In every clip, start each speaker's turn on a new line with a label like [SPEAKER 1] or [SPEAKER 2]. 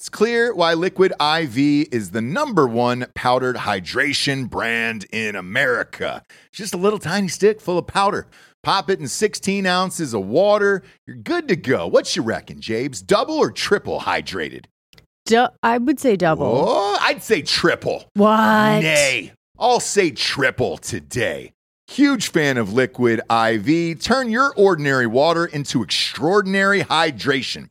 [SPEAKER 1] It's clear why Liquid IV is the number one powdered hydration brand in America. It's just a little tiny stick full of powder. Pop it in 16 ounces of water. You're good to go. What you reckon, Jabes? Double or triple hydrated?
[SPEAKER 2] Du- I would say double.
[SPEAKER 1] Oh, I'd say triple.
[SPEAKER 2] What?
[SPEAKER 1] Nay, I'll say triple today. Huge fan of Liquid IV. Turn your ordinary water into extraordinary hydration.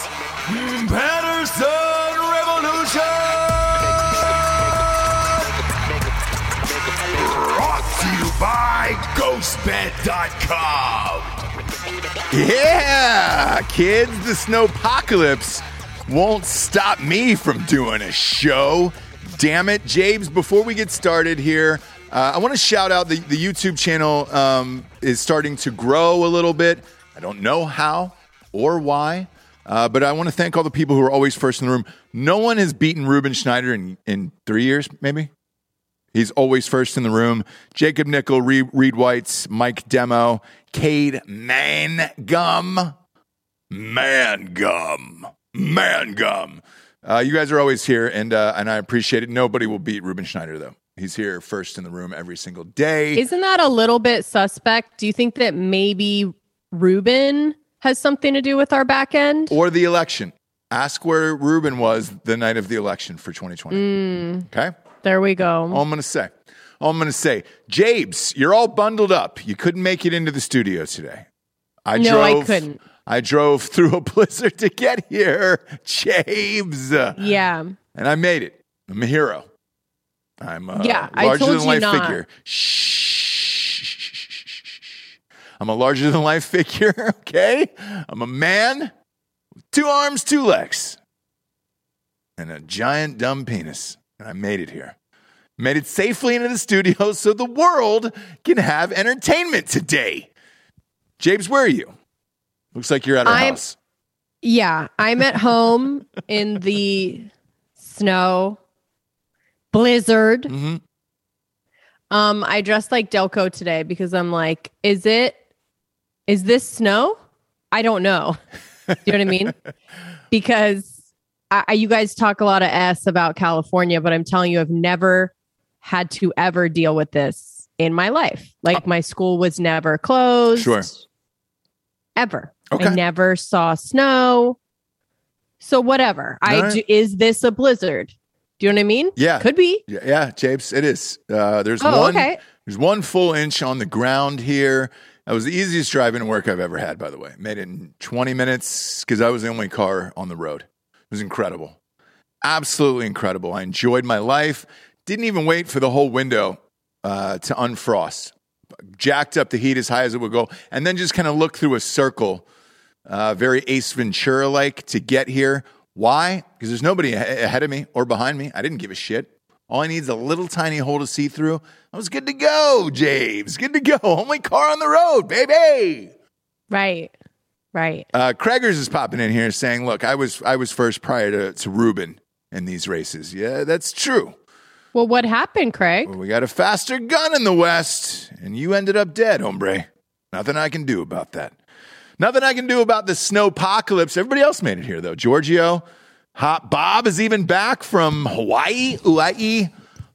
[SPEAKER 1] Patterson Revolution! Brought to you by GhostBed.com! Yeah, kids, the snowpocalypse won't stop me from doing a show. Damn it, Jabes, before we get started here, uh, I want to shout out the, the YouTube channel um, is starting to grow a little bit. I don't know how or why, uh, but I want to thank all the people who are always first in the room. No one has beaten Ruben Schneider in, in three years, maybe. He's always first in the room. Jacob Nickel, Reed, Reed Whites, Mike Demo, Cade Mangum. Mangum. Mangum. Uh, you guys are always here, and uh, and I appreciate it. Nobody will beat Ruben Schneider, though. He's here first in the room every single day.
[SPEAKER 3] Isn't that a little bit suspect? Do you think that maybe Ruben has something to do with our back end?
[SPEAKER 1] or the election. Ask where Ruben was the night of the election for 2020. Okay?
[SPEAKER 3] There we go.
[SPEAKER 1] All I'm going to say. All I'm going to say. Jabes, you're all bundled up. You couldn't make it into the studio today. I
[SPEAKER 3] No, I
[SPEAKER 1] drove,
[SPEAKER 3] couldn't.
[SPEAKER 1] I drove through a blizzard to get here. Jabes.
[SPEAKER 3] Yeah.
[SPEAKER 1] and I made it. I'm a hero. I'm a
[SPEAKER 3] Yeah, I
[SPEAKER 1] larger
[SPEAKER 3] told
[SPEAKER 1] than
[SPEAKER 3] you
[SPEAKER 1] life
[SPEAKER 3] not.
[SPEAKER 1] figure. Shh. I'm a larger than life figure, okay? I'm a man with two arms, two legs, and a giant dumb penis. And I made it here. Made it safely into the studio so the world can have entertainment today. James, where are you? Looks like you're at our
[SPEAKER 3] I'm-
[SPEAKER 1] house.
[SPEAKER 3] Yeah, I'm at home in the snow blizzard.
[SPEAKER 1] hmm
[SPEAKER 3] Um, I dressed like Delco today because I'm like, is it, is this snow? I don't know. Do you know what I mean? Because I, I, you guys talk a lot of s about California, but I'm telling you, I've never had to ever deal with this in my life. Like my school was never closed.
[SPEAKER 1] Oh. Sure.
[SPEAKER 3] Ever.
[SPEAKER 1] Okay.
[SPEAKER 3] I never saw snow. So whatever. I
[SPEAKER 1] All right.
[SPEAKER 3] do, is this a blizzard? Do you know what I mean?
[SPEAKER 1] Yeah.
[SPEAKER 3] Could be.
[SPEAKER 1] Yeah, yeah, Japes, it is. Uh, there's one.
[SPEAKER 3] Oh, okay.
[SPEAKER 1] There's one full inch on the ground here. That was the easiest drive in work I've ever had, by the way. Made it in 20 minutes because I was the only car on the road. It was incredible. Absolutely incredible. I enjoyed my life. Didn't even wait for the whole window uh, to unfrost. Jacked up the heat as high as it would go, and then just kind of looked through a circle, uh, very Ace Ventura like, to get here. Why? Because there's nobody a- ahead of me or behind me. I didn't give a shit. All I need is a little tiny hole to see through. I was good to go, James. Good to go. Only car on the road, baby.
[SPEAKER 3] Right. Right.
[SPEAKER 1] Uh, Craigers is popping in here saying, "Look, I was I was first prior to, to Ruben in these races. Yeah, that's true.
[SPEAKER 3] Well, what happened, Craig?
[SPEAKER 1] Well, we got a faster gun in the West, and you ended up dead, hombre. Nothing I can do about that. Nothing I can do about the snowpocalypse. Everybody else made it here, though. Giorgio, Hot Bob is even back from Hawaii. Hawaii.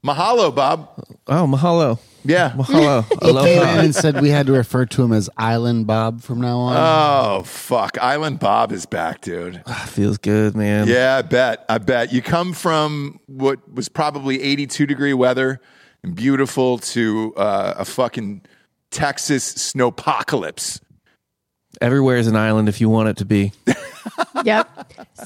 [SPEAKER 1] Mahalo, Bob.
[SPEAKER 4] Oh, mahalo.
[SPEAKER 1] Yeah.
[SPEAKER 4] Mahalo.
[SPEAKER 5] Came
[SPEAKER 4] Aloha.
[SPEAKER 5] in and said we had to refer to him as Island Bob from now on.
[SPEAKER 1] Oh, fuck. Island Bob is back, dude.
[SPEAKER 4] Ah, Feels good, man.
[SPEAKER 1] Yeah, I bet. I bet. You come from what was probably 82 degree weather and beautiful to uh, a fucking Texas snowpocalypse.
[SPEAKER 4] Everywhere is an island if you want it to be.
[SPEAKER 3] yep.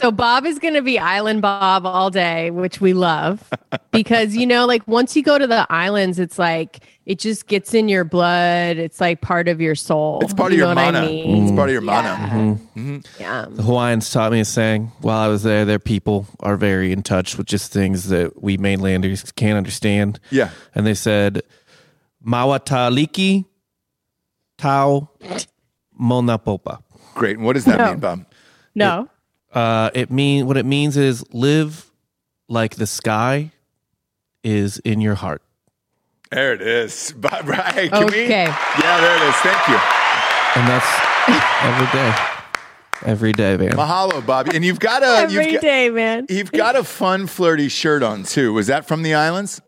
[SPEAKER 3] So Bob is going to be Island Bob all day, which we love because, you know, like once you go to the islands, it's like it just gets in your blood. It's like part of your soul.
[SPEAKER 1] It's part of
[SPEAKER 3] You
[SPEAKER 1] your
[SPEAKER 3] know what
[SPEAKER 1] mana.
[SPEAKER 3] I mean?
[SPEAKER 1] It's part of your
[SPEAKER 3] Yeah.
[SPEAKER 1] mana. Mm-hmm.
[SPEAKER 3] Mm-hmm. Yeah.
[SPEAKER 4] The Hawaiians taught me a saying while I was there. Their people are very in touch with just things that we mainlanders can't understand.
[SPEAKER 1] Yeah.
[SPEAKER 4] And they said, Mawataliki Tau Monapopa.
[SPEAKER 1] Great. And what does that
[SPEAKER 3] No.
[SPEAKER 1] mean, Bob?
[SPEAKER 3] No.
[SPEAKER 4] Uh, it mean what it means is live like the sky is in your heart.
[SPEAKER 1] There it is. Bob, right. Can we-
[SPEAKER 3] Okay.
[SPEAKER 1] Yeah, there it is. Thank you.
[SPEAKER 4] And that's every day. Every day, man.
[SPEAKER 1] Mahalo, Bobby. And you've got a
[SPEAKER 3] Every
[SPEAKER 1] you've got,
[SPEAKER 3] day, man.
[SPEAKER 1] you've got a fun flirty shirt on too. Was that from the islands?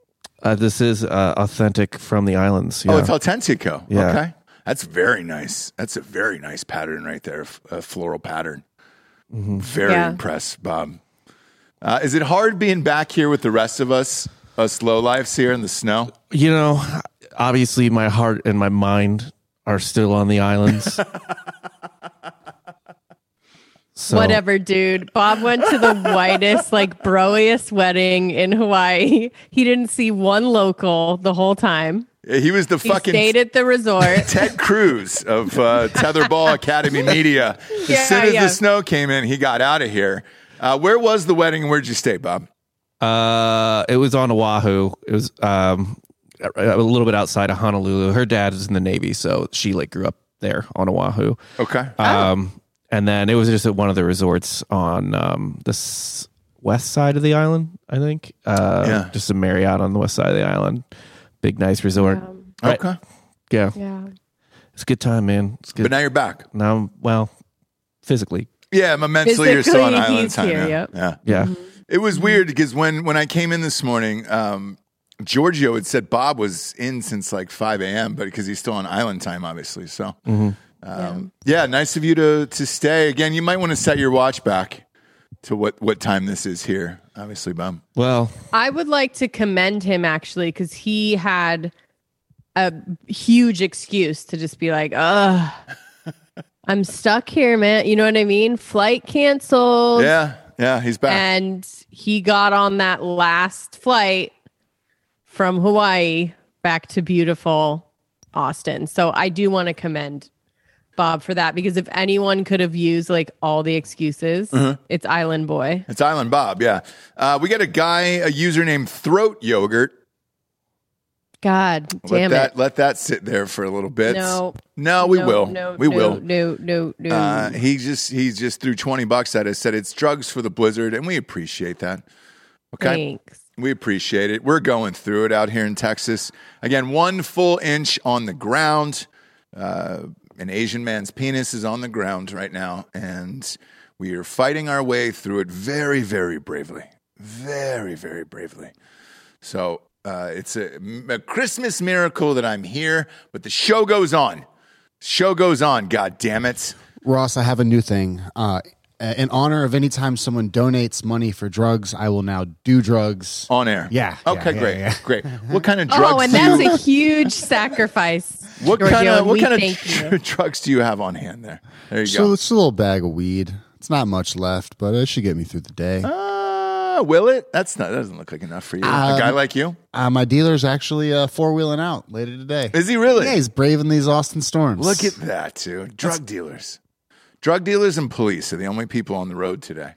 [SPEAKER 4] Uh, this is uh, authentic from the islands. Yeah.
[SPEAKER 1] Oh, it's Authentico.
[SPEAKER 4] Yeah.
[SPEAKER 1] Okay. That's very nice. That's a very nice pattern right there, f- a floral pattern.
[SPEAKER 4] Mm-hmm.
[SPEAKER 1] Very
[SPEAKER 3] Yeah.
[SPEAKER 1] impressed, Bob. Uh, is it hard being back here with the rest of us, us low lives here in the snow?
[SPEAKER 4] you know, obviously my heart and my mind are still on the islands. so,
[SPEAKER 3] Whatever, dude. Bob went to the whitest, like broiest wedding in Hawaii. He didn't see one local the whole time.
[SPEAKER 1] Uh, He was the
[SPEAKER 3] He
[SPEAKER 1] fucking
[SPEAKER 3] stayed at the resort.
[SPEAKER 1] Ted Cruz of uh, Tetherball Academy Media. As
[SPEAKER 3] Yeah,
[SPEAKER 1] soon as
[SPEAKER 3] yeah.
[SPEAKER 1] the snow came in, he got out of here. Uh, where was the wedding? Where'd you stay, Bob?
[SPEAKER 4] Uh, it was on Oahu. It was um, a a little bit outside of Honolulu. Her dad is in the Navy, so she like grew up there on Oahu.
[SPEAKER 1] Okay.
[SPEAKER 4] Um, and then it was just at one of the resorts on um, the s- west side of the island, I think. Uh,
[SPEAKER 1] Yeah.
[SPEAKER 4] Just a Marriott on the west side of the island. Big, nice resort. Right.
[SPEAKER 1] okay.
[SPEAKER 4] Yeah.
[SPEAKER 3] yeah.
[SPEAKER 4] It's a good time, man. It's good.
[SPEAKER 1] But now you're back.
[SPEAKER 4] now, I'm- well, physically.
[SPEAKER 1] Yeah, I'm immensely you're still on
[SPEAKER 3] Physically,
[SPEAKER 1] island
[SPEAKER 3] he's
[SPEAKER 1] time.
[SPEAKER 3] here,
[SPEAKER 1] yeah.
[SPEAKER 3] yep.
[SPEAKER 1] yeah.
[SPEAKER 4] Yeah.
[SPEAKER 6] Mm-hmm.
[SPEAKER 1] It was
[SPEAKER 3] Mm-hmm.
[SPEAKER 1] weird because when, when I came in this morning, um, Giorgio had said Bob was in since like 5 a.m., but because he's still on island time, obviously. So,
[SPEAKER 3] Mm-hmm.
[SPEAKER 1] um, yeah. nice of you to, to stay. Again, you might want to set your watch back to what, what time this is here, obviously, Bob.
[SPEAKER 4] Well,
[SPEAKER 3] I would like to commend him actually because he had a huge excuse to just be like, ugh, I'm stuck here, man. You know what I mean? Flight canceled.
[SPEAKER 1] Yeah, Yeah, he's back.
[SPEAKER 3] and he got on that last flight from Hawaii back to beautiful Austin. So I do want to commend Bob for that because if anyone could have used like all the excuses,
[SPEAKER 1] Mm-hmm.
[SPEAKER 3] it's Island Boy.
[SPEAKER 1] It's Island Bob. Yeah. Uh, we got a guy, a user named Throat Yogurt.
[SPEAKER 3] God
[SPEAKER 1] let
[SPEAKER 3] damn
[SPEAKER 1] that
[SPEAKER 3] it.
[SPEAKER 1] let that sit there for a little bit.
[SPEAKER 3] No.
[SPEAKER 1] No, Oh, we
[SPEAKER 3] No,
[SPEAKER 1] will.
[SPEAKER 3] No,
[SPEAKER 1] we
[SPEAKER 3] no,
[SPEAKER 1] will.
[SPEAKER 3] No, no, no.
[SPEAKER 1] Uh, he just he just threw twenty bucks at us. Said it's drugs for the blizzard, and we appreciate that. Okay.
[SPEAKER 3] Thanks.
[SPEAKER 1] We appreciate it. We're going through it out here in Texas. Again, one full inch on the ground. Uh, an Asian man's penis is on the ground right now, and we are fighting our way through it very, very bravely. Very, very bravely. So uh, it's a, a Christmas miracle that I'm here, but the show goes on. Show goes on. God damn it!
[SPEAKER 5] Ross, I have a new thing. Uh, in honor of any time someone donates money for drugs, I will now do drugs.
[SPEAKER 1] On air.
[SPEAKER 5] Yeah, yeah,
[SPEAKER 1] Okay.
[SPEAKER 5] yeah,
[SPEAKER 1] great.
[SPEAKER 5] yeah.
[SPEAKER 1] Great. What kind of drugs?
[SPEAKER 3] Oh, and
[SPEAKER 1] do you-
[SPEAKER 3] that's a huge sacrifice.
[SPEAKER 1] What
[SPEAKER 3] Giorgio,
[SPEAKER 1] kind of
[SPEAKER 3] and
[SPEAKER 1] what
[SPEAKER 3] we
[SPEAKER 1] kind of
[SPEAKER 3] thank
[SPEAKER 1] tr-
[SPEAKER 3] you.
[SPEAKER 1] drugs do you have on hand there? There you
[SPEAKER 5] So it's a little bag of weed. It's not much left, but it should get me through the day.
[SPEAKER 1] go. Uh, will it? That's not. That doesn't look like enough for you. a guy like you?
[SPEAKER 5] Uh, my dealer's actually uh, four wheeling out later today.
[SPEAKER 1] Is he really?
[SPEAKER 5] Yeah, he's braving these Austin storms.
[SPEAKER 1] look at that, dude. Drug dealers, drug dealers, and police are the only people on the road today,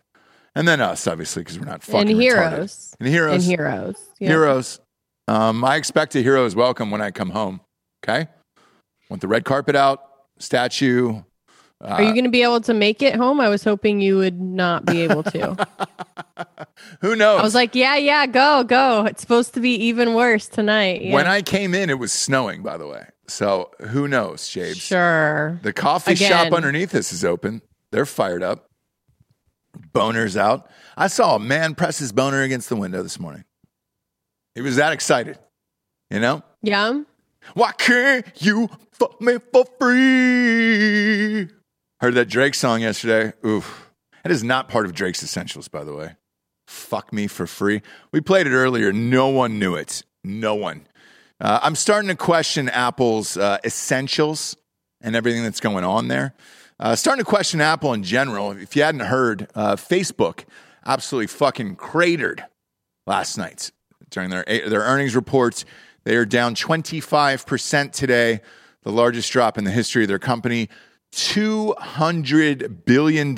[SPEAKER 1] and then us, obviously, because we're not fucking
[SPEAKER 3] And
[SPEAKER 1] retarded.
[SPEAKER 3] heroes.
[SPEAKER 1] and heroes,
[SPEAKER 3] And heroes. Yeah.
[SPEAKER 1] heroes. Um, I expect a hero's welcome when I come home. Okay, want the red carpet out, statue.
[SPEAKER 3] Are you going to be able to make it home? I was hoping you would not be able to.
[SPEAKER 1] Who knows?
[SPEAKER 3] I was like, yeah, yeah, go, go. It's supposed to be even worse tonight. Yeah.
[SPEAKER 1] When I came in, it was snowing, by the way. So who knows, James?
[SPEAKER 3] sure.
[SPEAKER 1] The coffee shop
[SPEAKER 3] Again.
[SPEAKER 1] underneath us is open. They're fired up. Boner's out. I saw a man press his boner against the window this morning. He was that excited. You know?
[SPEAKER 3] Yeah.
[SPEAKER 1] Why can't you fuck me for free? Heard that Drake song yesterday. Oof. That is not part of Drake's Essentials, by the way. Fuck me for free. We played it earlier. No one knew it. No one. Uh, I'm starting to question Apple's uh, essentials and everything that's going on there. Uh, starting to question Apple in general. If you hadn't heard, uh, Facebook absolutely fucking cratered last night during their their earnings reports. They are down 25% today, the largest drop in the history of their company. $200 billion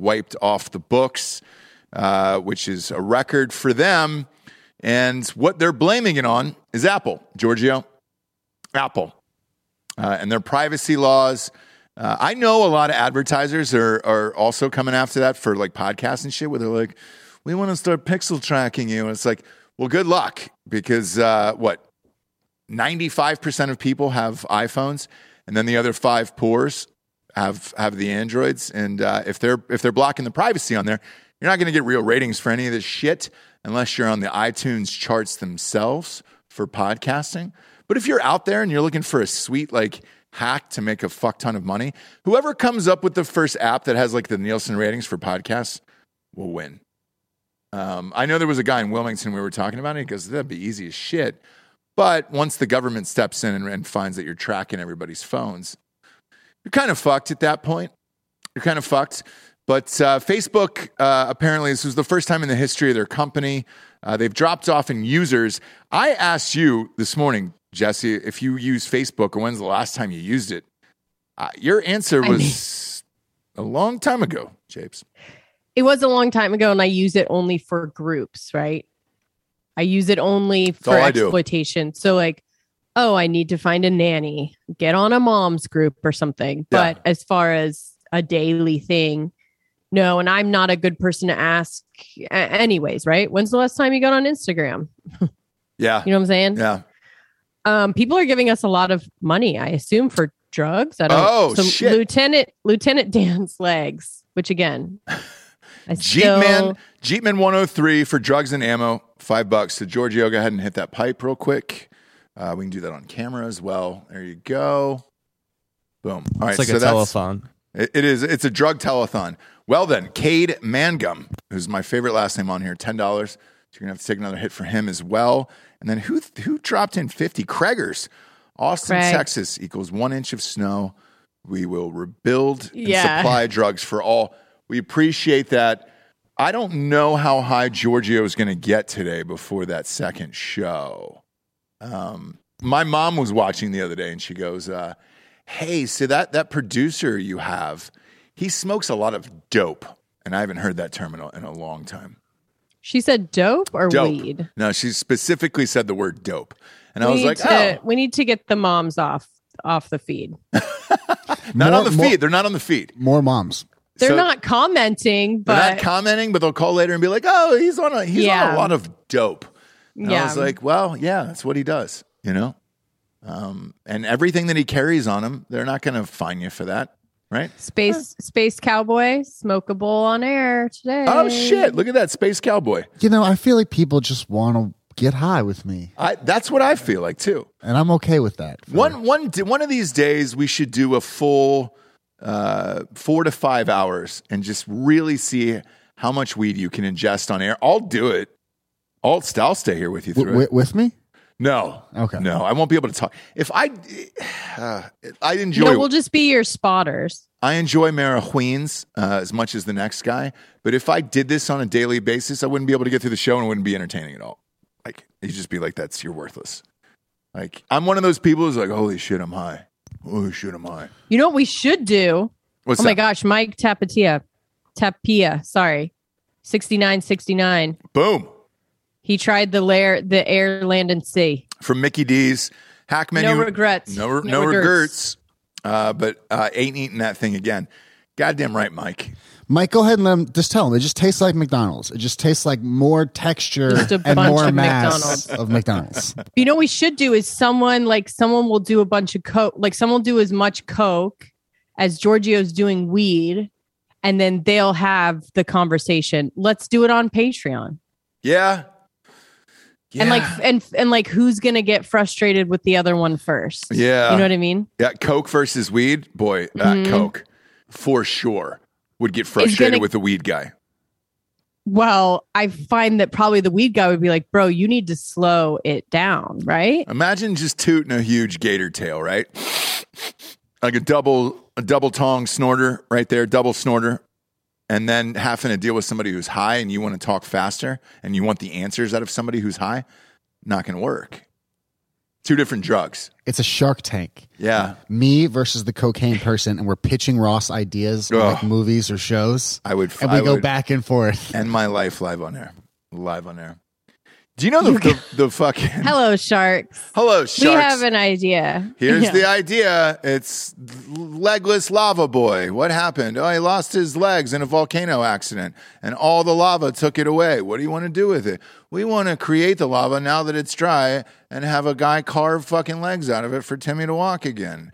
[SPEAKER 1] wiped off the books, uh, which is a record for them. And what they're blaming it on is Apple, Giorgio. Apple uh, and their privacy laws. Uh, I know a lot of advertisers are are also coming after that for like podcasts and shit, where they're like, "We want to start pixel tracking you," and it's like, "Well, good luck," because uh, what ninety five percent of people have iPhones, and then the other five poors have have the Androids, and uh, if they're if they're blocking the privacy on there, you're not going to get real ratings for any of this shit unless you're on the iTunes charts themselves for podcasting. But if you're out there and you're looking for a sweet like hack to make a fuck ton of money, whoever comes up with the first app that has like the Nielsen ratings for podcasts will win. Um, I know there was a guy in Wilmington we were talking about, and he goes, "That'd be easy as shit." But once the government steps in and, and finds that you're tracking everybody's phones, you're kind of fucked at that point. You're kind of fucked. But uh, Facebook, uh, apparently, this was the first time in the history of their company. Uh, they've dropped off in users. I asked you this morning, Jesse, if you use Facebook or when's the last time you used it? Uh, your answer
[SPEAKER 3] I
[SPEAKER 1] was a long time ago, Japes.
[SPEAKER 3] It was a long time ago, and I use it only for groups, right? I use it only for
[SPEAKER 1] all I do.
[SPEAKER 3] exploitation. So, like, oh, I need to find a nanny, get on a mom's group or something.
[SPEAKER 1] Yeah.
[SPEAKER 3] But as far as a daily thing, no. And I'm not a good person to ask, a- anyways, right? When's the last time you got on Instagram?
[SPEAKER 1] Yeah.
[SPEAKER 3] You know what I'm saying?
[SPEAKER 1] Yeah.
[SPEAKER 3] um, people are giving us a lot of money, I assume, for drugs. I don't
[SPEAKER 1] Oh,
[SPEAKER 3] so
[SPEAKER 1] shit.
[SPEAKER 3] Lieutenant Lieutenant Dan's legs, which again, I still,
[SPEAKER 1] Jeepman, Jeepman 103 for drugs and ammo, five bucks. So, Giorgio, go ahead and hit that pipe real quick. Uh, we can do that on camera as well. There you go. Boom. All right.
[SPEAKER 6] It's like
[SPEAKER 1] so
[SPEAKER 6] a
[SPEAKER 1] that's,
[SPEAKER 6] telethon.
[SPEAKER 1] it- it is. It's a drug telethon. Well, then, Cade Mangum, who's my favorite last name on here, $10. So, you're going to have to take another hit for him as well. And then, who who dropped in 50? Kreggers. Austin,
[SPEAKER 3] Craig.
[SPEAKER 1] Texas equals one inch of snow. We will rebuild and
[SPEAKER 3] Yeah.
[SPEAKER 1] supply drugs for all. We appreciate that. I don't know how high Giorgio is going to get today before that second show. Um, my mom was watching the other day, and she goes, uh, "Hey, so that that producer you have, he smokes a lot of dope." And I haven't heard that term in a, in a long time.
[SPEAKER 3] She said dope or
[SPEAKER 1] Dope.
[SPEAKER 3] weed.
[SPEAKER 1] No, she specifically said the word dope, and I
[SPEAKER 3] we
[SPEAKER 1] was
[SPEAKER 3] need
[SPEAKER 1] like,
[SPEAKER 3] to,
[SPEAKER 1] "Oh,
[SPEAKER 3] we need to get the moms off off the feed.
[SPEAKER 1] "Oh, not
[SPEAKER 5] More-
[SPEAKER 1] on the
[SPEAKER 5] more-
[SPEAKER 1] feed. They're not on the feed.
[SPEAKER 5] More moms.
[SPEAKER 3] They're
[SPEAKER 1] So-
[SPEAKER 3] not commenting,
[SPEAKER 1] They're
[SPEAKER 3] but
[SPEAKER 1] not commenting, but they'll call later and be like, "Oh, he's on a he's on a
[SPEAKER 3] Yeah.
[SPEAKER 1] lot of dope." And I
[SPEAKER 3] Yeah.
[SPEAKER 1] was like, "Well, yeah, that's what he does," you know. Um, and everything that he carries on him, they're not going to fine you for that, right?
[SPEAKER 3] space space cowboy smokeable on air today.
[SPEAKER 1] Oh shit! Look at that space cowboy.
[SPEAKER 5] You know, I feel like people just want to get high with me,
[SPEAKER 1] I, that's what I feel like too.
[SPEAKER 5] and I'm okay with that.
[SPEAKER 1] One one d- one of these days, we should do a full uh, four to five hours and just really see how much weed you can ingest on air. I'll do it. I'll, I'll stay here with you through
[SPEAKER 5] W-
[SPEAKER 1] it.
[SPEAKER 5] w- with me?
[SPEAKER 1] No.
[SPEAKER 5] Okay.
[SPEAKER 1] No, I won't be able to talk. If I, uh, I enjoy,
[SPEAKER 3] No, we'll just be your spotters.
[SPEAKER 1] I enjoy marijuanas uh, as much as the next guy. But if I did this on a daily basis, I wouldn't be able to get through the show and it wouldn't be entertaining at all. Like you'd just be like, "That's you're worthless." Like I'm one of those people who's like, "Holy shit, I'm high." Holy shit, I'm high.
[SPEAKER 3] You know what we should do?
[SPEAKER 1] What's
[SPEAKER 3] oh
[SPEAKER 1] that?
[SPEAKER 3] my gosh, Mike Tapatia. Tapia, sorry. 6969.
[SPEAKER 1] Boom
[SPEAKER 3] He tried the lair the air, land, and sea.
[SPEAKER 1] from Mickey D's hack menu.
[SPEAKER 3] No regrets.
[SPEAKER 1] No, no, regrets. Uh, but uh, ain't eating that thing again. Goddamn right, Mike.
[SPEAKER 5] Mike, go ahead and let him, just tell him. It just tastes like McDonald's. It just tastes like more texture
[SPEAKER 3] Just a
[SPEAKER 5] and
[SPEAKER 3] bunch
[SPEAKER 5] more
[SPEAKER 3] of
[SPEAKER 5] mass of McDonald's.
[SPEAKER 3] You know what we should do is someone like someone will do a bunch of coke, like someone will do as much coke as Giorgio's doing weed, and then they'll have the conversation. Let's do it on Patreon.
[SPEAKER 1] Yeah.
[SPEAKER 3] And like
[SPEAKER 1] Yeah.
[SPEAKER 3] and and like who's gonna get frustrated with the other one first?
[SPEAKER 1] Yeah.
[SPEAKER 3] You know what I mean?
[SPEAKER 1] Yeah, Coke versus weed, boy, uh,
[SPEAKER 3] Mhm.
[SPEAKER 1] Coke for sure would get
[SPEAKER 3] gonna-
[SPEAKER 1] frustrated with the weed guy.
[SPEAKER 3] Well, I find that probably the weed guy would be like, bro, you need to slow it down, right?
[SPEAKER 1] Imagine just tooting a huge gator tail, right? Like a double a double tong snorter right there, double snorter, and then having to deal with somebody who's high and you want to talk faster and you want the answers out of somebody who's high, not going to work. Two different drugs.
[SPEAKER 5] It's a shark tank.
[SPEAKER 1] Yeah,
[SPEAKER 5] Me versus the cocaine person, and we're pitching Ross ideas on, like
[SPEAKER 1] Ugh.
[SPEAKER 5] movies or shows.
[SPEAKER 1] I would.
[SPEAKER 5] And we
[SPEAKER 1] I
[SPEAKER 5] go
[SPEAKER 1] would
[SPEAKER 5] back and forth.
[SPEAKER 1] end my life live on air, live on air. Do you know the the, the fucking
[SPEAKER 3] Hello, sharks.
[SPEAKER 1] hello sharks?
[SPEAKER 3] We have an idea.
[SPEAKER 1] Here's
[SPEAKER 3] Yeah.
[SPEAKER 1] the idea. It's legless lava boy. What happened? Oh, he lost his legs in a volcano accident, and all the lava took it away. What do you want to do with it? We want to create the lava now that it's dry and have a guy carve fucking legs out of it for Timmy to walk again.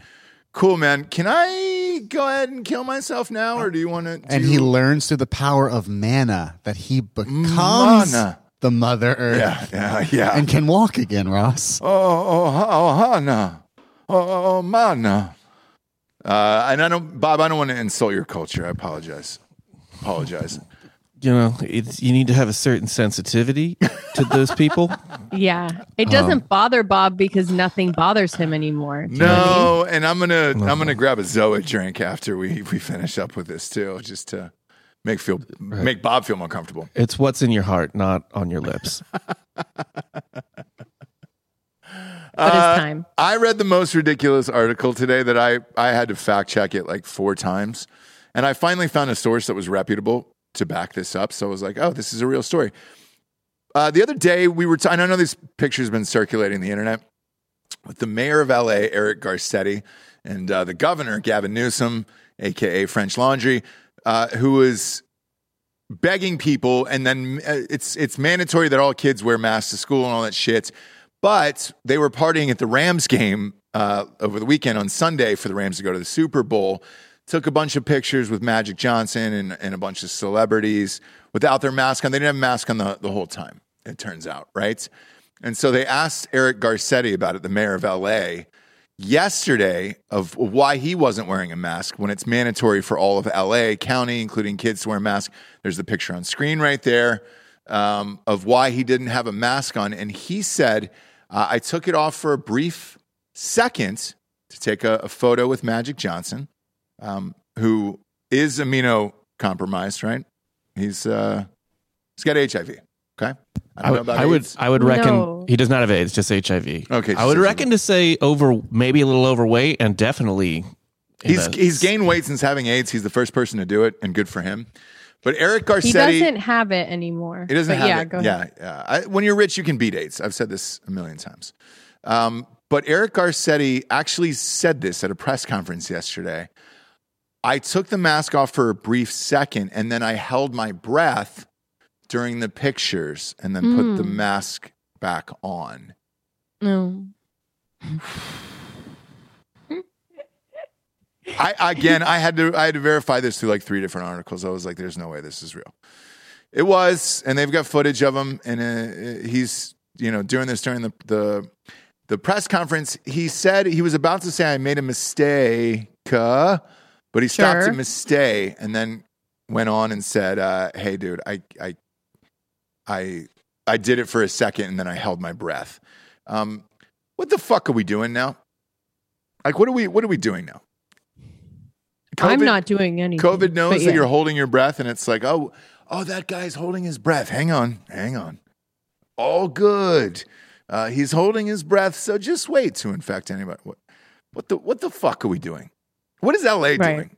[SPEAKER 1] Cool, man. Can I go ahead and kill myself now, or do you want to?
[SPEAKER 5] And
[SPEAKER 1] do-
[SPEAKER 5] he learns through the power of mana that he becomes
[SPEAKER 1] Mana.
[SPEAKER 5] the Mother Earth
[SPEAKER 1] yeah, yeah, yeah.
[SPEAKER 5] and can walk again, Ross.
[SPEAKER 1] Oh, oh, oh, Hana. Oh, oh, Mana. Uh, and I don't, Bob, I don't want to insult your culture. I apologize. Apologize.
[SPEAKER 4] You know, it's, you need to have a certain sensitivity to those people.
[SPEAKER 3] Yeah. It doesn't bother Bob because nothing bothers him anymore. Do you know what I mean?
[SPEAKER 1] Uh-huh. No, and I'm gonna I'm gonna grab a Zoa drink after we we finish up with this too, just to make feel make Bob feel more comfortable.
[SPEAKER 4] It's what's in your heart, not on your lips.
[SPEAKER 3] But
[SPEAKER 1] Uh,
[SPEAKER 3] it's time.
[SPEAKER 1] I read the most ridiculous article today that I, I had to fact check it like four times. And I finally found a source that was reputable to back this up. So I was like, oh, this is a real story. Uh, the other day, we were, t- and I know this picture has been circulating the internet with the mayor of LA, Eric Garcetti, and uh, the governor, Gavin Newsom, AKA French Laundry, uh, who was begging people and then uh, it's it's mandatory that all kids wear masks to school and all that shit but they were partying at the rams game uh, over the weekend on sunday for the rams to go to the super bowl took a bunch of pictures with magic johnson and, and a bunch of celebrities without their mask on they didn't have a mask on the, the whole time it turns out right and so they asked eric garcetti about it the mayor of la yesterday of why he wasn't wearing a mask when it's mandatory for all of LA County, including kids, to wear a mask. There's the picture on screen right there um, of why he didn't have a mask on. And he said, uh, I took it off for a brief second to take a, a photo with Magic Johnson, um, who is amino compromised, right? He's uh, He's got HIV. Okay. I
[SPEAKER 4] I, would, I would
[SPEAKER 1] AIDS.
[SPEAKER 4] I would reckon
[SPEAKER 3] No.
[SPEAKER 4] he does not have AIDS, just HIV.
[SPEAKER 1] Okay,
[SPEAKER 4] I would
[SPEAKER 1] just
[SPEAKER 4] reckon to say over maybe a little overweight and definitely in
[SPEAKER 1] He's
[SPEAKER 4] the-
[SPEAKER 1] he's gained weight since having AIDS. He's the first person to do it, and good for him. But Eric Garcetti,
[SPEAKER 3] He doesn't have it anymore.
[SPEAKER 1] It doesn't
[SPEAKER 3] But
[SPEAKER 1] have
[SPEAKER 3] yeah,
[SPEAKER 1] it.
[SPEAKER 3] Go ahead.
[SPEAKER 1] yeah, yeah. I, when you're rich, you can beat AIDS. I've said this a million times. Um, but Eric Garcetti actually said this at a press conference yesterday. I took the mask off for a brief second, and then I held my breath during the pictures, and then put the
[SPEAKER 3] Mm.
[SPEAKER 1] mask back on.
[SPEAKER 3] No.
[SPEAKER 1] I again, I had to I had to verify this through like three different articles. I was like, "There's no way this is real." It was, and they've got footage of him, and uh, he's you know doing this during the the the press conference. He said he was about to say, "I made a mistake," uh, but he stopped
[SPEAKER 3] Sure.
[SPEAKER 1] at mistake and then went on and said, uh, "Hey, dude, I I I I did it for a second, and then I held my breath." Um, what the fuck are we doing now? Like, what are we what are we doing now?
[SPEAKER 3] I'm
[SPEAKER 1] COVID-
[SPEAKER 3] not doing anything.
[SPEAKER 1] COVID knows
[SPEAKER 3] but
[SPEAKER 1] that
[SPEAKER 3] yeah.
[SPEAKER 1] you're holding your breath, and it's like, oh, oh, that guy's holding his breath. Hang on, hang on. All good. Uh, he's holding his breath, so just wait to infect anybody. What, what the, what the fuck are we doing? What is LA
[SPEAKER 3] Right.
[SPEAKER 1] doing?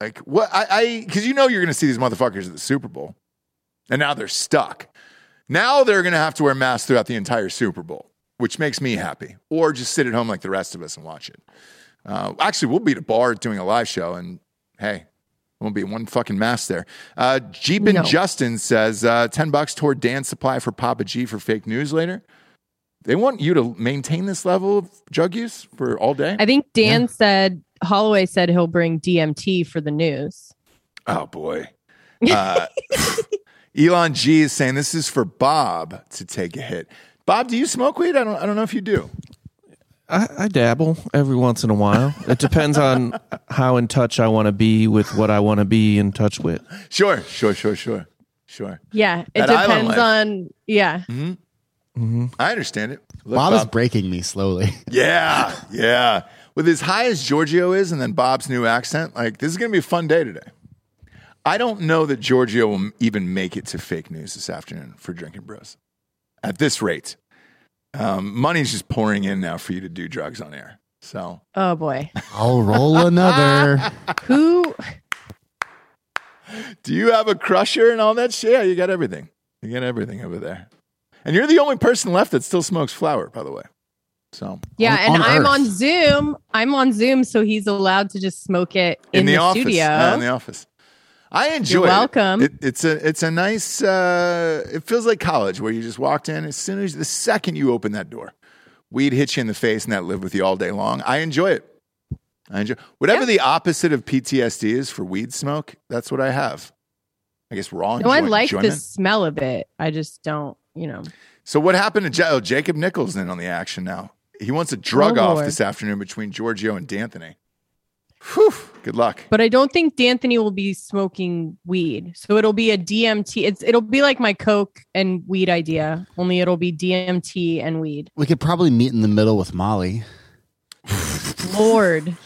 [SPEAKER 1] Like, what? I, I, because you know you're going to see these motherfuckers at the Super Bowl, and now they're stuck. Now they're going to have to wear masks throughout the entire Super Bowl, which makes me happy. Or just sit at home like the rest of us and watch it. Uh, actually, we'll be at a bar doing a live show, and hey, won't be one fucking mask there. Uh, Jeepin
[SPEAKER 3] No.
[SPEAKER 1] Justin says uh, 10 bucks toward Dan's supply for Papa G for fake newsletter. They want you to maintain this level of drug use for all day.
[SPEAKER 3] I think Dan said Holloway said he'll bring DMT for the news.
[SPEAKER 1] Oh boy. Uh, Elon G is saying this is for Bob to take a hit. Bob, do you smoke weed? I don't. I don't know if you do.
[SPEAKER 4] I, I dabble every once in a while. It depends on how in touch I want to be with what I want to be in touch with.
[SPEAKER 1] Sure, sure, sure, sure, sure.
[SPEAKER 3] Yeah, it
[SPEAKER 1] That island
[SPEAKER 3] depends
[SPEAKER 1] life. Mm-hmm.
[SPEAKER 3] on yeah.
[SPEAKER 4] Mm-hmm.
[SPEAKER 1] I understand it. Look,
[SPEAKER 5] Bob is breaking me slowly.
[SPEAKER 1] yeah, yeah. With as high as Giorgio is, and then Bob's new accent, like this is going to be a fun day today. I don't know that Giorgio will even make it to fake news this afternoon for Drinking Bros. At this rate, um, money's just pouring in now for you to do drugs on air. So
[SPEAKER 3] Oh boy,
[SPEAKER 5] I'll roll another.
[SPEAKER 3] who?
[SPEAKER 1] Do you have a crusher and all that shit? Yeah, you got everything. You got everything over there. And you're the only person left that still smokes flower, by the way. So
[SPEAKER 3] Yeah,
[SPEAKER 5] On-
[SPEAKER 3] and
[SPEAKER 5] on
[SPEAKER 3] I'm
[SPEAKER 5] Earth.
[SPEAKER 3] on Zoom. I'm on Zoom, so he's allowed to just smoke it in, the,
[SPEAKER 1] office,
[SPEAKER 3] studio.
[SPEAKER 1] Yeah, in the office. I enjoy.
[SPEAKER 3] You're
[SPEAKER 1] it.
[SPEAKER 3] welcome.
[SPEAKER 1] It, it's a it's a nice. Uh, it feels like college where you just walked in as soon as the second you open that door, weed hit you in the face and that lived with you all day long. I enjoy it. I enjoy whatever the opposite of PTSD is for weed smoke. That's what I have. I guess we're all.
[SPEAKER 3] no, I
[SPEAKER 1] enjoy-
[SPEAKER 3] like the
[SPEAKER 1] enjoyment.
[SPEAKER 3] smell of it. I just don't, you know.
[SPEAKER 1] So what happened to Ja- oh, Jacob Nichols then on the action now? He wants a drug
[SPEAKER 3] Oh,
[SPEAKER 1] off
[SPEAKER 3] Lord.
[SPEAKER 1] this afternoon between Giorgio and D'Anthony. Whew, good luck.
[SPEAKER 3] But I don't think D'Anthony will be smoking weed, so it'll be a DMT. It's it'll be like my coke and weed idea, only it'll be DMT and weed.
[SPEAKER 5] we could probably meet in the middle with Molly.
[SPEAKER 3] Lord,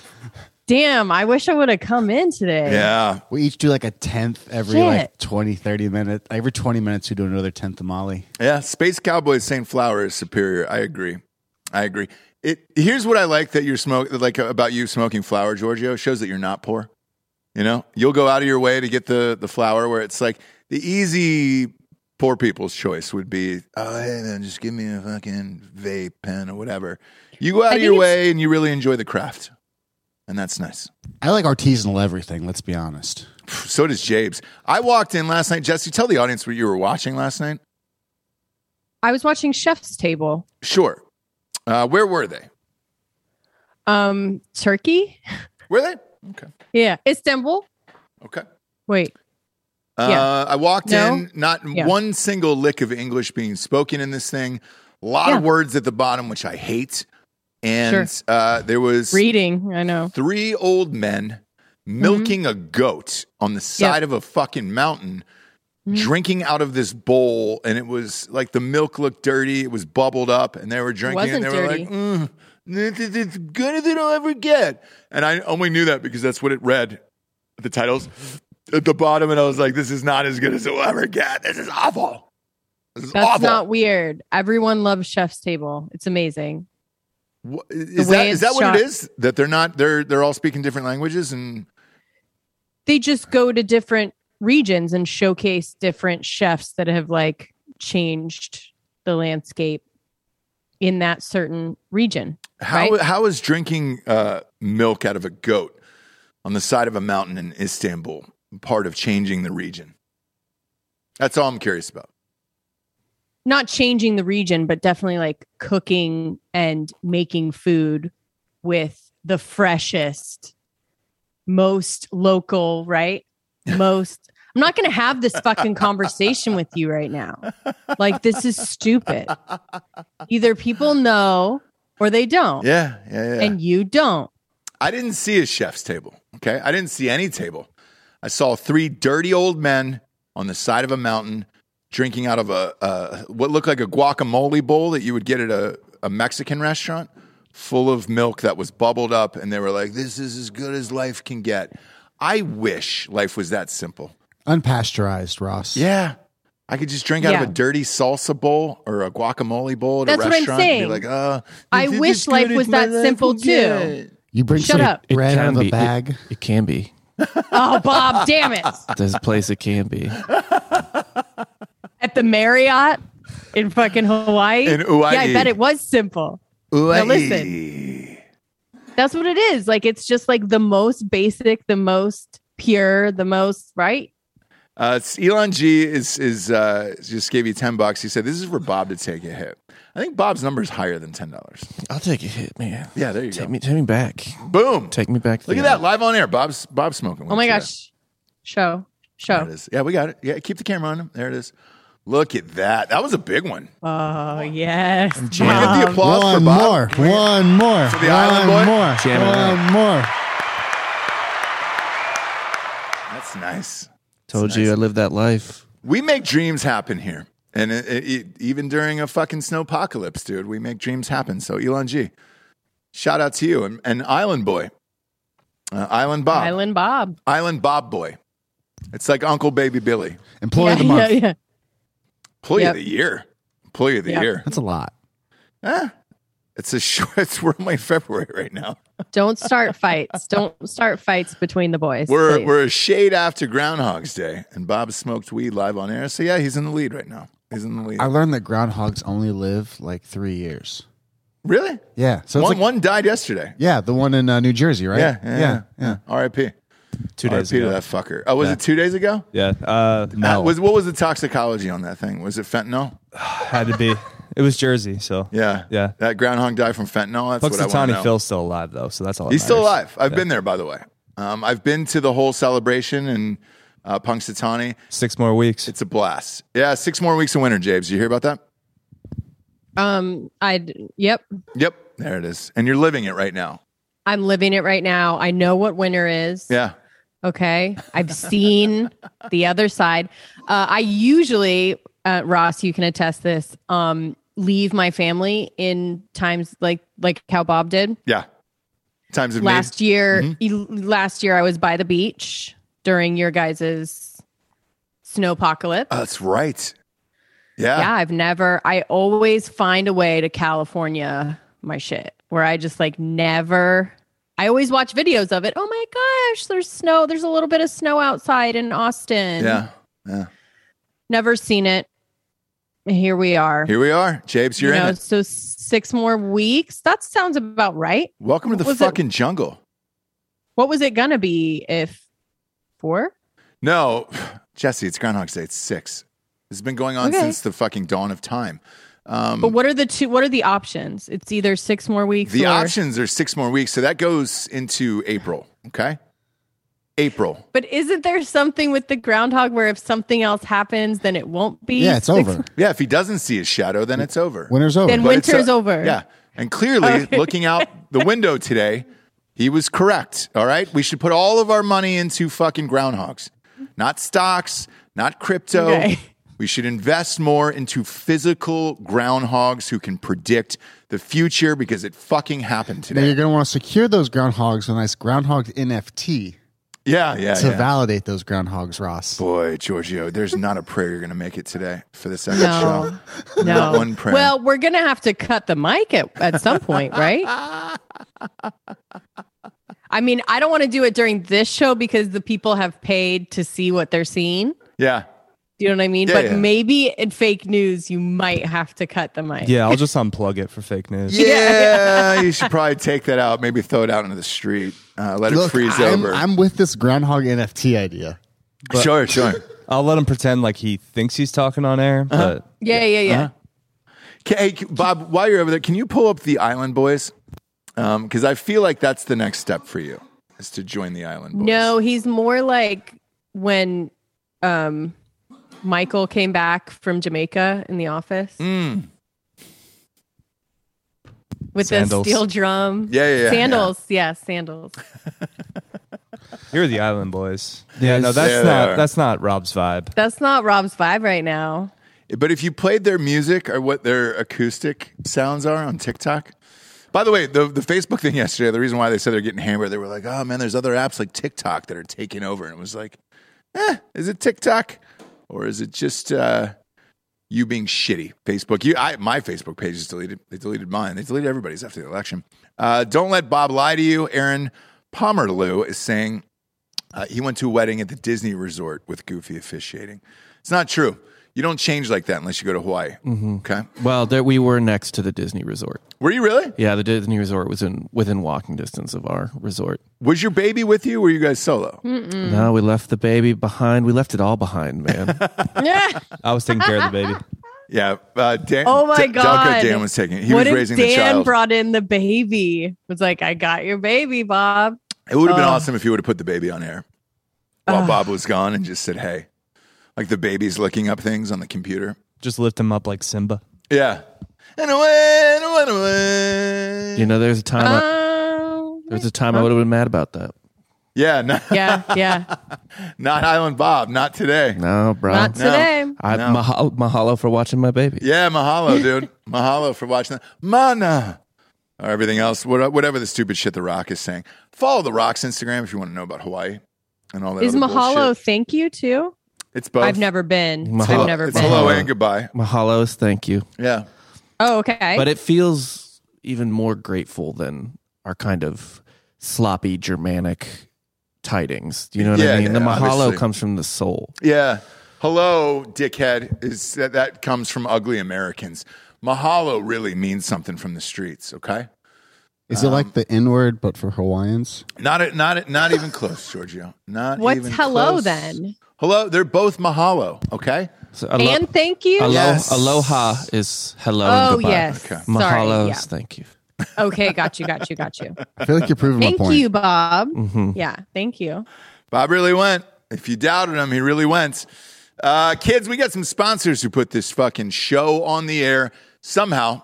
[SPEAKER 3] damn! I wish I would have come in today.
[SPEAKER 1] Yeah.
[SPEAKER 5] We each do like a tenth every
[SPEAKER 3] Shit.
[SPEAKER 5] like 20, 30 minutes. Every 20 minutes, we do another tenth of Molly.
[SPEAKER 1] Yeah. Space Cowboys St. Flower is superior. I agree. I agree. It here's what I like that you're smoke like about you smoking flower, Giorgio, shows that you're not poor. You know? You'll go out of your way to get the the flower where it's like the easy poor people's choice would be, oh hey man, just give me a fucking vape pen or whatever. You go out
[SPEAKER 3] I
[SPEAKER 1] of
[SPEAKER 3] think
[SPEAKER 1] your
[SPEAKER 3] it's-
[SPEAKER 1] way and you really enjoy the craft. And that's nice.
[SPEAKER 5] I like artisanal everything, let's be honest.
[SPEAKER 1] So does Jabes. I walked in last night. Jesse, tell the audience what you were watching last night.
[SPEAKER 3] I was watching Chef's Table.
[SPEAKER 1] Sure. Uh, where were they?
[SPEAKER 3] Um, Turkey.
[SPEAKER 1] Were they? Okay.
[SPEAKER 3] Yeah, Istanbul.
[SPEAKER 1] Okay.
[SPEAKER 3] Wait,
[SPEAKER 1] Uh,
[SPEAKER 3] Yeah.
[SPEAKER 1] I walked
[SPEAKER 3] No?
[SPEAKER 1] in, not
[SPEAKER 3] Yeah.
[SPEAKER 1] one single lick of English being spoken in this thing. A lot of
[SPEAKER 3] Yeah.
[SPEAKER 1] words at the bottom, which I hate. And uh, there was
[SPEAKER 3] reading. I know.
[SPEAKER 1] three old men
[SPEAKER 3] Mm-hmm.
[SPEAKER 1] milking a goat on the side of a fucking mountain,
[SPEAKER 3] Mm-hmm.
[SPEAKER 1] drinking out of this bowl. And it was like the milk looked dirty. It was bubbled up, and they were drinking. and
[SPEAKER 3] wasn't
[SPEAKER 1] they
[SPEAKER 3] dirty.
[SPEAKER 1] were like, mm, this is as good as it'll ever get. And I only knew that because that's what it read. The titles at the bottom, and I was like, "This is not as good as it will ever get. This is awful. This is
[SPEAKER 3] That's
[SPEAKER 1] awful."
[SPEAKER 3] not weird. Everyone loves Chef's Table. It's amazing.
[SPEAKER 1] Wha- is
[SPEAKER 3] way
[SPEAKER 1] that is
[SPEAKER 3] it's
[SPEAKER 1] that what
[SPEAKER 3] shot.
[SPEAKER 1] it is? That they're not they're they're all speaking different languages and
[SPEAKER 3] They just go to different regions and showcase different chefs that have like changed the landscape in that certain region.
[SPEAKER 1] how
[SPEAKER 3] Right.
[SPEAKER 1] how is drinking uh, milk out of a goat on the side of a mountain in Istanbul part of changing the region? That's all I'm curious about.
[SPEAKER 3] Not changing the region, but definitely like cooking and making food with the freshest, most local, right? Most. I'm not going to have this fucking conversation with you right now. Like, this is stupid. Either people know or they don't.
[SPEAKER 1] Yeah, yeah, yeah.
[SPEAKER 3] and you don't.
[SPEAKER 1] I didn't see a chef's table. Okay. I didn't see any table. I saw three dirty old men on the side of a mountain drinking out of a, uh, what looked like a guacamole bowl that you would get at a, a Mexican restaurant full of milk that was bubbled up. And they were like, this is as good as life can get. I wish life was that simple.
[SPEAKER 5] Unpasteurized, Ross.
[SPEAKER 1] Yeah. I could just drink out of
[SPEAKER 3] Yeah.
[SPEAKER 1] a dirty salsa bowl or a guacamole bowl at
[SPEAKER 3] That's
[SPEAKER 1] a
[SPEAKER 3] what I'm
[SPEAKER 1] restaurant. and
[SPEAKER 3] saying.
[SPEAKER 1] be like, uh,
[SPEAKER 3] I wish life was that simple, too.
[SPEAKER 5] You bring
[SPEAKER 3] Shut
[SPEAKER 5] some
[SPEAKER 3] up.
[SPEAKER 4] It
[SPEAKER 5] bread
[SPEAKER 4] can
[SPEAKER 5] out of
[SPEAKER 4] be.
[SPEAKER 5] a
[SPEAKER 4] It-
[SPEAKER 5] bag.
[SPEAKER 4] It, can be.
[SPEAKER 3] Oh, Bob, damn it.
[SPEAKER 4] There's a place it can be.
[SPEAKER 3] At the Marriott in fucking Hawaii.
[SPEAKER 1] In Hawaii.
[SPEAKER 3] Yeah, I bet it was simple. Now listen. That's what it is. Like it's just like the most basic, the most pure, the most right.
[SPEAKER 1] Uh, it's- Elon G is is uh, just gave you ten bucks. He said this is for Bob to take a hit. I think Bob's number is higher than ten dollars.
[SPEAKER 4] I'll take a hit, man.
[SPEAKER 1] Yeah, there you
[SPEAKER 4] Take
[SPEAKER 1] go.
[SPEAKER 4] me, take me back.
[SPEAKER 1] Boom.
[SPEAKER 4] Take me back. To
[SPEAKER 1] Look at
[SPEAKER 4] the-
[SPEAKER 1] that live on air. Bob's Bob's smoking.
[SPEAKER 3] Oh my
[SPEAKER 1] Look at
[SPEAKER 3] gosh. Show.
[SPEAKER 1] that. There
[SPEAKER 3] Show.
[SPEAKER 1] it is. Yeah, we got it. Yeah, keep the camera on him. There it is. Look at that. That was a big one.
[SPEAKER 3] Oh yes.
[SPEAKER 1] Can we get the applause
[SPEAKER 5] one
[SPEAKER 1] for Bob.
[SPEAKER 5] more.
[SPEAKER 1] Can we-
[SPEAKER 5] One more.
[SPEAKER 1] For the
[SPEAKER 5] one
[SPEAKER 1] island boy?
[SPEAKER 5] more.
[SPEAKER 4] Jam it
[SPEAKER 5] one more.
[SPEAKER 1] That's nice.
[SPEAKER 4] Told you I lived that life.
[SPEAKER 1] We make dreams happen here, and it, it, it- even during a fucking snowpocalypse, dude, we make dreams happen. So Elon G, shout out to you and, and Island Boy, uh, Island Bob.
[SPEAKER 3] Island Bob.
[SPEAKER 1] Island Bob Boy. It's like Uncle Baby Billy.
[SPEAKER 5] Employee of the month.
[SPEAKER 3] yeah.
[SPEAKER 1] Employee
[SPEAKER 3] Yep.
[SPEAKER 1] of the year. Employee of the
[SPEAKER 3] Yep.
[SPEAKER 1] year.
[SPEAKER 5] That's a lot.
[SPEAKER 1] Eh, it's a short. It's we're only February right now.
[SPEAKER 3] Don't start fights. Don't start fights between the boys.
[SPEAKER 1] We're
[SPEAKER 3] please.
[SPEAKER 1] we're a shade after Groundhog's Day, and Bob smoked weed live on air. So yeah, he's in the lead right now. He's in the lead.
[SPEAKER 5] I learned that groundhogs only live like three years.
[SPEAKER 1] really?
[SPEAKER 5] Yeah. So
[SPEAKER 1] One
[SPEAKER 5] it's like,
[SPEAKER 1] one died yesterday.
[SPEAKER 5] yeah, the one in uh, New Jersey, right?
[SPEAKER 1] Yeah, yeah, yeah.
[SPEAKER 5] yeah.
[SPEAKER 1] R.I.P.
[SPEAKER 4] Two
[SPEAKER 1] R.I.P. to that fucker. Oh, was it two days ago?
[SPEAKER 6] Yeah. Uh,
[SPEAKER 1] Uh, was what was the toxicology on that thing? Was it fentanyl?
[SPEAKER 6] had to be. It was Jersey, so
[SPEAKER 1] Yeah,
[SPEAKER 6] Yeah.
[SPEAKER 1] That groundhog died from fentanyl. That's
[SPEAKER 6] Bucks
[SPEAKER 1] what I want to
[SPEAKER 6] Tony
[SPEAKER 1] know.
[SPEAKER 6] Phil's still alive though, so that's all. that
[SPEAKER 1] He's still
[SPEAKER 6] matters.
[SPEAKER 1] alive. I've been there, by the way. Um, I've been to the whole celebration in uh, Punxsutawney.
[SPEAKER 6] Six more weeks.
[SPEAKER 1] It's a blast. Yeah, six more weeks of winter, James. You hear about that?
[SPEAKER 3] um I'd yep.
[SPEAKER 1] Yep, there it is. And you're living it right now.
[SPEAKER 3] I'm living it right now. I know what winter is.
[SPEAKER 1] Yeah.
[SPEAKER 3] Okay. I've seen the other side. Uh, I usually, uh, Ross, you can attest this, um, leave my family in times like like how Bob did.
[SPEAKER 1] Yeah. Times of need.
[SPEAKER 3] Last year, e- last year I was by the beach during your guys's snowpocalypse.
[SPEAKER 1] Oh, that's right. Yeah.
[SPEAKER 3] yeah, I've never. I always find a way to California my shit where I just like never. I always watch videos of it. Oh my gosh, there's snow. There's a little bit of snow outside in Austin.
[SPEAKER 1] Yeah.
[SPEAKER 3] Never seen it. And Here we are.
[SPEAKER 1] Here we are. James, you're
[SPEAKER 3] You know,
[SPEAKER 1] in it.
[SPEAKER 3] So six more weeks. That sounds about right.
[SPEAKER 1] Welcome to the
[SPEAKER 3] was it-
[SPEAKER 1] fucking jungle.
[SPEAKER 3] What was it gonna be if four?
[SPEAKER 1] No, Jesse, it's Groundhog's Day. It's six. It's been going on
[SPEAKER 3] Okay.
[SPEAKER 1] since the fucking dawn of time. Um,
[SPEAKER 3] But what are the two? What are the options? It's either six more weeks.
[SPEAKER 1] The
[SPEAKER 3] or,
[SPEAKER 1] options are six more weeks, so that goes into April. Okay, April.
[SPEAKER 3] But isn't there something with the groundhog where if something else happens, then it won't be?
[SPEAKER 5] Yeah, it's
[SPEAKER 3] six
[SPEAKER 5] over.
[SPEAKER 1] Yeah, if he doesn't see his shadow, then it's over.
[SPEAKER 5] Winter's over.
[SPEAKER 3] Then
[SPEAKER 1] But it's,
[SPEAKER 3] winter's
[SPEAKER 1] uh,
[SPEAKER 3] over.
[SPEAKER 1] Yeah, and clearly,
[SPEAKER 3] Okay.
[SPEAKER 1] looking out the window today, he was correct. All right, we should put all of our money into fucking groundhogs, not stocks, not crypto.
[SPEAKER 3] Okay.
[SPEAKER 1] We should invest more into physical groundhogs who can predict the future because it fucking happened
[SPEAKER 5] now
[SPEAKER 1] today.
[SPEAKER 5] you're going to want to secure those groundhogs with a nice groundhog NFT.
[SPEAKER 1] Yeah, yeah.
[SPEAKER 5] to
[SPEAKER 1] yeah.
[SPEAKER 5] validate those groundhogs, Ross.
[SPEAKER 1] Boy, Giorgio, there's not a prayer you're going to make it today for the second
[SPEAKER 3] No.
[SPEAKER 1] show. Not
[SPEAKER 3] No.
[SPEAKER 1] one prayer.
[SPEAKER 3] Well, we're gonna have to cut the mic at, at some point, right? I mean, I don't want to do it during this show because the people have paid to see what they're seeing.
[SPEAKER 1] yeah.
[SPEAKER 3] Do you know what I mean?
[SPEAKER 1] Yeah,
[SPEAKER 3] but
[SPEAKER 1] yeah.
[SPEAKER 3] maybe in fake news, you might have to cut the mic.
[SPEAKER 6] Yeah, I'll just unplug it for fake news.
[SPEAKER 1] Yeah, you should probably take that out. Maybe throw it out into the street. Uh, let it
[SPEAKER 5] Look,
[SPEAKER 1] freeze
[SPEAKER 5] I'm,
[SPEAKER 1] over.
[SPEAKER 5] I'm with this groundhog NFT idea.
[SPEAKER 1] sure, sure.
[SPEAKER 6] I'll let him pretend like he thinks he's talking on air,
[SPEAKER 1] Uh-huh.
[SPEAKER 6] but
[SPEAKER 3] yeah, yeah. yeah.
[SPEAKER 6] Uh-huh.
[SPEAKER 1] Ca- Hey, c- Bob, while you're over there, can you pull up the Island Boys? Because I feel like that's the next step for you is to join the Island Boys.
[SPEAKER 3] No, he's more like when um, Michael came back from Jamaica in the office
[SPEAKER 1] Mm.
[SPEAKER 3] with
[SPEAKER 6] Sandals.
[SPEAKER 3] the steel drum.
[SPEAKER 1] Yeah, yeah, yeah,
[SPEAKER 3] Sandals. Yeah, sandals.
[SPEAKER 6] you're the Island Boys. Yeah, no, that's
[SPEAKER 1] Yeah, they are.
[SPEAKER 6] not that's not Rob's vibe.
[SPEAKER 3] That's not Rob's vibe right now.
[SPEAKER 1] But if you played their music or what their acoustic sounds are on TikTok, by the way, the, the Facebook thing yesterday, the reason why they said they're getting hammered, they were like, oh man, there's other apps like TikTok that are taking over. And it was like, eh, is it TikTok or is it just uh, you being shitty? Facebook, you, I, my Facebook page is deleted. They deleted mine. They deleted everybody's after the election. Uh, don't let Bob lie to you. Aaron Pomerleau is saying uh, he went to a wedding at the Disney resort with goofy officiating. It's not true. You don't change like that unless you go to Hawaii.
[SPEAKER 3] Mm-hmm.
[SPEAKER 1] Okay.
[SPEAKER 4] Well, there, we were next to the Disney resort.
[SPEAKER 1] Were you really?
[SPEAKER 4] Yeah, the Disney resort was in within walking distance of our resort.
[SPEAKER 1] Was your baby with you? Or were you guys solo?
[SPEAKER 3] Mm.
[SPEAKER 4] No, we left the baby behind. We left it all behind, man.
[SPEAKER 3] Yeah.
[SPEAKER 6] I was taking care of the baby.
[SPEAKER 1] Yeah. Uh, Dan,
[SPEAKER 3] Oh my
[SPEAKER 1] D- Delco
[SPEAKER 3] god.
[SPEAKER 1] Dan was taking. it. He
[SPEAKER 3] what
[SPEAKER 1] was
[SPEAKER 3] if
[SPEAKER 1] raising
[SPEAKER 3] Dan
[SPEAKER 1] the child.
[SPEAKER 3] brought in the baby. It Was like, I got your baby, Bob.
[SPEAKER 1] it would have been
[SPEAKER 3] Oh.
[SPEAKER 1] awesome if you would have put the baby on air while Bob was gone and just said, "Hey," like the baby's looking up things on the computer.
[SPEAKER 6] Just lift him up like Simba.
[SPEAKER 1] Yeah. And away, and away, and away.
[SPEAKER 4] you know, there's a time. I,
[SPEAKER 3] Um,
[SPEAKER 4] there's a time I would have been mad about that.
[SPEAKER 1] yeah. Not,
[SPEAKER 3] yeah, yeah.
[SPEAKER 1] not Island Bob. Not today.
[SPEAKER 4] No, bro.
[SPEAKER 3] Not
[SPEAKER 1] No.
[SPEAKER 3] today.
[SPEAKER 4] I mahalo, mahalo for watching my baby.
[SPEAKER 1] Yeah, mahalo, dude. mahalo for watching that. Mana. Or everything else, what- whatever the stupid shit The Rock is saying. Follow The Rock's Instagram if you want to know about Hawaii and all that.
[SPEAKER 3] Is
[SPEAKER 1] other
[SPEAKER 3] Mahalo
[SPEAKER 1] bullshit.
[SPEAKER 3] thank you too?
[SPEAKER 1] It's both.
[SPEAKER 3] I've never been.
[SPEAKER 4] Mahalo.
[SPEAKER 1] Hello-
[SPEAKER 3] I've never
[SPEAKER 1] it's
[SPEAKER 3] been.
[SPEAKER 1] hello and goodbye.
[SPEAKER 4] Mahalos, thank you.
[SPEAKER 1] Yeah.
[SPEAKER 3] Oh, okay.
[SPEAKER 4] But it feels even more grateful than our kind of sloppy Germanic tidings. Do you know what
[SPEAKER 1] Yeah,
[SPEAKER 4] I mean? the
[SPEAKER 1] yeah,
[SPEAKER 4] mahalo
[SPEAKER 1] obviously.
[SPEAKER 4] comes from the soul.
[SPEAKER 1] Yeah. Hello, dickhead. Is that, that comes from ugly Americans. Mahalo really means something from the streets, okay?
[SPEAKER 5] Is it
[SPEAKER 1] Um,
[SPEAKER 5] like the N word but for Hawaiians?
[SPEAKER 1] Not a, not a, not even close, Giorgio. Not
[SPEAKER 3] What's
[SPEAKER 1] even
[SPEAKER 3] hello
[SPEAKER 1] close.
[SPEAKER 3] then?
[SPEAKER 1] Hello, they're both mahalo, okay?
[SPEAKER 4] So alo-
[SPEAKER 3] and thank you.
[SPEAKER 4] alo-
[SPEAKER 1] Yes.
[SPEAKER 4] aloha is hello. and
[SPEAKER 3] Oh
[SPEAKER 4] goodbye.
[SPEAKER 3] yes.
[SPEAKER 1] Okay.
[SPEAKER 3] Sorry.
[SPEAKER 4] Mahalos,
[SPEAKER 3] Yeah.
[SPEAKER 4] thank you.
[SPEAKER 3] Okay, got you, got you, got you.
[SPEAKER 5] I feel like you're proving my
[SPEAKER 3] thank
[SPEAKER 5] point.
[SPEAKER 3] you, Bob.
[SPEAKER 4] Mhm.
[SPEAKER 3] Yeah, thank you.
[SPEAKER 1] Bob really went. If you doubted him, he really went. Uh, kids, we got some sponsors who put this fucking show on the air somehow.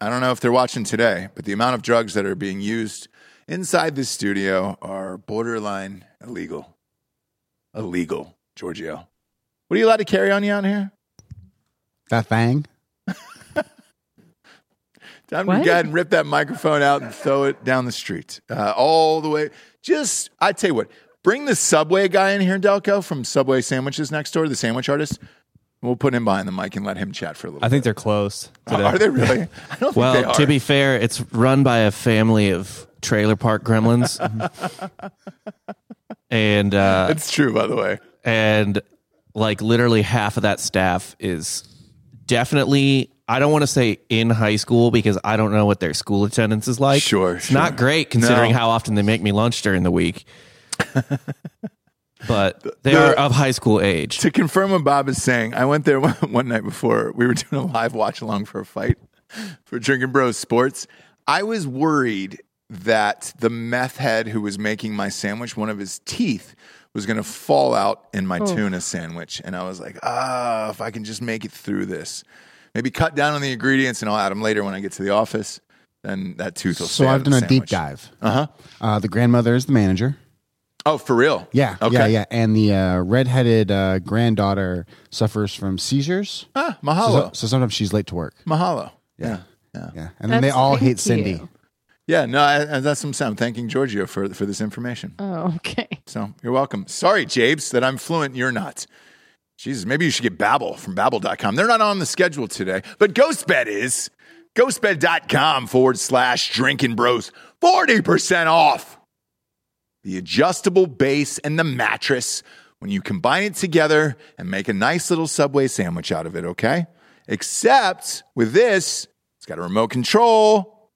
[SPEAKER 1] I don't know if they're watching today, but the amount of drugs that are being used inside this studio are borderline illegal. Illegal, Giorgio. What are you allowed to carry on you out here?
[SPEAKER 5] That thing.
[SPEAKER 1] Time to
[SPEAKER 3] What?
[SPEAKER 1] go ahead and rip that microphone out and throw it down the street, uh, all the way. Just, I tell you what, bring the Subway guy in here, Delco, from Subway Sandwiches next door, the sandwich artist. We'll put him behind the mic and let him chat for a little.
[SPEAKER 6] I think they're closed
[SPEAKER 1] bit.
[SPEAKER 6] today.
[SPEAKER 1] are they really? I don't think they
[SPEAKER 4] Well,
[SPEAKER 1] are.
[SPEAKER 4] to be fair, it's run by a family of trailer park gremlins. and uh,
[SPEAKER 1] That's true, by the way.
[SPEAKER 4] and like literally half of that staff is definitely I don't want to say in high school because I don't know what their school attendance is like.
[SPEAKER 1] Sure,
[SPEAKER 4] It's
[SPEAKER 1] sure.
[SPEAKER 4] not great considering
[SPEAKER 1] No.
[SPEAKER 4] how often they make me lunch during the week. but they
[SPEAKER 1] the-
[SPEAKER 4] are of high school age.
[SPEAKER 1] To confirm what Bob is saying, I went there one, one night before we were doing a live watch along for a fight for Drinking Bros Sports. I was worried that the meth head who was making my sandwich, one of his teeth was going to fall out in
[SPEAKER 5] Oh.
[SPEAKER 1] my tuna sandwich. And I was like, ah, if I can just make it through this, maybe cut down on the ingredients and I'll add them later when I get to the office. Then that tooth will
[SPEAKER 5] So
[SPEAKER 1] stay out
[SPEAKER 5] I've
[SPEAKER 1] of the
[SPEAKER 5] done a deep
[SPEAKER 1] sandwich.
[SPEAKER 5] dive. Uh-huh. The grandmother is the manager.
[SPEAKER 1] Oh, for real?
[SPEAKER 5] Yeah.
[SPEAKER 1] Okay.
[SPEAKER 5] Yeah, yeah. And the uh, redheaded uh, granddaughter suffers from seizures.
[SPEAKER 1] Ah,
[SPEAKER 5] So,
[SPEAKER 1] mahalo.
[SPEAKER 5] so sometimes she's late to work.
[SPEAKER 1] mahalo. yeah.
[SPEAKER 5] Yeah. And then they
[SPEAKER 3] That's-
[SPEAKER 5] all
[SPEAKER 3] thank
[SPEAKER 5] hate Cindy.
[SPEAKER 3] you.
[SPEAKER 1] Yeah, no, I, I- that's some sound. I'm thanking Giorgio for for this information.
[SPEAKER 3] Oh, okay.
[SPEAKER 1] So you're welcome. Sorry, Jabes, that I'm fluent and you're not. Jesus, maybe you should get Babbel from Babbel.com. They're not on the schedule today, but GhostBed is. GhostBed.com forward slash drinking bros. 40% off the adjustable base and the mattress when you combine it together and make a nice little Subway sandwich out of it, okay? Except with this, it's got a remote control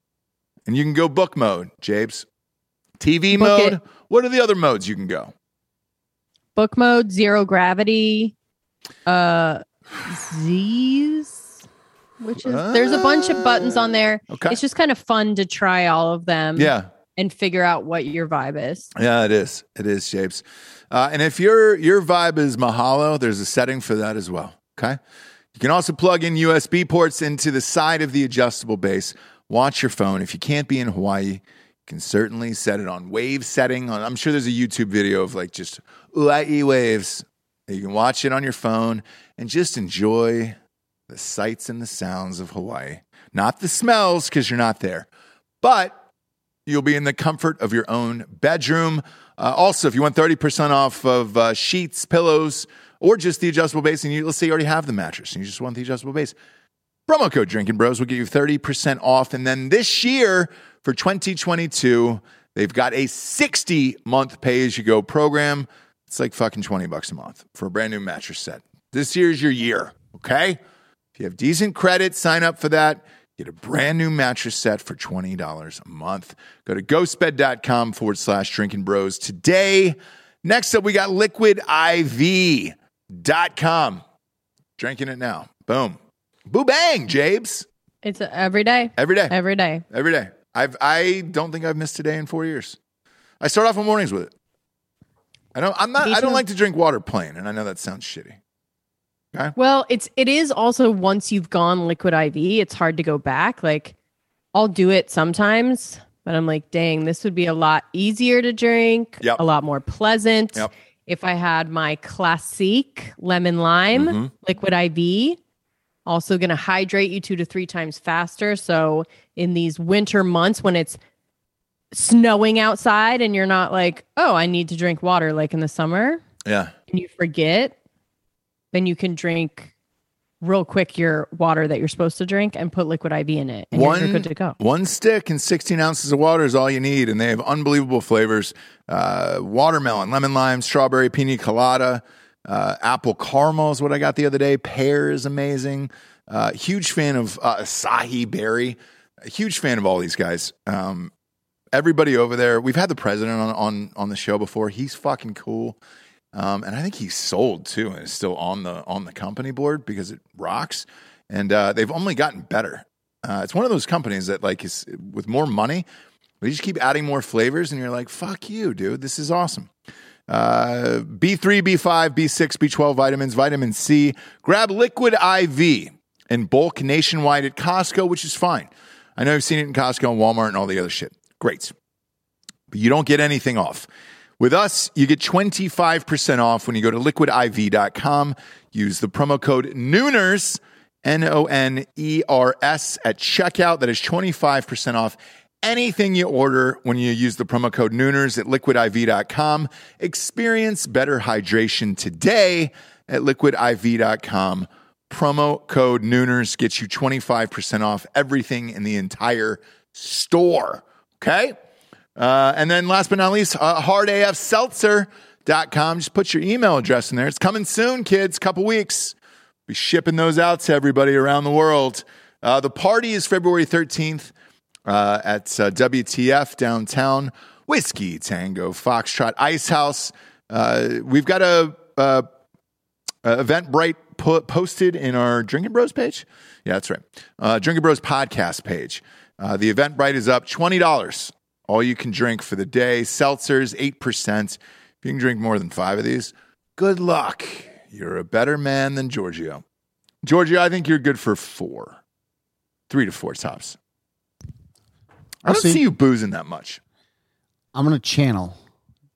[SPEAKER 1] and you can go book mode, Jabes. TV
[SPEAKER 3] Book
[SPEAKER 1] mode.
[SPEAKER 3] it.
[SPEAKER 1] What are the other modes you can go?
[SPEAKER 3] Book mode, zero gravity, uh, Z's, which is there's a bunch of buttons on there.
[SPEAKER 1] Okay.
[SPEAKER 3] It's just kind of fun to try all of them.
[SPEAKER 1] yeah.
[SPEAKER 3] and figure out what your vibe is.
[SPEAKER 1] Yeah, it is. It is shapes. Uh, and if your your vibe is Mahalo, there's a setting for that as well. Okay. You can also plug in USB ports into the side of the adjustable base. Watch your phone. If you can't be in Hawaii, you can certainly set it on wave setting. On I'm sure there's a YouTube video of like just Hawaii waves. You can watch it on your phone and just enjoy the sights and the sounds of Hawaii. Not the smells because you're not there, but You'll be in the comfort of your own bedroom. Uh, also, if you want 30% off of uh, sheets, pillows, or just the adjustable base, and you, let's say you already have the mattress and you just want the adjustable base, promo code Drinking Bros will get you 30% off. And then this year for 2022, they've got a 60 month pay as you go program. It's like fucking 20 bucks a month for a brand new mattress set. This year's your year, okay? If you have decent credit, sign up for that. Get a brand new mattress set for $20 a month. Go to ghostbed.com forward slash drinking bros today. Next up, we got liquidiv.com. Drinking it now. Boom. Boo bang, Jabes.
[SPEAKER 3] It's a, every day,
[SPEAKER 1] Every day.
[SPEAKER 3] every day.
[SPEAKER 1] Every day. I've I don't think I've missed a day in four years. I start off my mornings with it. I don't I'm not
[SPEAKER 3] Me
[SPEAKER 1] I don't
[SPEAKER 3] too.
[SPEAKER 1] like to drink water plain, and I know that sounds shitty.
[SPEAKER 3] Well, it's it is also once you've gone liquid IV, it's hard to go back. Like I'll do it sometimes, but I'm like, dang, this would be a lot easier to drink,
[SPEAKER 1] Yep.
[SPEAKER 3] a lot more pleasant
[SPEAKER 1] Yep.
[SPEAKER 3] if I had my classique lemon lime
[SPEAKER 1] Mhm.
[SPEAKER 3] liquid IV. Also going to hydrate you 2 to 3 times faster, so in these winter months when it's snowing outside and you're not like, "Oh, I need to drink water" like in the summer,
[SPEAKER 1] Yeah.
[SPEAKER 3] and you forget, then you can drink real quick your water that you're supposed to drink and put liquid IV in it. And you're good to go.
[SPEAKER 1] One stick and 16 ounces of water is all you need, and they have unbelievable flavors: uh, watermelon, lemon lime, strawberry, pina colada, uh, apple caramel is what I got the other day. Pear is amazing. Uh, huge fan of uh, Asahi Berry. A huge fan of all these guys. Um, everybody over there. We've had the president on on on the show before. He's fucking cool. Um, and I think he sold too, and is still on the on the company board because it rocks. And uh, they've only gotten better. Uh, it's one of those companies that like is with more money, they just keep adding more flavors, and you're like, "Fuck you, dude! This is awesome." Uh, B3, B5, B6, B12 vitamins, vitamin C. Grab Liquid IV in bulk nationwide at Costco, which is fine. I know I've seen it in Costco and Walmart and all the other shit. Great but you don't get anything off. With us, you get 25% off when you go to liquidiv.com. Use the promo code Nooners, N O N E R S, at checkout. That is 25% off anything you order when you use the promo code Nooners at liquidiv.com. Experience better hydration today at liquidiv.com. Promo code Nooners gets you 25% off everything in the entire store. Okay? Uh, and then last but not least, uh, hardafseltzer.com. Just put your email address in there. It's coming soon, kids, couple weeks. Be shipping those out to everybody around the world. Uh, the party is February 13th uh, at uh, WTF downtown. Whiskey, Tango, Foxtrot, Ice House. Uh, we've got a, a uh, Eventbrite po- posted in our Drinking Bros page. Yeah, that's right. Uh, Drinking Bros podcast page. Uh, the Eventbrite is up twenty dollars. All you can drink for the day. Seltzers eight percent. If you can drink more than five of these, good luck. You're a better man than Giorgio. Giorgio, I think you're good for four, three to four tops. I
[SPEAKER 5] I'll
[SPEAKER 1] don't
[SPEAKER 5] see.
[SPEAKER 1] see you boozing that much.
[SPEAKER 5] I'm gonna channel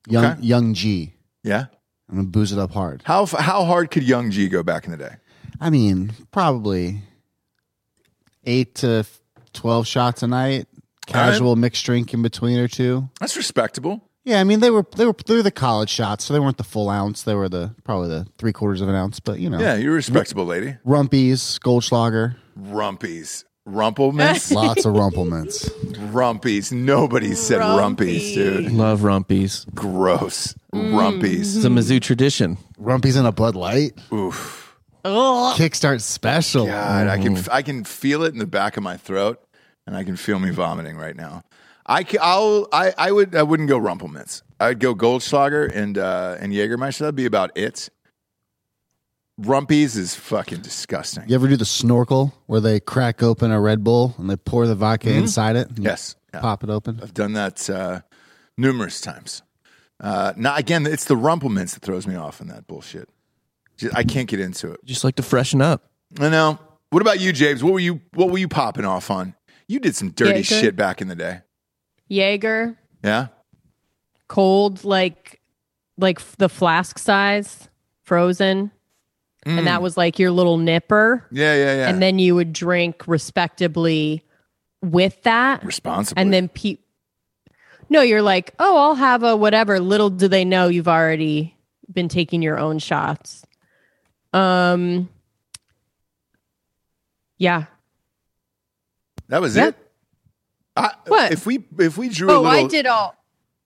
[SPEAKER 5] young
[SPEAKER 1] Okay.
[SPEAKER 5] young G.
[SPEAKER 1] Yeah.
[SPEAKER 5] I'm gonna booze it up hard.
[SPEAKER 1] How f- how hard could Young G go back in the day?
[SPEAKER 5] I mean, probably eight to twelve shots a night. casual mixed drink in between or two.
[SPEAKER 1] That's respectable.
[SPEAKER 5] Yeah, I mean they were they were they were the college shots, so they weren't the full ounce. They were the probably the three quarters of an ounce, but you know,
[SPEAKER 1] Yeah, you're a respectable lady.
[SPEAKER 5] Rumpies, Goldschlager,
[SPEAKER 1] Rumpies. Rumplements?
[SPEAKER 5] lots of Rumplements.
[SPEAKER 1] rumpies. Nobody said rumpies, dude.
[SPEAKER 4] Love rumpies.
[SPEAKER 1] Gross. Rumpies.
[SPEAKER 4] It's a Mizzou tradition.
[SPEAKER 5] Rumpies in a Bud Light.
[SPEAKER 1] Oof.
[SPEAKER 5] Kickstart special.
[SPEAKER 1] God, I can I can feel it in the back of my throat, and I can feel me vomiting right now. I ca- I'll I, I would I wouldn't go Rumplements. I'd go Goldschlager and uh, and Jägermeister. That'd be about it. Rumpies is fucking disgusting.
[SPEAKER 5] You ever do the snorkel where they crack open a Red Bull and they pour the vodka inside it? and you
[SPEAKER 1] Mm-hmm. Yes. Yeah.
[SPEAKER 5] Pop it open.
[SPEAKER 1] I've done that uh, numerous times. Uh, now, again, it's the rumplements that throws me off in that bullshit. Just, I can't get into it.
[SPEAKER 4] Just like to freshen up.
[SPEAKER 1] I know. What about you, James? What were you What were you popping off on? You did some dirty
[SPEAKER 3] Jaeger.
[SPEAKER 1] shit back in the day.
[SPEAKER 3] Jaeger,
[SPEAKER 1] Yeah.
[SPEAKER 3] cold, like like f- the flask size, frozen, and that was like your little nipper,
[SPEAKER 1] Mm. Yeah, yeah, yeah.
[SPEAKER 3] and then you would drink respectably with that,
[SPEAKER 1] responsibly.
[SPEAKER 3] and then pe. No, you're like, oh, I'll have a whatever. Little do they know you've already been taking your own shots. Um. Yeah.
[SPEAKER 1] that was
[SPEAKER 3] Yeah.
[SPEAKER 1] it. I,
[SPEAKER 3] What?
[SPEAKER 1] if we if we drew a
[SPEAKER 3] Oh,
[SPEAKER 1] little?
[SPEAKER 3] I did all.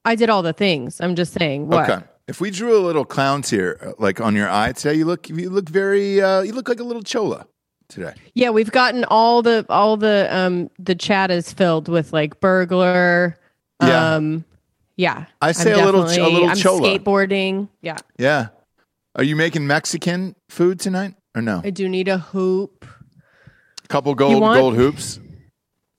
[SPEAKER 3] I did all the things. I'm just saying. What?
[SPEAKER 1] Okay. If we drew a little clown tear uh, like on your eye today, you look you look very uh, you look like a little chola today.
[SPEAKER 3] Yeah, we've gotten all the all the um the chat is filled with like burglar.
[SPEAKER 1] Yeah.
[SPEAKER 3] Um yeah.
[SPEAKER 1] I
[SPEAKER 3] I'm
[SPEAKER 1] say a little- a
[SPEAKER 3] definitely-
[SPEAKER 1] little
[SPEAKER 3] I'm
[SPEAKER 1] chola.
[SPEAKER 3] skateboarding. Yeah.
[SPEAKER 1] Yeah. Are you making Mexican food tonight or no?
[SPEAKER 3] I do need a hoop.
[SPEAKER 1] Couple gold
[SPEAKER 3] want-
[SPEAKER 1] gold hoops.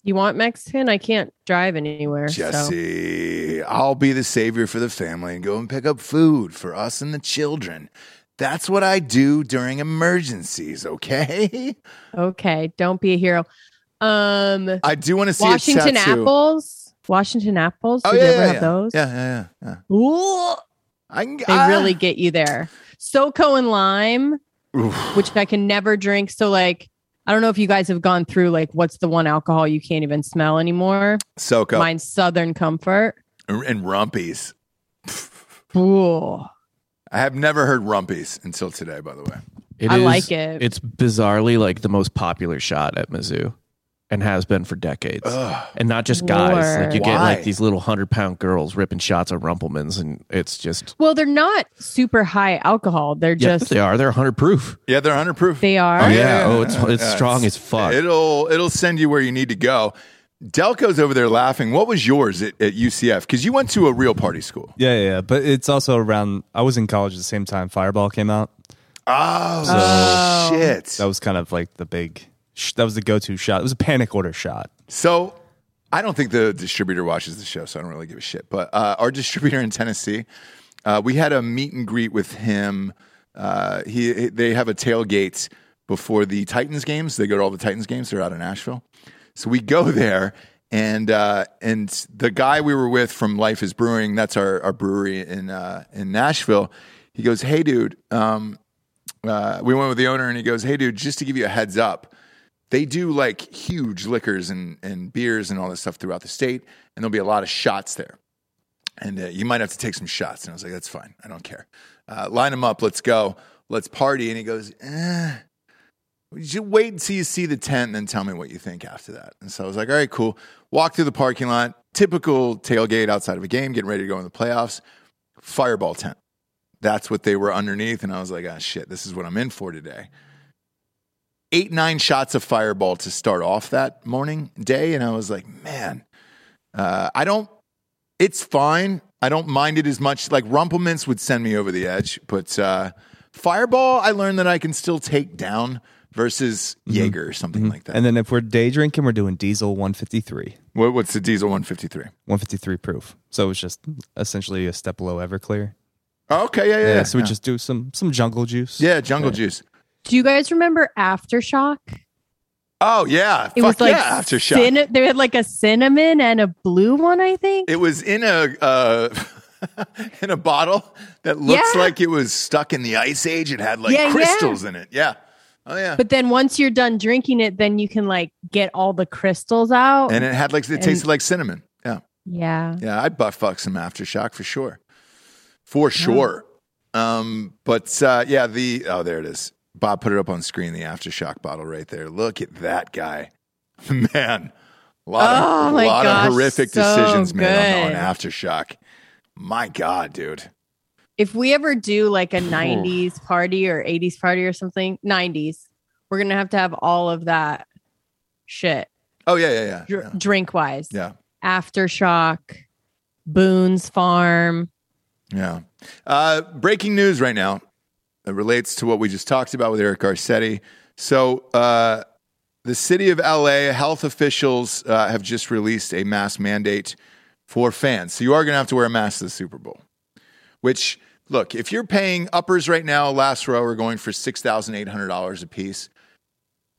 [SPEAKER 3] You want Mexican? I can't drive anywhere. So.
[SPEAKER 1] Jesse, I'll be the savior for the family and go and pick up food for us and the children. That's what I do during emergencies, okay?
[SPEAKER 3] Okay, don't be a hero. Um
[SPEAKER 1] I do want to see
[SPEAKER 3] Washington
[SPEAKER 1] a tattoo.
[SPEAKER 3] apples. Washington apples.
[SPEAKER 1] Oh
[SPEAKER 3] Did
[SPEAKER 1] yeah,
[SPEAKER 3] you
[SPEAKER 1] yeah,
[SPEAKER 3] ever
[SPEAKER 1] yeah.
[SPEAKER 3] have those?
[SPEAKER 1] yeah, yeah, yeah, yeah.
[SPEAKER 3] Ooh,
[SPEAKER 1] I can, ah!
[SPEAKER 3] they
[SPEAKER 1] I-
[SPEAKER 3] really get you there. SoCo and lime.
[SPEAKER 1] Oof.
[SPEAKER 3] which I can never drink. So like, I don't know if you guys have gone through like what's the one alcohol you can't even smell anymore.
[SPEAKER 1] soak up
[SPEAKER 3] Mine's Southern Comfort.
[SPEAKER 1] and rumpies.
[SPEAKER 3] Ooh,
[SPEAKER 1] I have never heard rumpies until today, by the way.
[SPEAKER 4] It
[SPEAKER 3] I
[SPEAKER 4] is-
[SPEAKER 3] like it.
[SPEAKER 4] It's bizarrely like the most popular shot at Mizzou and has been for decades.
[SPEAKER 1] Ugh.
[SPEAKER 4] And not just guys. Like you get
[SPEAKER 1] Why?
[SPEAKER 4] like these little hundred pound girls ripping shots at Rumplemans and it's just
[SPEAKER 3] well, they're not super high alcohol. They're
[SPEAKER 4] yeah,
[SPEAKER 3] just
[SPEAKER 1] Oh,
[SPEAKER 4] they are. They're hundred proof.
[SPEAKER 1] Yeah, they're hundred proof.
[SPEAKER 3] they are.
[SPEAKER 4] Oh, yeah. Oh, it's it's strong as fuck.
[SPEAKER 1] It'll it'll send you where you need to go. Delco's over there laughing. What was yours at, at UCF? Because you went to a real party school.
[SPEAKER 6] Yeah, yeah, yeah. But it's also around. I was in college at the same time Fireball came out.
[SPEAKER 1] Oh, shit!
[SPEAKER 6] That was kind of like the big. Sh- that was the go-to shot. It was a panic order shot.
[SPEAKER 1] So I don't think the distributor watches the show, so I don't really give a shit. But uh, our distributor in Tennessee, uh, we had a meet and greet with him. Uh, he they have a tailgate before the Titans games. They go to all the Titans games. They're out in Nashville, so we go there. And uh, and the guy we were with from Life Is Brewing, that's our, our brewery in uh, in Nashville. He goes, "Hey, dude, um, uh, we went with the owner and he goes, Hey, dude, just to give you a heads up, they do like huge liquors and, and beers and all this stuff throughout the state, and there'll be a lot of shots there. And uh, you might have to take some shots. And I was like, That's fine. I don't care. Uh, line them up. Let's go. Let's party. And he goes, eh, you wait until you see the tent and then tell me what you think after that. And so I was like, all right, cool. Walk through the parking lot, typical tailgate outside of a game, getting ready to go in the playoffs, fireball tent. That's what they were underneath. And I was like, ah, shit, this is what I'm in for today. Eight, nine shots of fireball to start off that morning day. And I was like, man, uh, I don't, it's fine. I don't mind it as much. Like Rumplements would send me over the edge, but uh, Fireball, I learned that I can still take down versus Jaeger or something like that.
[SPEAKER 6] Mm-hmm. And then if we're day drinking, we're doing Diesel 153,
[SPEAKER 1] What, what's the Diesel 153?
[SPEAKER 6] 153 proof. So it was just essentially a step below Everclear.
[SPEAKER 1] Oh, okay, yeah, yeah.
[SPEAKER 6] Yeah.
[SPEAKER 1] yeah,
[SPEAKER 6] so we just do some some jungle juice.
[SPEAKER 1] yeah, Jungle Juice.
[SPEAKER 3] Do you guys remember Aftershock?
[SPEAKER 1] Oh yeah,
[SPEAKER 3] It
[SPEAKER 1] fuck
[SPEAKER 3] was like
[SPEAKER 1] yeah, aftershock.
[SPEAKER 3] cin- they had like a cinnamon and a blue one, I think.
[SPEAKER 1] It was in a uh, in a bottle that looks
[SPEAKER 3] Yeah.
[SPEAKER 1] like it was stuck in the ice age. It had like
[SPEAKER 3] Yeah, yeah.
[SPEAKER 1] crystals in it. Yeah. Oh yeah.
[SPEAKER 3] but then once you're done drinking it, then you can like get all the crystals out.
[SPEAKER 1] and it had like it tasted like cinnamon. Yeah,
[SPEAKER 3] yeah.
[SPEAKER 1] yeah, I'd buff fuck some aftershock for sure, for sure. Um, but uh, yeah, the oh there it is. Bob put it up on screen. The aftershock bottle right there. Look at that guy, man. A lot,
[SPEAKER 3] Oh,
[SPEAKER 1] of,
[SPEAKER 3] my
[SPEAKER 1] lot
[SPEAKER 3] gosh,
[SPEAKER 1] of horrific
[SPEAKER 3] so
[SPEAKER 1] decisions made on, on
[SPEAKER 3] good.
[SPEAKER 1] aftershock. My God, dude.
[SPEAKER 3] If we ever do like a 90s party or 80s party or something, 90s, we're going to have to have all of that shit
[SPEAKER 1] Oh yeah, yeah, yeah.
[SPEAKER 3] dr-
[SPEAKER 1] yeah.
[SPEAKER 3] drink wise.
[SPEAKER 1] Yeah.
[SPEAKER 3] Aftershock, Boone's Farm.
[SPEAKER 1] Yeah. Uh, breaking news right now that relates to what we just talked about with Eric Garcetti. So, uh, the city of LA health officials uh, have just released a mask mandate for fans. So, you are going to have to wear a mask to the Super Bowl, which, look, if you're paying uppers right now, last row are going for $6,800 a piece.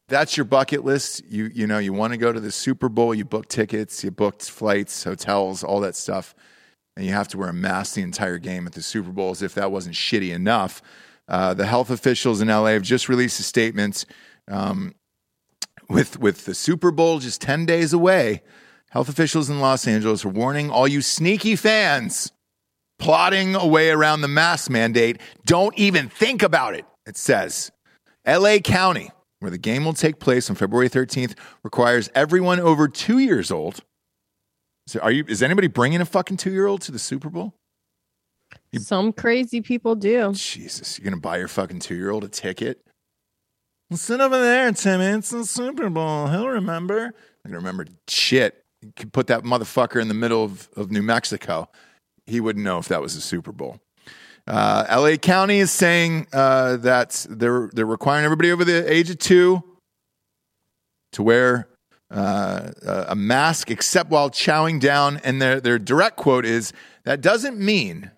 [SPEAKER 1] That's your bucket list. You you know you want to go to the Super Bowl. You book tickets, you booked flights, hotels, all that stuff and you have to wear a mask the entire game at the Super Bowl, as if that wasn't shitty enough. Uh, the health officials in LA have just released a statement um, with with the Super Bowl just ten days away. Health officials in Los Angeles are warning all you sneaky fans plotting a way around the mask mandate. Don't even think about it. It says LA County, where the game will take place on February 13th, requires everyone over two years old so are you? Is anybody bringing a fucking two year old to the Super Bowl? You-
[SPEAKER 3] Some crazy people do.
[SPEAKER 1] Jesus, you're gonna buy your fucking two year old a ticket? Well, sit over there, Timmy. It's the Super Bowl. He'll remember. I can remember shit. You could put that motherfucker in the middle of, of New Mexico. He wouldn't know if that was the Super Bowl. Uh, LA County is saying uh, that they're they're requiring everybody over the age of two to wear uh, a- a mask except while chowing down. And their their direct quote is that doesn't mean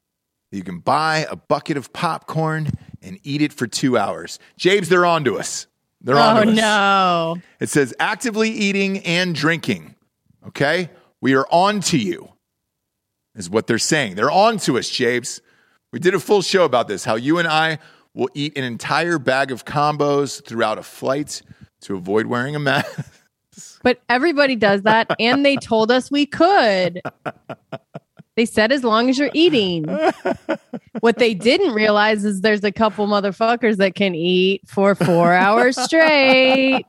[SPEAKER 1] you can buy a bucket of popcorn and eat it for two hours. James, they're on to us. They're on
[SPEAKER 3] Oh,
[SPEAKER 1] to us.
[SPEAKER 3] no.
[SPEAKER 1] It says actively eating and drinking. Okay? We are on to you, is what they're saying. They're on to us, James. We did a full show about this how you and I will eat an entire bag of combos throughout a flight to avoid wearing a mask.
[SPEAKER 3] But everybody does that. and they told us we could. They said as long as you're eating. What they didn't realize is there's a couple motherfuckers that can eat for four hours straight.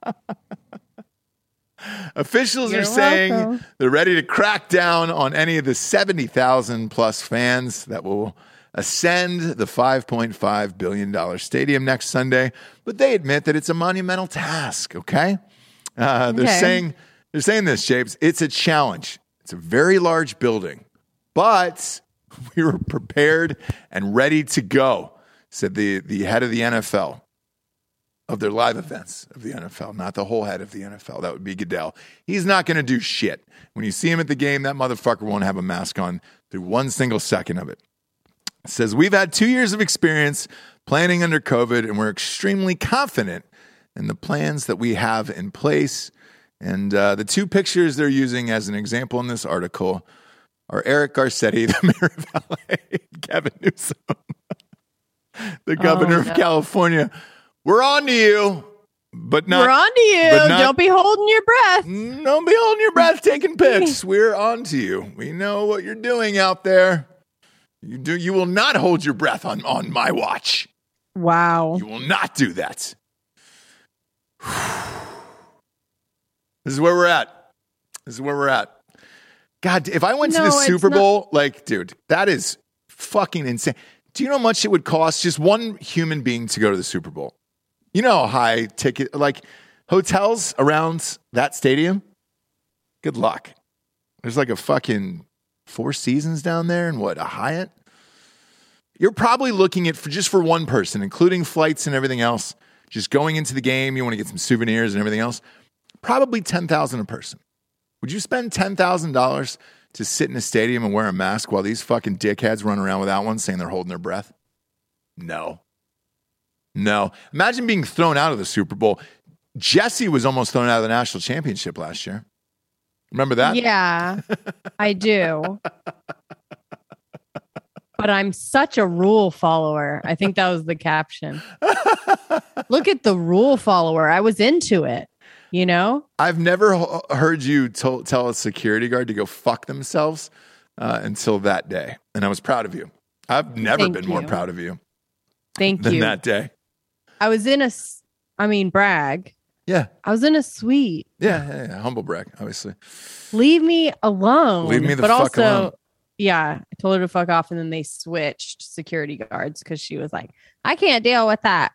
[SPEAKER 1] Officials
[SPEAKER 3] You're
[SPEAKER 1] are saying
[SPEAKER 3] welcome.
[SPEAKER 1] they're ready to crack down on any of the 70,000 plus fans that will ascend the $5.5 billion stadium next Sunday, but they admit that it's a monumental task, okay? Uh, they're
[SPEAKER 3] Okay.
[SPEAKER 1] saying they're saying this, Japes. It's a challenge. It's a very large building, but we were prepared and ready to go, said the, the head of the NFL of their live events of the NFL, not the whole head of the NFL. That would be Goodell. He's not going to do shit. When you see him at the game, that motherfucker won't have a mask on through one single second of it. It says, We've had two years of experience planning under COVID, and we're extremely confident in the plans that we have in place. And uh, the two pictures they're using as an example in this article are Eric Garcetti, the mayor of LA, and Kevin Newsom, the governor
[SPEAKER 3] Oh, no.
[SPEAKER 1] of California. We're on to you, but not
[SPEAKER 3] We're on to you.
[SPEAKER 1] but not-
[SPEAKER 3] Don't be holding your breath.
[SPEAKER 1] don't be holding your breath taking pics. We're on to you. We know what you're doing out there. You do you will not hold your breath on, on my watch.
[SPEAKER 3] Wow.
[SPEAKER 1] You will not do that. This is where we're at. This is where we're at. God, if I went to
[SPEAKER 3] No,
[SPEAKER 1] the
[SPEAKER 3] it's
[SPEAKER 1] Super
[SPEAKER 3] not-
[SPEAKER 1] Bowl, like, dude, that is fucking insane. Do you know how much it would cost just one human being to go to the Super Bowl? You know how high ticket, like, hotels around that stadium? Good luck. There's like a fucking Four Seasons down there and what, a Hyatt? You're probably looking at for just for one person, including flights and everything else, just going into the game, you want to get some souvenirs and everything else, probably 10,000 a person. Would you spend $10,000 to sit in a stadium and wear a mask while these fucking dickheads run around without one saying they're holding their breath? No. No. Imagine being thrown out of the Super Bowl. Jesse was almost thrown out of the national championship last year. Remember that?
[SPEAKER 3] Yeah, I do. But I'm such a rule follower. I think that was the caption. Look at the rule follower. I was into it. you know?
[SPEAKER 1] I've never h- heard you to- tell a security guard to go fuck themselves uh, until that day, and I was proud of you. I've never
[SPEAKER 3] Thank
[SPEAKER 1] been more
[SPEAKER 3] you.
[SPEAKER 1] proud of you
[SPEAKER 3] Thank
[SPEAKER 1] than
[SPEAKER 3] you.
[SPEAKER 1] that day.
[SPEAKER 3] I was in a, s- I mean, brag.
[SPEAKER 1] Yeah,
[SPEAKER 3] I was in a suite.
[SPEAKER 1] yeah, yeah, yeah. humble brag, obviously.
[SPEAKER 3] Leave me alone.
[SPEAKER 1] Leave me the
[SPEAKER 3] but
[SPEAKER 1] fuck
[SPEAKER 3] also,
[SPEAKER 1] alone.
[SPEAKER 3] Yeah, I told her to fuck off, and then they switched security guards because she was like, "I can't deal with that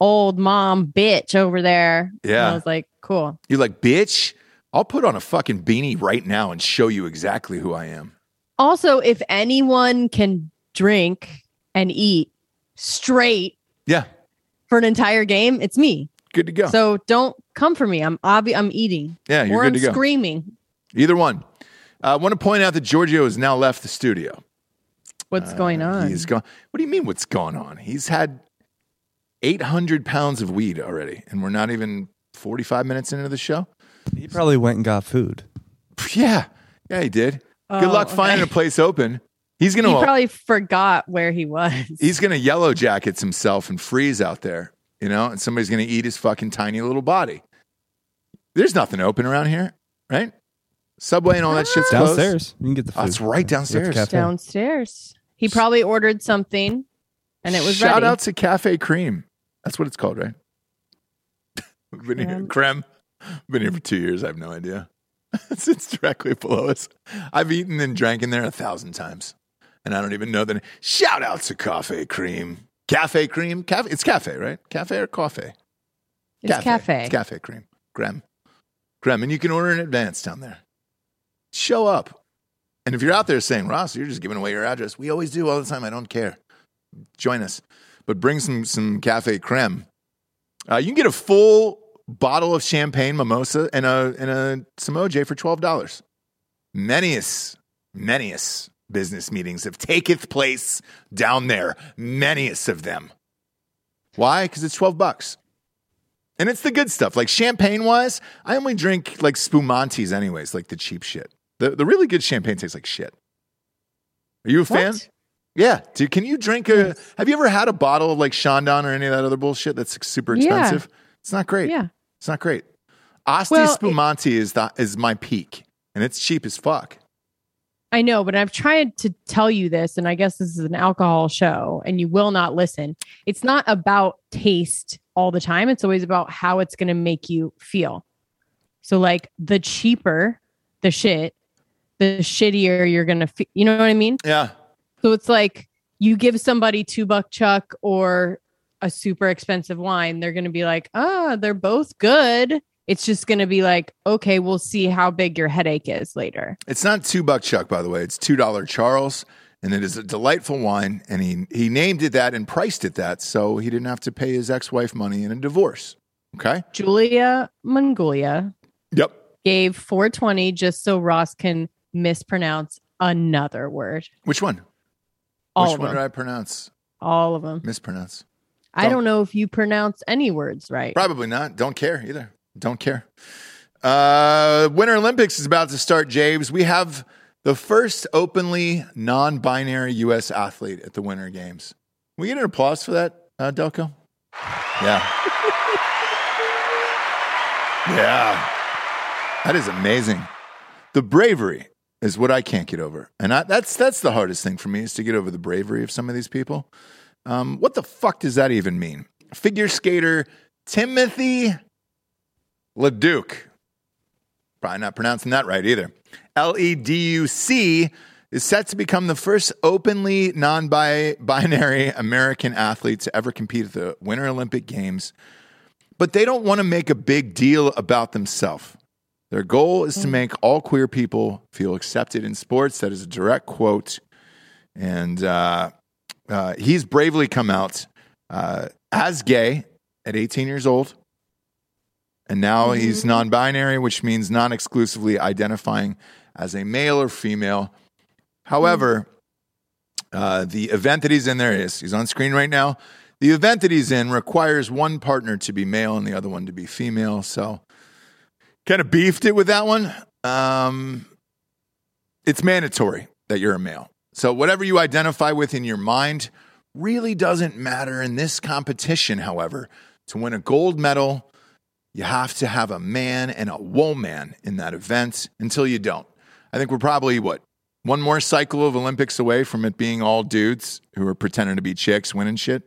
[SPEAKER 3] old mom bitch over there." and
[SPEAKER 1] Yeah.
[SPEAKER 3] I was like, "Cool."
[SPEAKER 1] You're like, bitch, I'll put on a fucking beanie right now and show you exactly who I am.
[SPEAKER 3] Also, if anyone can drink and eat straight
[SPEAKER 1] Yeah,
[SPEAKER 3] for an entire game, it's me.
[SPEAKER 1] good to go.
[SPEAKER 3] So don't come for me. I'm obvi- I'm eating.
[SPEAKER 1] yeah, you're
[SPEAKER 3] or
[SPEAKER 1] good
[SPEAKER 3] I'm
[SPEAKER 1] to go.
[SPEAKER 3] screaming.
[SPEAKER 1] Either one. I want to point out that Giorgio has now left the studio.
[SPEAKER 3] What's going on?
[SPEAKER 1] Uh, He's gone. What do you mean? What's gone on? He's had 800 pounds of weed already, and we're not even 45 minutes into the show.
[SPEAKER 6] He probably went and got food.
[SPEAKER 1] Yeah, yeah, he did. good
[SPEAKER 3] Oh,
[SPEAKER 1] luck finding a
[SPEAKER 3] okay.
[SPEAKER 1] place open. He's gonna
[SPEAKER 3] he probably forgot where he was.
[SPEAKER 1] he's gonna yellow jackets himself and freeze out there, you know. And somebody's gonna eat his fucking tiny little body. There's nothing open around here, right? Subway and all that shit's closed.
[SPEAKER 6] Downstairs. You can get the food.
[SPEAKER 1] Oh, it's right downstairs.
[SPEAKER 6] That's cafe.
[SPEAKER 3] downstairs. He probably ordered something and it was
[SPEAKER 1] shout
[SPEAKER 3] ready.
[SPEAKER 1] out to Cafe Cream. That's what it's called, right? Been here,
[SPEAKER 3] Creme.
[SPEAKER 1] creme. Been here for two years. I have no idea. it's, it's directly below us. I've eaten and drank in there a thousand times, and I don't even know the name. Shout out to Cafe Cream. Cafe Cream. Cafe. It's cafe, right? Cafe or coffee?
[SPEAKER 3] It's cafe.
[SPEAKER 1] It's cafe cream. Creme. Creme. And you can order in advance down there. Show up. And if you're out there saying, Ross, you're just giving away your address. We always do all the time. I don't care. Join us. But bring some some cafe creme. Uh, you can get a full bottle of champagne, mimosa, and a and a some OJ for twelve dollars. Manyus, manyus business meetings have taketh place down there. Manyus of them. Why? Because it's twelve bucks. And it's the good stuff. Like champagne wise, I only drink like spumantes anyways, like the cheap shit. The the really good champagne tastes like shit. Are you a fan?
[SPEAKER 3] What?
[SPEAKER 1] Yeah. Dude, can you drink a have you ever had a bottle of like Chandon or any of that other bullshit that's like, super
[SPEAKER 3] Yeah.
[SPEAKER 1] expensive? It's not great.
[SPEAKER 3] Yeah.
[SPEAKER 1] It's not great. Asti
[SPEAKER 3] Well, it-
[SPEAKER 1] Spumante is the is my peak. And it's cheap as fuck.
[SPEAKER 3] I know, but I've tried to tell you this, and I guess this is an alcohol show, and you will not listen. It's not about taste all the time. It's always about how it's going to make you feel. So, like, the cheaper the shit, the shittier you're going to feel. You know what I mean?
[SPEAKER 1] Yeah.
[SPEAKER 3] So it's like you give somebody two buck chuck or a super expensive wine, they're going to be like, oh, they're both good. It's just going to be like, okay, we'll see how big your headache is later.
[SPEAKER 1] It's not two buck Chuck, by the way. It's two dollar Charles, and it is a delightful wine. And he he named it that and priced it that, so he didn't have to pay his ex wife money in a divorce. Okay.
[SPEAKER 3] Julia Mongolia
[SPEAKER 1] Yep.
[SPEAKER 3] gave 420 just so Ross can mispronounce another word.
[SPEAKER 1] Which one?
[SPEAKER 3] All
[SPEAKER 1] Which
[SPEAKER 3] of
[SPEAKER 1] one
[SPEAKER 3] them.
[SPEAKER 1] did I pronounce?
[SPEAKER 3] All of them.
[SPEAKER 1] Mispronounce?
[SPEAKER 3] I don't know if you pronounce any words right.
[SPEAKER 1] Probably not. Don't care either. Don't care. Uh, Winter Olympics is about to start, James. We have the first openly non-binary U.S. athlete at the Winter Games. Can we get an applause for that, uh, Delco? Yeah. yeah. That is amazing. The bravery is what I can't get over, and I, that's that's the hardest thing for me is to get over the bravery of some of these people. Um, what the fuck does that even mean? Figure skater Timothy LeDuc. Probably not pronouncing that right either. L E D U C is set to become the first openly non binary American athlete to ever compete at the Winter Olympic Games. But they don't want to make a big deal about themselves. Their goal is to make all queer people feel accepted in sports. That is a direct quote. And uh, uh, he's bravely come out uh, as gay at 18 years old. And now he's non binary, which means non exclusively identifying as a male or female. However, uh, the event that he's in, there he is. He's on screen right now. The event that he's in requires one partner to be male and the other one to be female. So kind of beefed it with that one. Um, it's mandatory that you're a male. So whatever you identify with in your mind really doesn't matter in this competition, however. To win a gold medal, You have to have a man and a woman in that event until you don't. I think we're probably what one more cycle of Olympics away from it being all dudes who are pretending to be chicks winning shit.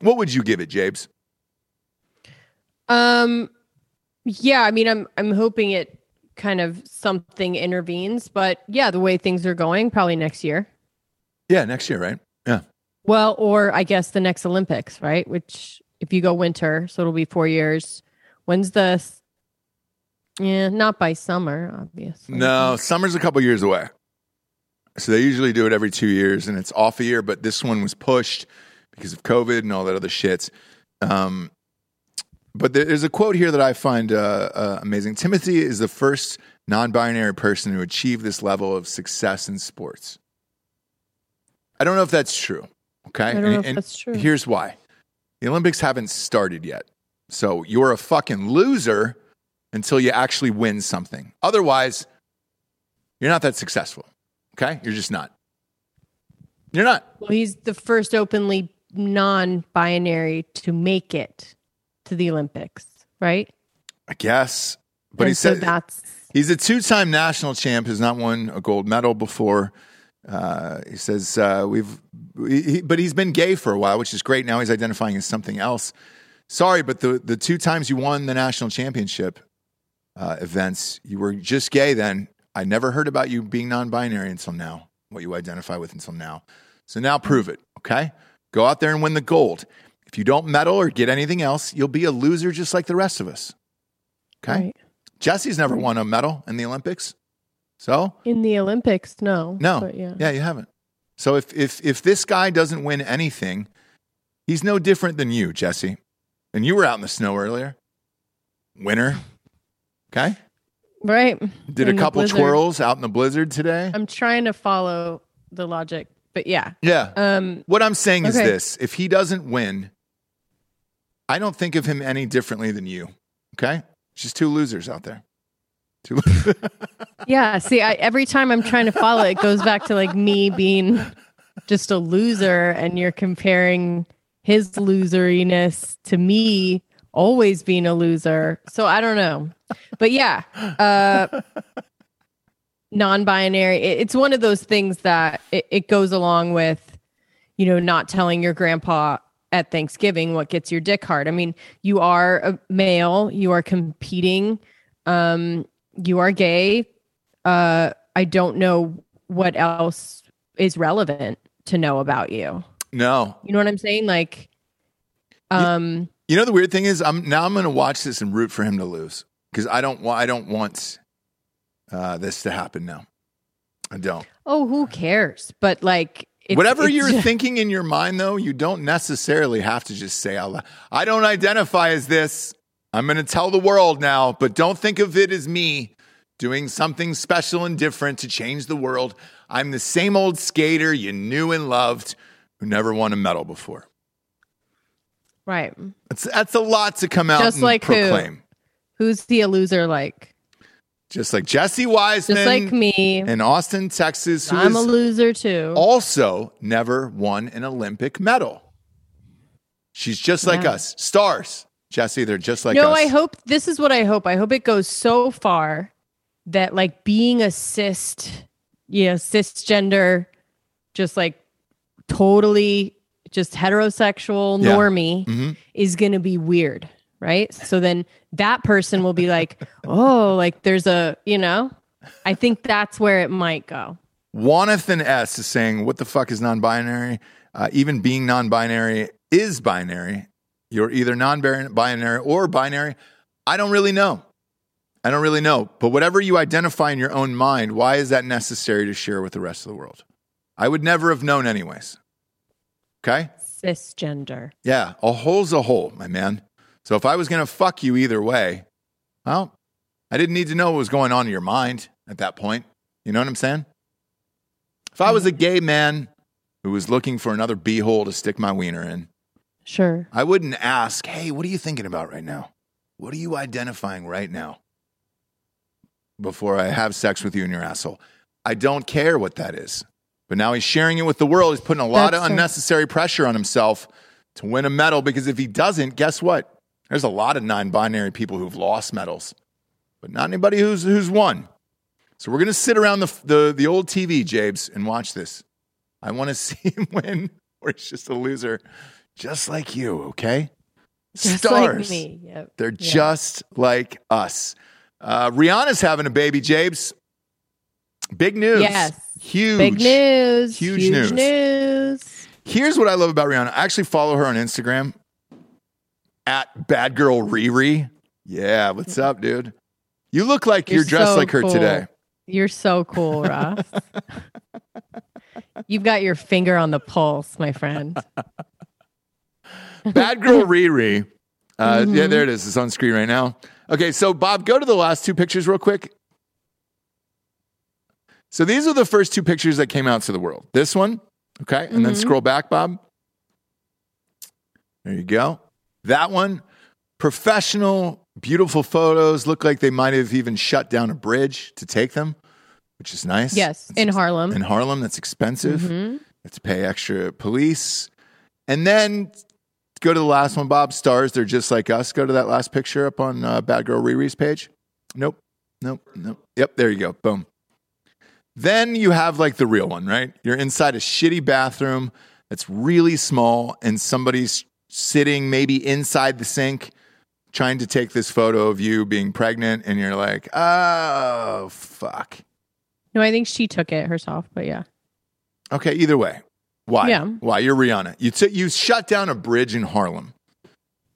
[SPEAKER 1] What would you give it, Jabes?
[SPEAKER 3] Um, yeah, I mean, I'm I'm hoping it kind of something intervenes, but yeah, the way things are going, probably next year.
[SPEAKER 1] Yeah, next year, right?
[SPEAKER 3] Well, or I guess the next Olympics, right? Which if you go winter, so it'll be four years. When's the? s- Yeah, not by summer, obviously.
[SPEAKER 1] No, summer's a couple years away. So they usually do it every two years and it's off a year, but this one was pushed because of COVID and all that other shit. Um, but there- there's a quote here that I find uh, uh, amazing. Timothy is the first non binary person who achieved this level of success in sports. I don't know if that's true. Okay.
[SPEAKER 3] I don't know if that's true.
[SPEAKER 1] Here's why the Olympics haven't started yet. So you're a fucking loser until you actually win something. Otherwise, you're not that successful. Okay? You're just not. You're not.
[SPEAKER 3] Well, he's the first openly non-binary to make it to the Olympics, right?
[SPEAKER 1] I guess. But
[SPEAKER 3] And
[SPEAKER 1] he
[SPEAKER 3] so
[SPEAKER 1] said
[SPEAKER 3] that's
[SPEAKER 1] He's a two time national champ, has not won a gold medal before. Uh, he says, uh, we've, he, he- but he's been gay for a while, which is great. Now he's identifying as something else. Sorry, but the, the two times you won the national championship uh, events, you were just gay then. I never heard about you being non binary until now, what you identify with until now. So now prove it, okay? Go out there and win the gold. If you don't medal or get anything else, you'll be a loser just like the rest of us, okay?
[SPEAKER 3] right.
[SPEAKER 1] Jesse's never won a medal in the Olympics. So
[SPEAKER 3] in the Olympics. No,
[SPEAKER 1] no,
[SPEAKER 3] but yeah.
[SPEAKER 1] you haven't. So if if if this guy doesn't win anything, he's no different than you, Jesse. And you were out in the snow earlier, winner. Okay,
[SPEAKER 3] right.
[SPEAKER 1] did
[SPEAKER 3] In
[SPEAKER 1] a
[SPEAKER 3] the
[SPEAKER 1] couple
[SPEAKER 3] blizzard.
[SPEAKER 1] twirls out in the blizzard today.
[SPEAKER 3] I'm trying to follow the logic, but yeah.
[SPEAKER 1] yeah.
[SPEAKER 3] Um,
[SPEAKER 1] What I'm saying is
[SPEAKER 3] Okay.
[SPEAKER 1] this: if he doesn't win, I don't think of him any differently than you. Okay, just two losers out there. Two.
[SPEAKER 3] yeah. See, I, every time I'm trying to follow, it goes back to like me being just a loser, and you're comparing his loseriness to me always being a loser. So I don't know, but yeah, uh, non-binary. It, it's one of those things that it, it goes along with, you know, not telling your grandpa at Thanksgiving what gets your dick hard. I mean, you are a male, you are competing, um, you are gay. Uh, I don't know what else is relevant to know about you.
[SPEAKER 1] no,
[SPEAKER 3] You know what I'm saying? Like, um,
[SPEAKER 1] You know the weird thing is, I'm now I'm going to watch this and root for him to lose because I don't want I don't want uh, this to happen now. I don't.
[SPEAKER 3] oh, who cares? But like, it's-
[SPEAKER 1] Whatever
[SPEAKER 3] it's
[SPEAKER 1] you're
[SPEAKER 3] just-
[SPEAKER 1] thinking in your mind, though, you don't necessarily have to just say out loud. I don't identify as this. I'm going to tell the world now, but don't think of it as me doing something special and different to change the world. I'm the same old skater you knew and loved who never won a medal before.
[SPEAKER 3] right.
[SPEAKER 1] That's that's a lot to come out
[SPEAKER 3] Just
[SPEAKER 1] and
[SPEAKER 3] like who?
[SPEAKER 1] proclaim.
[SPEAKER 3] Who's the loser? Like,
[SPEAKER 1] Just like Jesse Wiseman,
[SPEAKER 3] just like me,
[SPEAKER 1] in Austin, Texas, who
[SPEAKER 3] I'm a
[SPEAKER 1] has
[SPEAKER 3] loser too.
[SPEAKER 1] also never won an Olympic medal. She's just like us, stars, Jesse. They're just like
[SPEAKER 3] no,
[SPEAKER 1] us.
[SPEAKER 3] I hope this is what I hope. I hope it goes so far that like being a cis, you know, cisgender, just like totally just heterosexual
[SPEAKER 1] Yeah.
[SPEAKER 3] normie
[SPEAKER 1] Mhm.
[SPEAKER 3] is going to be weird, right? So then that person will be like, oh, like there's a, you know, I think that's where it might go.
[SPEAKER 1] Wanathan S is saying, "What the fuck is non-binary? Uh, even being non-binary is binary. You're either non-binary or binary. I don't really know. I don't really know. But whatever you identify in your own mind, why is that necessary to share with the rest of the world? I would never have known, anyways. Okay."
[SPEAKER 3] Cisgender.
[SPEAKER 1] Yeah, a hole's a hole, my man. So if I was going to fuck you either way, well, I didn't need to know what was going on in your mind at that point. You know what I'm saying? If I was a gay man who was looking for another beehole to stick my wiener in,
[SPEAKER 3] Sure.
[SPEAKER 1] I wouldn't ask, hey, what are you thinking about right now? What are you identifying right now before I have sex with you in your asshole? I don't care what that is. But now he's sharing it with the world. He's putting a lot
[SPEAKER 3] That's
[SPEAKER 1] of
[SPEAKER 3] so-
[SPEAKER 1] unnecessary pressure on himself to win a medal because if he doesn't, guess what? There's a lot of non-binary people who've lost medals, but not anybody who's who's won. So we're gonna sit around the the, the old TV, Jabes, and watch this. I want to see him win, or he's just a loser, just like you. Okay,
[SPEAKER 3] Just
[SPEAKER 1] stars.
[SPEAKER 3] like me. Yep.
[SPEAKER 1] They're
[SPEAKER 3] Yeah.
[SPEAKER 1] just like us. Uh, Rihanna's having a baby, Jabes. Big news.
[SPEAKER 3] Yes.
[SPEAKER 1] Huge.
[SPEAKER 3] Big news.
[SPEAKER 1] Huge
[SPEAKER 3] Huge,
[SPEAKER 1] news.
[SPEAKER 3] news.
[SPEAKER 1] Here's what I love about Rihanna. I actually follow her on Instagram at Bad Girl Riri. Yeah, what's up, dude? You look like you're,
[SPEAKER 3] Mm-hmm. You're
[SPEAKER 1] dressed
[SPEAKER 3] so
[SPEAKER 1] like her
[SPEAKER 3] cool.
[SPEAKER 1] today.
[SPEAKER 3] You're so cool, Ross. You've got your finger on the pulse, my friend.
[SPEAKER 1] Bad Girl Riri. Uh,
[SPEAKER 3] Mm-hmm.
[SPEAKER 1] Yeah, there it is. It's on screen right now. Okay, so Bob, go to the last two pictures real quick. So these are the first two pictures that came out to the world. This one, okay, and
[SPEAKER 3] Mm-hmm.
[SPEAKER 1] then scroll back, Bob. There you go. That one, professional, beautiful photos. Look like they might have even shut down a bridge to take them, which is nice.
[SPEAKER 3] Yes, in Harlem.
[SPEAKER 1] In Harlem, that's expensive
[SPEAKER 3] Mhm.
[SPEAKER 1] have to pay extra police. And then go to the last one, Bob. Stars, they're just like us. Go to that last picture up on uh, Bad Girl Riri's page. Nope, nope, nope. Yep, there you go. Boom. Then you have like the real one, right? You're inside a shitty bathroom that's really small, and somebody's sitting maybe inside the sink trying to take this photo of you being pregnant, and you're like, oh, fuck.
[SPEAKER 3] No, I think she took it herself, but yeah.
[SPEAKER 1] Okay, either way. Why?
[SPEAKER 3] Yeah.
[SPEAKER 1] Why? You're Rihanna. You took you shut down a bridge in Harlem.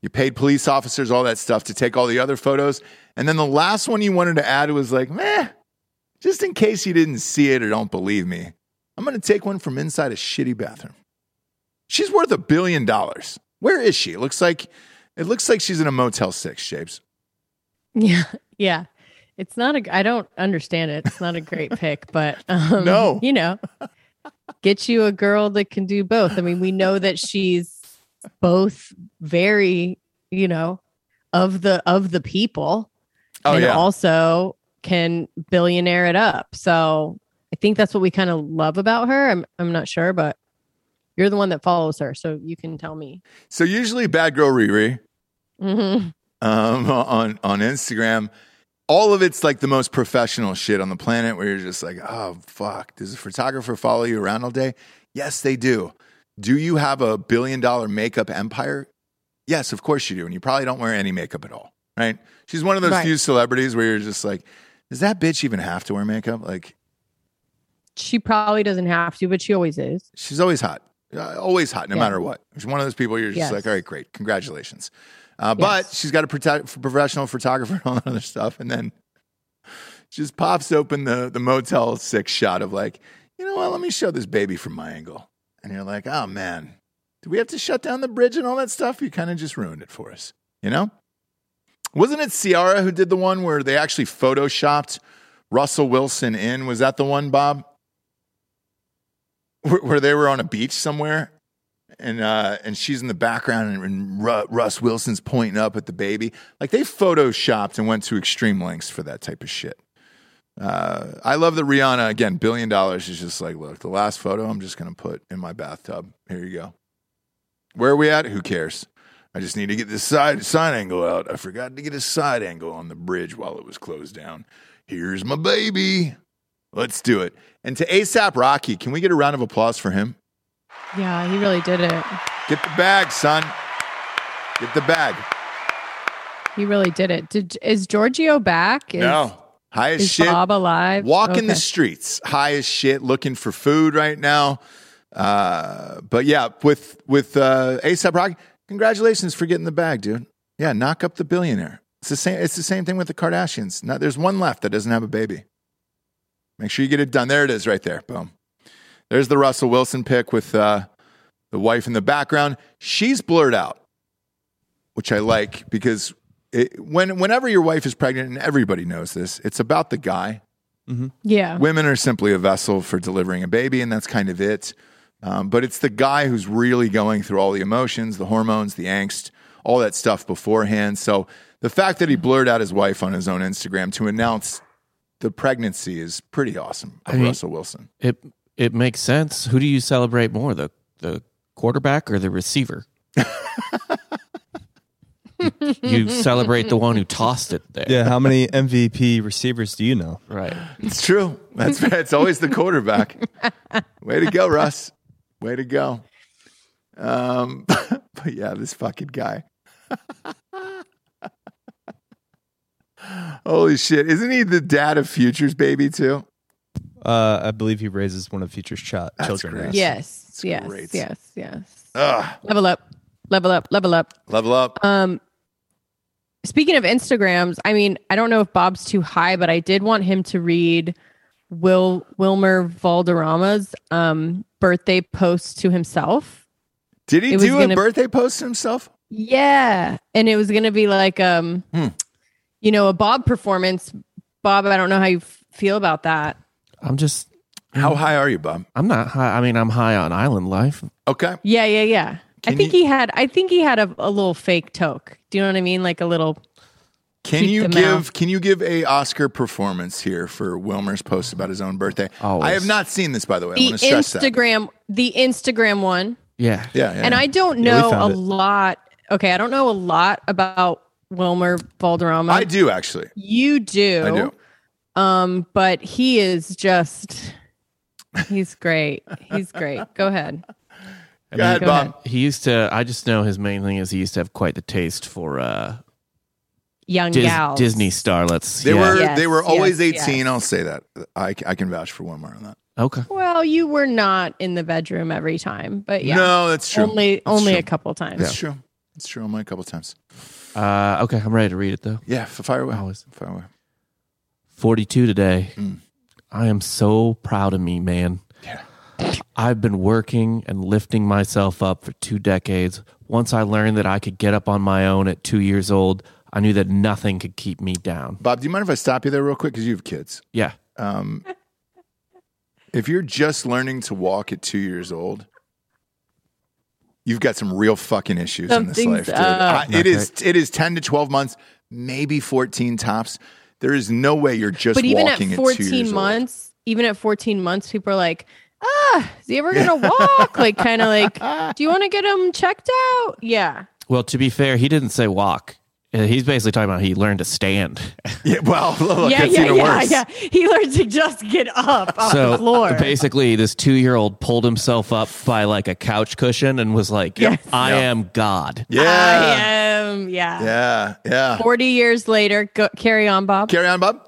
[SPEAKER 1] You paid police officers, all that stuff, to take all the other photos. And then the last one you wanted to add was like, meh, just in case you didn't see it or don't believe me, I'm gonna take one from inside a shitty bathroom. She's worth a billion dollars. Where is she? It looks like it looks like she's in a Motel 6, Shapes.
[SPEAKER 3] Yeah. Yeah. It's not a I don't understand it. It's not a great pick, but um
[SPEAKER 1] No.
[SPEAKER 3] you know. Get you a girl that can do both. I mean, we know that she's both very, you know, of the of the people
[SPEAKER 1] Oh
[SPEAKER 3] and
[SPEAKER 1] yeah.
[SPEAKER 3] also can billionaire it up. So I think that's what we kind of love about her. I'm I'm not sure, but you're the one that follows her, so you can tell me.
[SPEAKER 1] so usually Bad Girl Riri,
[SPEAKER 3] Mhm.
[SPEAKER 1] um, on on Instagram. All of it's like the most professional shit on the planet, where you're just like, oh fuck, does a photographer follow you around all day? Yes, they do. Do you have a billion dollar makeup empire? Yes, of course you do, and you probably don't wear any makeup at all, right? She's one of those
[SPEAKER 3] Right.
[SPEAKER 1] few celebrities where you're just like, does that bitch even have to wear makeup? Like,
[SPEAKER 3] She probably doesn't have to, but she always is.
[SPEAKER 1] She's always hot, uh, always hot, no
[SPEAKER 3] Yeah.
[SPEAKER 1] matter what. She's one of those people you're just
[SPEAKER 3] Yes.
[SPEAKER 1] like, all right, great, congratulations. Uh, But
[SPEAKER 3] Yes.
[SPEAKER 1] she's got a prote- professional photographer and all that other stuff, and then she just pops open the the Motel Six shot of like, you know what? Let me show this baby from my angle, and you're like, oh man, do we have to shut down the bridge and all that stuff? You kind of just ruined it for us, you know? Wasn't it Ciara who did the one where they actually photoshopped Russell Wilson in? Was that the one, Bob? Where, where they were on a beach somewhere, and uh, and she's in the background, and, and Ru- Russ Wilson's pointing up at the baby. Like they photoshopped and went to extreme lengths for that type of shit. Uh, I love that Rihanna again. Billion dollars is just like, look, the last photo I'm just gonna put in my bathtub. Here you go. Where are we at? Who cares? I just need to get this side side angle out. I forgot to get a side angle on the bridge while it was closed down. Here's my baby. Let's do it. And to ASAP Rocky, can we get a round of applause for him?
[SPEAKER 3] Yeah, he really did it.
[SPEAKER 1] Get the bag, son. Get the bag.
[SPEAKER 3] He really did it. Did is Giorgio back? Is,
[SPEAKER 1] no. High as
[SPEAKER 3] is
[SPEAKER 1] shit.
[SPEAKER 3] Bob alive?
[SPEAKER 1] Walking the
[SPEAKER 3] Okay.
[SPEAKER 1] streets, high as shit, looking for food right now. Uh, but yeah, with with uh, ASAP Rocky, congratulations for getting the bag, dude. Yeah, knock up the billionaire. It's the same. It's the same thing with the Kardashians. Now, there's one left that doesn't have a baby. Make sure you get it done. There it is, right there. Boom. There's the Russell Wilson pick with uh, the wife in the background. She's blurred out, which I like because it, when whenever your wife is pregnant, and everybody knows this, it's about the guy.
[SPEAKER 3] yeah.
[SPEAKER 1] Women are simply a vessel for delivering a baby, and that's kind of it. Um, but it's the guy who's really going through all the emotions, the hormones, the angst, all that stuff beforehand. So the fact that he blurred out his wife on his own Instagram to announce the pregnancy is pretty awesome of
[SPEAKER 4] I mean-
[SPEAKER 1] Russell Wilson.
[SPEAKER 4] It it makes sense. Who do you celebrate more, the the quarterback or the receiver? you celebrate the one who tossed it there.
[SPEAKER 6] Yeah, how many MVP receivers do you know?
[SPEAKER 4] Right.
[SPEAKER 1] It's true. That's it's always the quarterback. Way to go, Russ. Way to go. Um, but yeah, this fucking guy. Holy shit! Isn't he the dad of Futures Baby too?
[SPEAKER 6] Uh, I believe he raises one of Future's chi- children.
[SPEAKER 1] great.
[SPEAKER 6] right?
[SPEAKER 3] Yes. yes.
[SPEAKER 1] great.
[SPEAKER 3] Yes. Yes.
[SPEAKER 1] Ugh.
[SPEAKER 3] Level up. Level up. Level up.
[SPEAKER 1] Level up.
[SPEAKER 3] Um, speaking of Instagrams, I mean, I don't know if Bob's too high, but I did want him to read Will Wilmer Valderrama's um birthday post to himself.
[SPEAKER 1] Did he
[SPEAKER 3] it was
[SPEAKER 1] do a
[SPEAKER 3] gonna-
[SPEAKER 1] birthday post to himself?
[SPEAKER 3] Yeah, and it was gonna be like um,
[SPEAKER 1] Hmm.
[SPEAKER 3] you know, a Bob performance. Bob, I don't know how you f- feel about that.
[SPEAKER 4] I'm just.
[SPEAKER 1] How
[SPEAKER 3] Mm-hmm.
[SPEAKER 1] high are you, Bob?
[SPEAKER 4] I'm not high. I mean, I'm high on island life.
[SPEAKER 1] Okay.
[SPEAKER 3] Yeah, yeah, yeah. I
[SPEAKER 1] Can
[SPEAKER 3] think
[SPEAKER 1] you-
[SPEAKER 3] he had. I think he had a, a little fake toke. Do you know what I mean? Like a little.
[SPEAKER 1] Can
[SPEAKER 3] Keep
[SPEAKER 1] you
[SPEAKER 3] them
[SPEAKER 1] give
[SPEAKER 3] out.
[SPEAKER 1] Can you give a Oscar performance here for Wilmer's post about his own birthday?
[SPEAKER 4] Always.
[SPEAKER 1] I have not seen this, by the way. I
[SPEAKER 3] The
[SPEAKER 1] want to stress that.
[SPEAKER 3] Instagram, the Instagram one.
[SPEAKER 4] Yeah.
[SPEAKER 1] Yeah, yeah.
[SPEAKER 3] and I don't
[SPEAKER 6] Yeah, we
[SPEAKER 3] know a
[SPEAKER 6] found it.
[SPEAKER 3] lot. Okay, I don't know a lot about Wilmer Valderrama.
[SPEAKER 1] I do actually.
[SPEAKER 3] you do.
[SPEAKER 1] I do.
[SPEAKER 3] Um, but he is just he's great. He's great. Go ahead.
[SPEAKER 4] I
[SPEAKER 1] Go ahead,
[SPEAKER 3] go
[SPEAKER 1] Bob.
[SPEAKER 3] ahead.
[SPEAKER 4] He used to. I just know his main thing is he used to have quite the taste for uh,
[SPEAKER 3] Young
[SPEAKER 4] Dis-
[SPEAKER 3] gals.
[SPEAKER 4] Disney starlets.
[SPEAKER 1] They
[SPEAKER 4] Yeah.
[SPEAKER 1] were
[SPEAKER 3] Yes,
[SPEAKER 1] they were always
[SPEAKER 3] yes,
[SPEAKER 1] 18.
[SPEAKER 3] yes.
[SPEAKER 1] I'll say that. I, I can vouch for Wilmer on that.
[SPEAKER 4] okay.
[SPEAKER 3] Well, you were not in the bedroom every time, but yeah.
[SPEAKER 1] No, that's true.
[SPEAKER 3] Only
[SPEAKER 1] That's
[SPEAKER 3] only
[SPEAKER 1] true.
[SPEAKER 3] a couple times.
[SPEAKER 1] That's true. That's true. Only a couple times.
[SPEAKER 4] Uh, okay, I'm ready to read it though.
[SPEAKER 1] Yeah, f- fire away.
[SPEAKER 4] Always.
[SPEAKER 1] Fire away.
[SPEAKER 4] 42 today.
[SPEAKER 1] Mm.
[SPEAKER 4] I am so proud of me, man.
[SPEAKER 1] Yeah.
[SPEAKER 4] I've been working and lifting myself up for two decades. Once I learned that I could get up on my own at two years old, I knew that nothing could keep me down.
[SPEAKER 1] Bob, do you mind if I stop you there real quick? Because you have kids.
[SPEAKER 4] Yeah.
[SPEAKER 1] Um, if you're just learning to walk at two years old, you've got some real fucking issues in this life,
[SPEAKER 3] Something's
[SPEAKER 1] dude. I-
[SPEAKER 3] up.
[SPEAKER 1] it is it is ten to twelve months, maybe fourteen tops. There is no way you're just
[SPEAKER 3] but even at
[SPEAKER 1] walking two
[SPEAKER 3] 14
[SPEAKER 1] years old.
[SPEAKER 3] months, even at 14 months, people are like, ah, is he ever going to walk? like, kind of like, do you want to get him checked out? Yeah.
[SPEAKER 4] Well, to be fair, he didn't say walk. Uh, He's basically talking about he learned to stand.
[SPEAKER 1] Yeah, well, look,
[SPEAKER 3] yeah,
[SPEAKER 1] it's
[SPEAKER 3] yeah,
[SPEAKER 1] even
[SPEAKER 3] yeah,
[SPEAKER 1] worse.
[SPEAKER 3] yeah. He learned to just get up off the floor.
[SPEAKER 4] basically, this two year old pulled himself up by like a couch cushion and was like,
[SPEAKER 3] Yes.
[SPEAKER 4] I
[SPEAKER 1] Yeah.
[SPEAKER 4] am God.
[SPEAKER 3] I
[SPEAKER 1] Yeah,
[SPEAKER 3] am, Ah, yeah.
[SPEAKER 1] yeah, yeah.
[SPEAKER 3] 40 years later, go, carry on, Bob.
[SPEAKER 1] Carry on, Bob.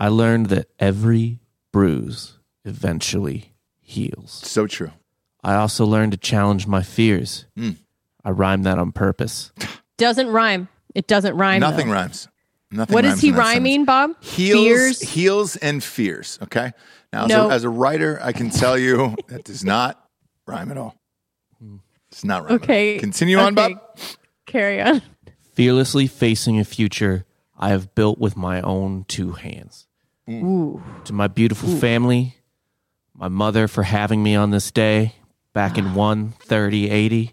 [SPEAKER 4] I learned that every bruise eventually heals.
[SPEAKER 1] So true.
[SPEAKER 4] I also learned to challenge my fears.
[SPEAKER 1] Mm.
[SPEAKER 4] I rhymed that on purpose.
[SPEAKER 3] doesn't rhyme. It doesn't rhyme.
[SPEAKER 1] Nothing
[SPEAKER 3] though.
[SPEAKER 1] rhymes. Nothing.
[SPEAKER 3] What
[SPEAKER 1] rhymes
[SPEAKER 3] is he
[SPEAKER 1] in that
[SPEAKER 3] rhyming, Bob?
[SPEAKER 1] sentence. Heels,
[SPEAKER 3] Fears?
[SPEAKER 1] heels, and fears. Okay. Now, as,
[SPEAKER 3] No.
[SPEAKER 1] a, as a writer, I can tell you that does not rhyme at all. It's not rhyme. at all.
[SPEAKER 3] Okay.
[SPEAKER 1] Continue on,
[SPEAKER 3] Okay.
[SPEAKER 1] Bob.
[SPEAKER 3] Carry on.
[SPEAKER 4] Fearlessly facing a future I have built with my own two hands.
[SPEAKER 3] Ooh.
[SPEAKER 4] To my beautiful family, my mother for having me on this day back
[SPEAKER 3] Ah.
[SPEAKER 4] in 13080,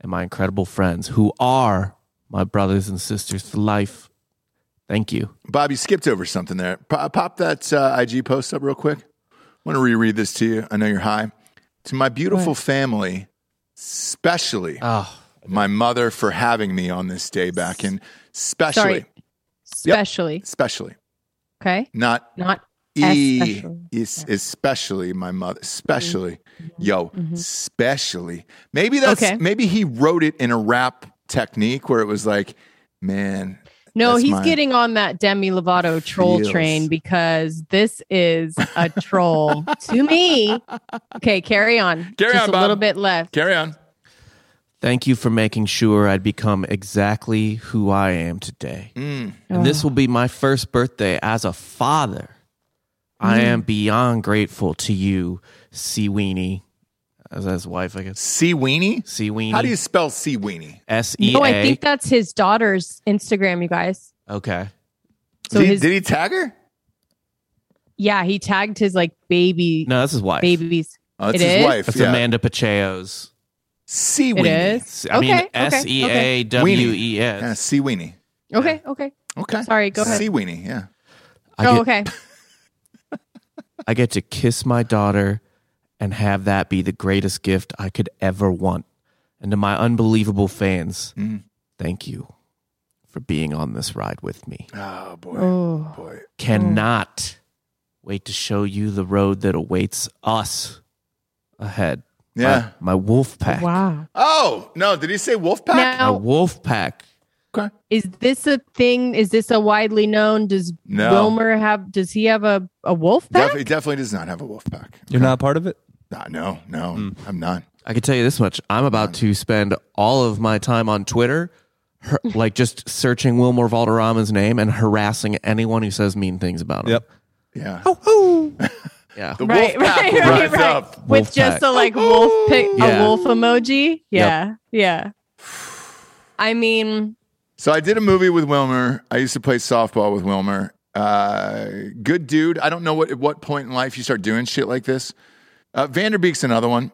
[SPEAKER 4] and my incredible friends who are my brothers and sisters for life. Thank you.
[SPEAKER 1] Bob, you skipped over something there. Pop, pop that uh, IG post up real quick. I want to reread this to you. I know you're high. To my beautiful family, especially
[SPEAKER 4] Oh,
[SPEAKER 1] my mother for having me on this day back in, especially,
[SPEAKER 3] Sorry. Especially.
[SPEAKER 1] especially,
[SPEAKER 3] Okay.
[SPEAKER 1] not
[SPEAKER 3] Not
[SPEAKER 1] E
[SPEAKER 3] Especially.
[SPEAKER 1] is especially my mother, especially yo, especially. Maybe that's
[SPEAKER 3] Mm-hmm. Okay.
[SPEAKER 1] maybe he wrote it in a rap technique where it was like, man,
[SPEAKER 3] No,
[SPEAKER 1] That's
[SPEAKER 3] he's
[SPEAKER 1] my-
[SPEAKER 3] getting on that Demi Lovato troll
[SPEAKER 1] Feels.
[SPEAKER 3] train because this is a troll to me. Okay, carry on.
[SPEAKER 1] Carry
[SPEAKER 3] Just
[SPEAKER 1] on,
[SPEAKER 3] a
[SPEAKER 1] Bob.
[SPEAKER 3] little bit left.
[SPEAKER 1] carry on.
[SPEAKER 4] Thank you for making sure I'd become exactly who I am today.
[SPEAKER 1] Mm,
[SPEAKER 4] And
[SPEAKER 3] Ah.
[SPEAKER 4] this will be my first birthday as a father. I
[SPEAKER 3] Mm-hmm.
[SPEAKER 4] am beyond grateful to you, C Weenie, as his wife, I guess.
[SPEAKER 1] Sea weenie.
[SPEAKER 4] C Weenie.
[SPEAKER 1] How do you spell sea weenie?
[SPEAKER 4] S E
[SPEAKER 3] No, Oh, I
[SPEAKER 4] A?
[SPEAKER 3] think that's his daughter's Instagram, you guys.
[SPEAKER 4] Okay.
[SPEAKER 3] So
[SPEAKER 1] did, he-
[SPEAKER 3] his
[SPEAKER 1] did he tag her?
[SPEAKER 3] yeah, he tagged his like baby
[SPEAKER 4] No, that's his wife.
[SPEAKER 3] babies.
[SPEAKER 1] Oh, that's
[SPEAKER 3] It
[SPEAKER 1] his
[SPEAKER 3] is?
[SPEAKER 1] wife.
[SPEAKER 4] That's
[SPEAKER 1] yeah.
[SPEAKER 4] Amanda Pacheo's.
[SPEAKER 1] Sea
[SPEAKER 3] It
[SPEAKER 1] weenie.
[SPEAKER 3] is.
[SPEAKER 4] I mean,
[SPEAKER 3] Okay, okay,
[SPEAKER 4] S E A W E
[SPEAKER 1] Yeah,
[SPEAKER 4] S.
[SPEAKER 1] sea weenie.
[SPEAKER 3] Okay, okay.
[SPEAKER 1] Okay.
[SPEAKER 3] Sorry, go ahead.
[SPEAKER 1] Sea weenie. Yeah.
[SPEAKER 4] I
[SPEAKER 3] oh,
[SPEAKER 4] get-
[SPEAKER 3] okay.
[SPEAKER 4] I get to kiss my daughter and have
[SPEAKER 1] Mm-hmm.
[SPEAKER 4] that be the greatest gift I could ever want. And to my unbelievable fans, Thank you for being on this ride with me.
[SPEAKER 1] Oh boy,
[SPEAKER 3] Oh.
[SPEAKER 1] boy.
[SPEAKER 4] Cannot wait to show you the road that awaits us ahead.
[SPEAKER 1] Yeah.
[SPEAKER 4] My, my wolf pack.
[SPEAKER 3] Wow.
[SPEAKER 1] Oh no! Did he say wolf pack?
[SPEAKER 4] My
[SPEAKER 3] Now,
[SPEAKER 4] wolf pack.
[SPEAKER 1] Okay.
[SPEAKER 3] is this a thing? Is this a widely known? Does
[SPEAKER 1] No.
[SPEAKER 3] Wilmer have? Does he have a a wolf pack?
[SPEAKER 1] Def- he definitely does not have a wolf pack.
[SPEAKER 6] You're not part of it?
[SPEAKER 1] Nah, no, no, I'm not.
[SPEAKER 4] I can tell you this much. I'm about to spend all of my time on Twitter, her, like just searching Wilmore Valderrama's name and harassing anyone who says mean things about him.
[SPEAKER 6] Yep.
[SPEAKER 1] Yeah.
[SPEAKER 4] Yeah.
[SPEAKER 1] The
[SPEAKER 3] Oh, Right,
[SPEAKER 1] wolf pack
[SPEAKER 3] right,
[SPEAKER 1] will
[SPEAKER 3] right,
[SPEAKER 1] rise
[SPEAKER 3] right.
[SPEAKER 1] up.
[SPEAKER 4] Wolf
[SPEAKER 3] With just
[SPEAKER 4] pack.
[SPEAKER 3] a like wolf pic,
[SPEAKER 4] Yeah.
[SPEAKER 3] a wolf emoji. Yeah, yeah. I mean,
[SPEAKER 1] So I did a movie with Wilmer. I used to play softball with Wilmer. Uh, good dude. I don't know what at what point in life you start doing shit like this. Uh, Vanderbeek's another one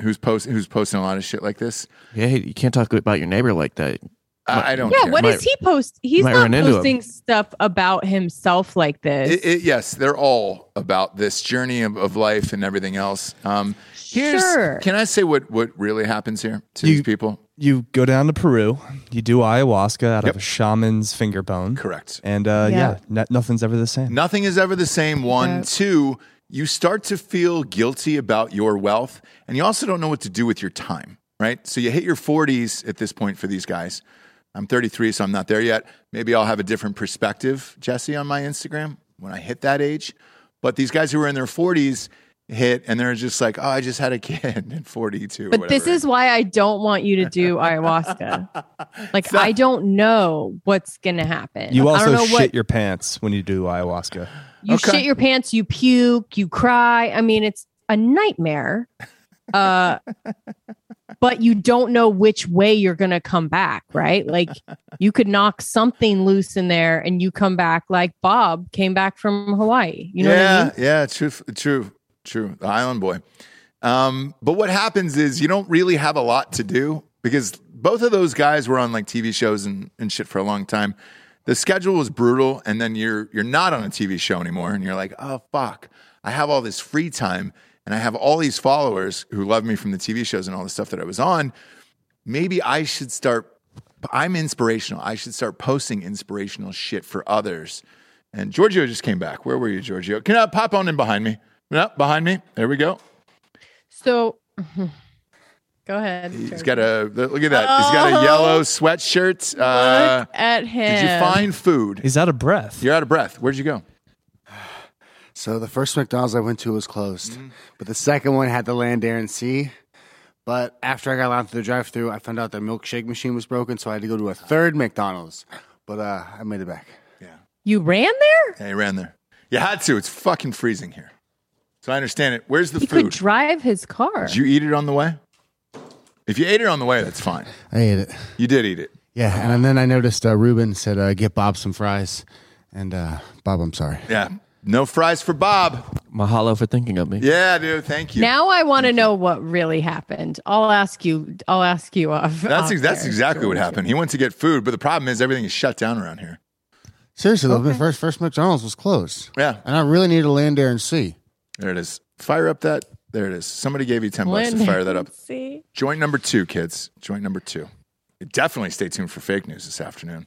[SPEAKER 1] who's post who's posting a lot of shit like this.
[SPEAKER 4] Yeah. You can't talk about your neighbor like that.
[SPEAKER 1] I, I don't.
[SPEAKER 3] yeah.
[SPEAKER 1] care.
[SPEAKER 3] What is
[SPEAKER 4] Might-
[SPEAKER 3] he post? He's
[SPEAKER 4] might
[SPEAKER 3] not
[SPEAKER 4] run into him.
[SPEAKER 3] posting stuff about himself like this.
[SPEAKER 1] It, it, yes, they're all about this journey of, of life and everything else. Um, here's
[SPEAKER 3] Sure.
[SPEAKER 1] can I say what what really happens here to
[SPEAKER 6] You-
[SPEAKER 1] these people?
[SPEAKER 6] You go down to Peru, you do ayahuasca out
[SPEAKER 1] Yep.
[SPEAKER 6] of a shaman's finger bone.
[SPEAKER 1] Correct.
[SPEAKER 6] And uh,
[SPEAKER 3] Yeah.
[SPEAKER 6] yeah, no- nothing's ever the same.
[SPEAKER 1] Nothing is ever the same. One,
[SPEAKER 3] Yeah.
[SPEAKER 1] two, you start to feel guilty about your wealth, and you also don't know what to do with your time, right? So you hit your 40s at this point for these guys. I'm 33, so I'm not there yet. Maybe I'll have a different perspective, Jesse, on my Instagram when I hit that age. But these guys who are in their 40s hit, and they're just like, oh, I just had a kid at 42. or
[SPEAKER 3] But this
[SPEAKER 1] whatever.
[SPEAKER 3] is why I don't want you to do ayahuasca. like I don't know what's gonna happen.
[SPEAKER 6] You
[SPEAKER 3] I don't
[SPEAKER 6] also
[SPEAKER 3] know
[SPEAKER 6] shit
[SPEAKER 3] what
[SPEAKER 6] your pants when you do ayahuasca.
[SPEAKER 3] you
[SPEAKER 1] Okay.
[SPEAKER 3] shit your pants, you puke, you cry. I mean, it's a nightmare. Uh, but you don't know which way you're gonna come back, right? Like you could knock something loose in there, and you come back like Bob came back from Hawaii. You know
[SPEAKER 1] yeah,
[SPEAKER 3] what I mean?
[SPEAKER 1] yeah, true, true, true. The island boy. Um, but what happens is you don't really have a lot to do because both of those guys were on like TV shows and, and shit for a long time. The schedule was brutal, and then you're you're not on a TV show anymore, and you're like, oh fuck, I have all this free time, and I have all these followers who love me from the TV shows and all the stuff that I was on maybe I should start. I'm inspirational. I should start posting inspirational shit for others. And Giorgio just came back. Where were you, Giorgio? Can I pop on in behind me? No, behind me. There we go.
[SPEAKER 3] So, go ahead.
[SPEAKER 1] He's
[SPEAKER 3] George.
[SPEAKER 1] got a look at that. He's got
[SPEAKER 3] Oh.
[SPEAKER 1] a yellow sweatshirt. Uh,
[SPEAKER 3] Look at him.
[SPEAKER 1] did you find food?
[SPEAKER 6] He's out of breath.
[SPEAKER 1] You're out of breath. Where'd you go?
[SPEAKER 5] So the first McDonald's I went to was closed,
[SPEAKER 1] Mm-hmm.
[SPEAKER 5] but the second one had the land, air, and sea. But after I got out to the drive-through, I found out the milkshake machine was broken, so I had to go to a third McDonald's. But uh, I made it back.
[SPEAKER 3] You ran there?
[SPEAKER 1] Yeah, you ran there. You had to. It's fucking freezing here. So I understand it. Where's the
[SPEAKER 3] He could
[SPEAKER 1] food?
[SPEAKER 3] drive his car.
[SPEAKER 1] Did you eat it on the way? If you ate it on the way, that's fine.
[SPEAKER 5] I ate it.
[SPEAKER 1] You did eat it.
[SPEAKER 5] Yeah, and then I noticed uh, Ruben said, uh, "Get Bob some fries," and uh, Bob, I'm sorry.
[SPEAKER 1] Yeah. No fries for Bob.
[SPEAKER 4] Mahalo for thinking of me.
[SPEAKER 1] Yeah, dude. Thank you.
[SPEAKER 3] Now I want to know what really happened. I'll ask you. I'll ask you off.
[SPEAKER 1] That's
[SPEAKER 3] off
[SPEAKER 1] ex- that's
[SPEAKER 3] air.
[SPEAKER 1] exactly what happened. He went to get food, but the problem is everything is shut down around here.
[SPEAKER 5] Seriously, though, the first first McDonald's was closed,
[SPEAKER 1] Yeah,
[SPEAKER 5] and I really needed a land, air, and sea.
[SPEAKER 1] there it is. Fire up that. There it is. Somebody gave you ten bucks to
[SPEAKER 3] Lynn,
[SPEAKER 1] fire that up.
[SPEAKER 3] See,
[SPEAKER 1] Joint number two, kids. Joint number two. Definitely stay tuned for fake news this afternoon.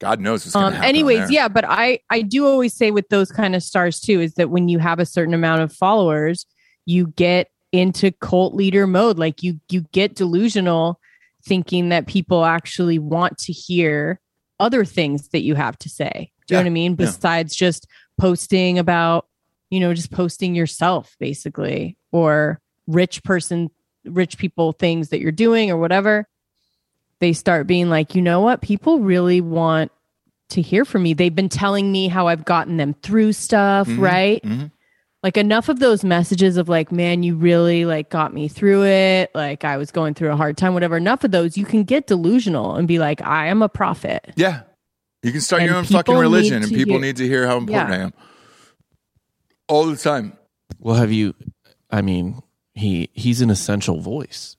[SPEAKER 1] God knows what's going to
[SPEAKER 3] um,
[SPEAKER 1] happen. on
[SPEAKER 3] anyways,
[SPEAKER 1] there.
[SPEAKER 3] yeah, but I I do always say with those kind of stars too is that when you have a certain amount of followers, you get into cult leader mode. Like you you get delusional, thinking that people actually want to hear other things that you have to say. Do
[SPEAKER 1] Yeah,
[SPEAKER 3] you know what I mean?
[SPEAKER 1] yeah.
[SPEAKER 3] Besides just posting about, you know, just posting yourself basically, or rich person, rich people things that you're doing or whatever. They start being like, you know what? People really want to hear from me. They've been telling me how I've gotten them through stuff,
[SPEAKER 1] Mhm.
[SPEAKER 3] right?
[SPEAKER 1] Mhm.
[SPEAKER 3] Like enough of those messages of like, man, you really like got me through it. Like I was going through a hard time, whatever. Enough of those, you can get delusional and be like, I am a prophet.
[SPEAKER 1] yeah. You can start your
[SPEAKER 3] And
[SPEAKER 1] own fucking
[SPEAKER 3] people need
[SPEAKER 1] religion, and
[SPEAKER 3] to
[SPEAKER 1] people
[SPEAKER 3] hear-
[SPEAKER 1] need to hear how important
[SPEAKER 3] Yeah.
[SPEAKER 1] I am all the time.
[SPEAKER 4] Well, have you? I mean, he he's an essential voice.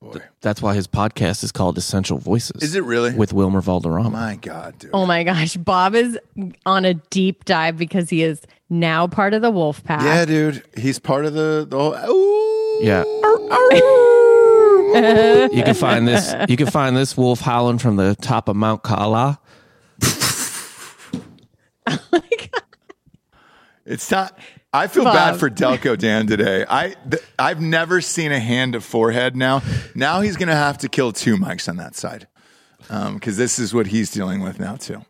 [SPEAKER 1] Boy,
[SPEAKER 4] That's why his podcast is called Essential Voices.
[SPEAKER 1] is it really?
[SPEAKER 4] with Wilmer Valderrama?
[SPEAKER 1] My God, dude.
[SPEAKER 3] Oh my gosh. Bob is on a deep dive because he is now part of the wolf pack.
[SPEAKER 1] Yeah, dude. He's part of the the whole. Ooh.
[SPEAKER 4] Yeah.
[SPEAKER 1] Arr, arr.
[SPEAKER 4] You can find this. You can find this wolf howling from the top of Mount Kala.
[SPEAKER 1] It's not. I feel
[SPEAKER 3] Bob.
[SPEAKER 1] bad for Delco Dan today. I th- I've never seen a hand to forehead. Now, now he's going to have to kill two mics on that side because this is what he's dealing with now too.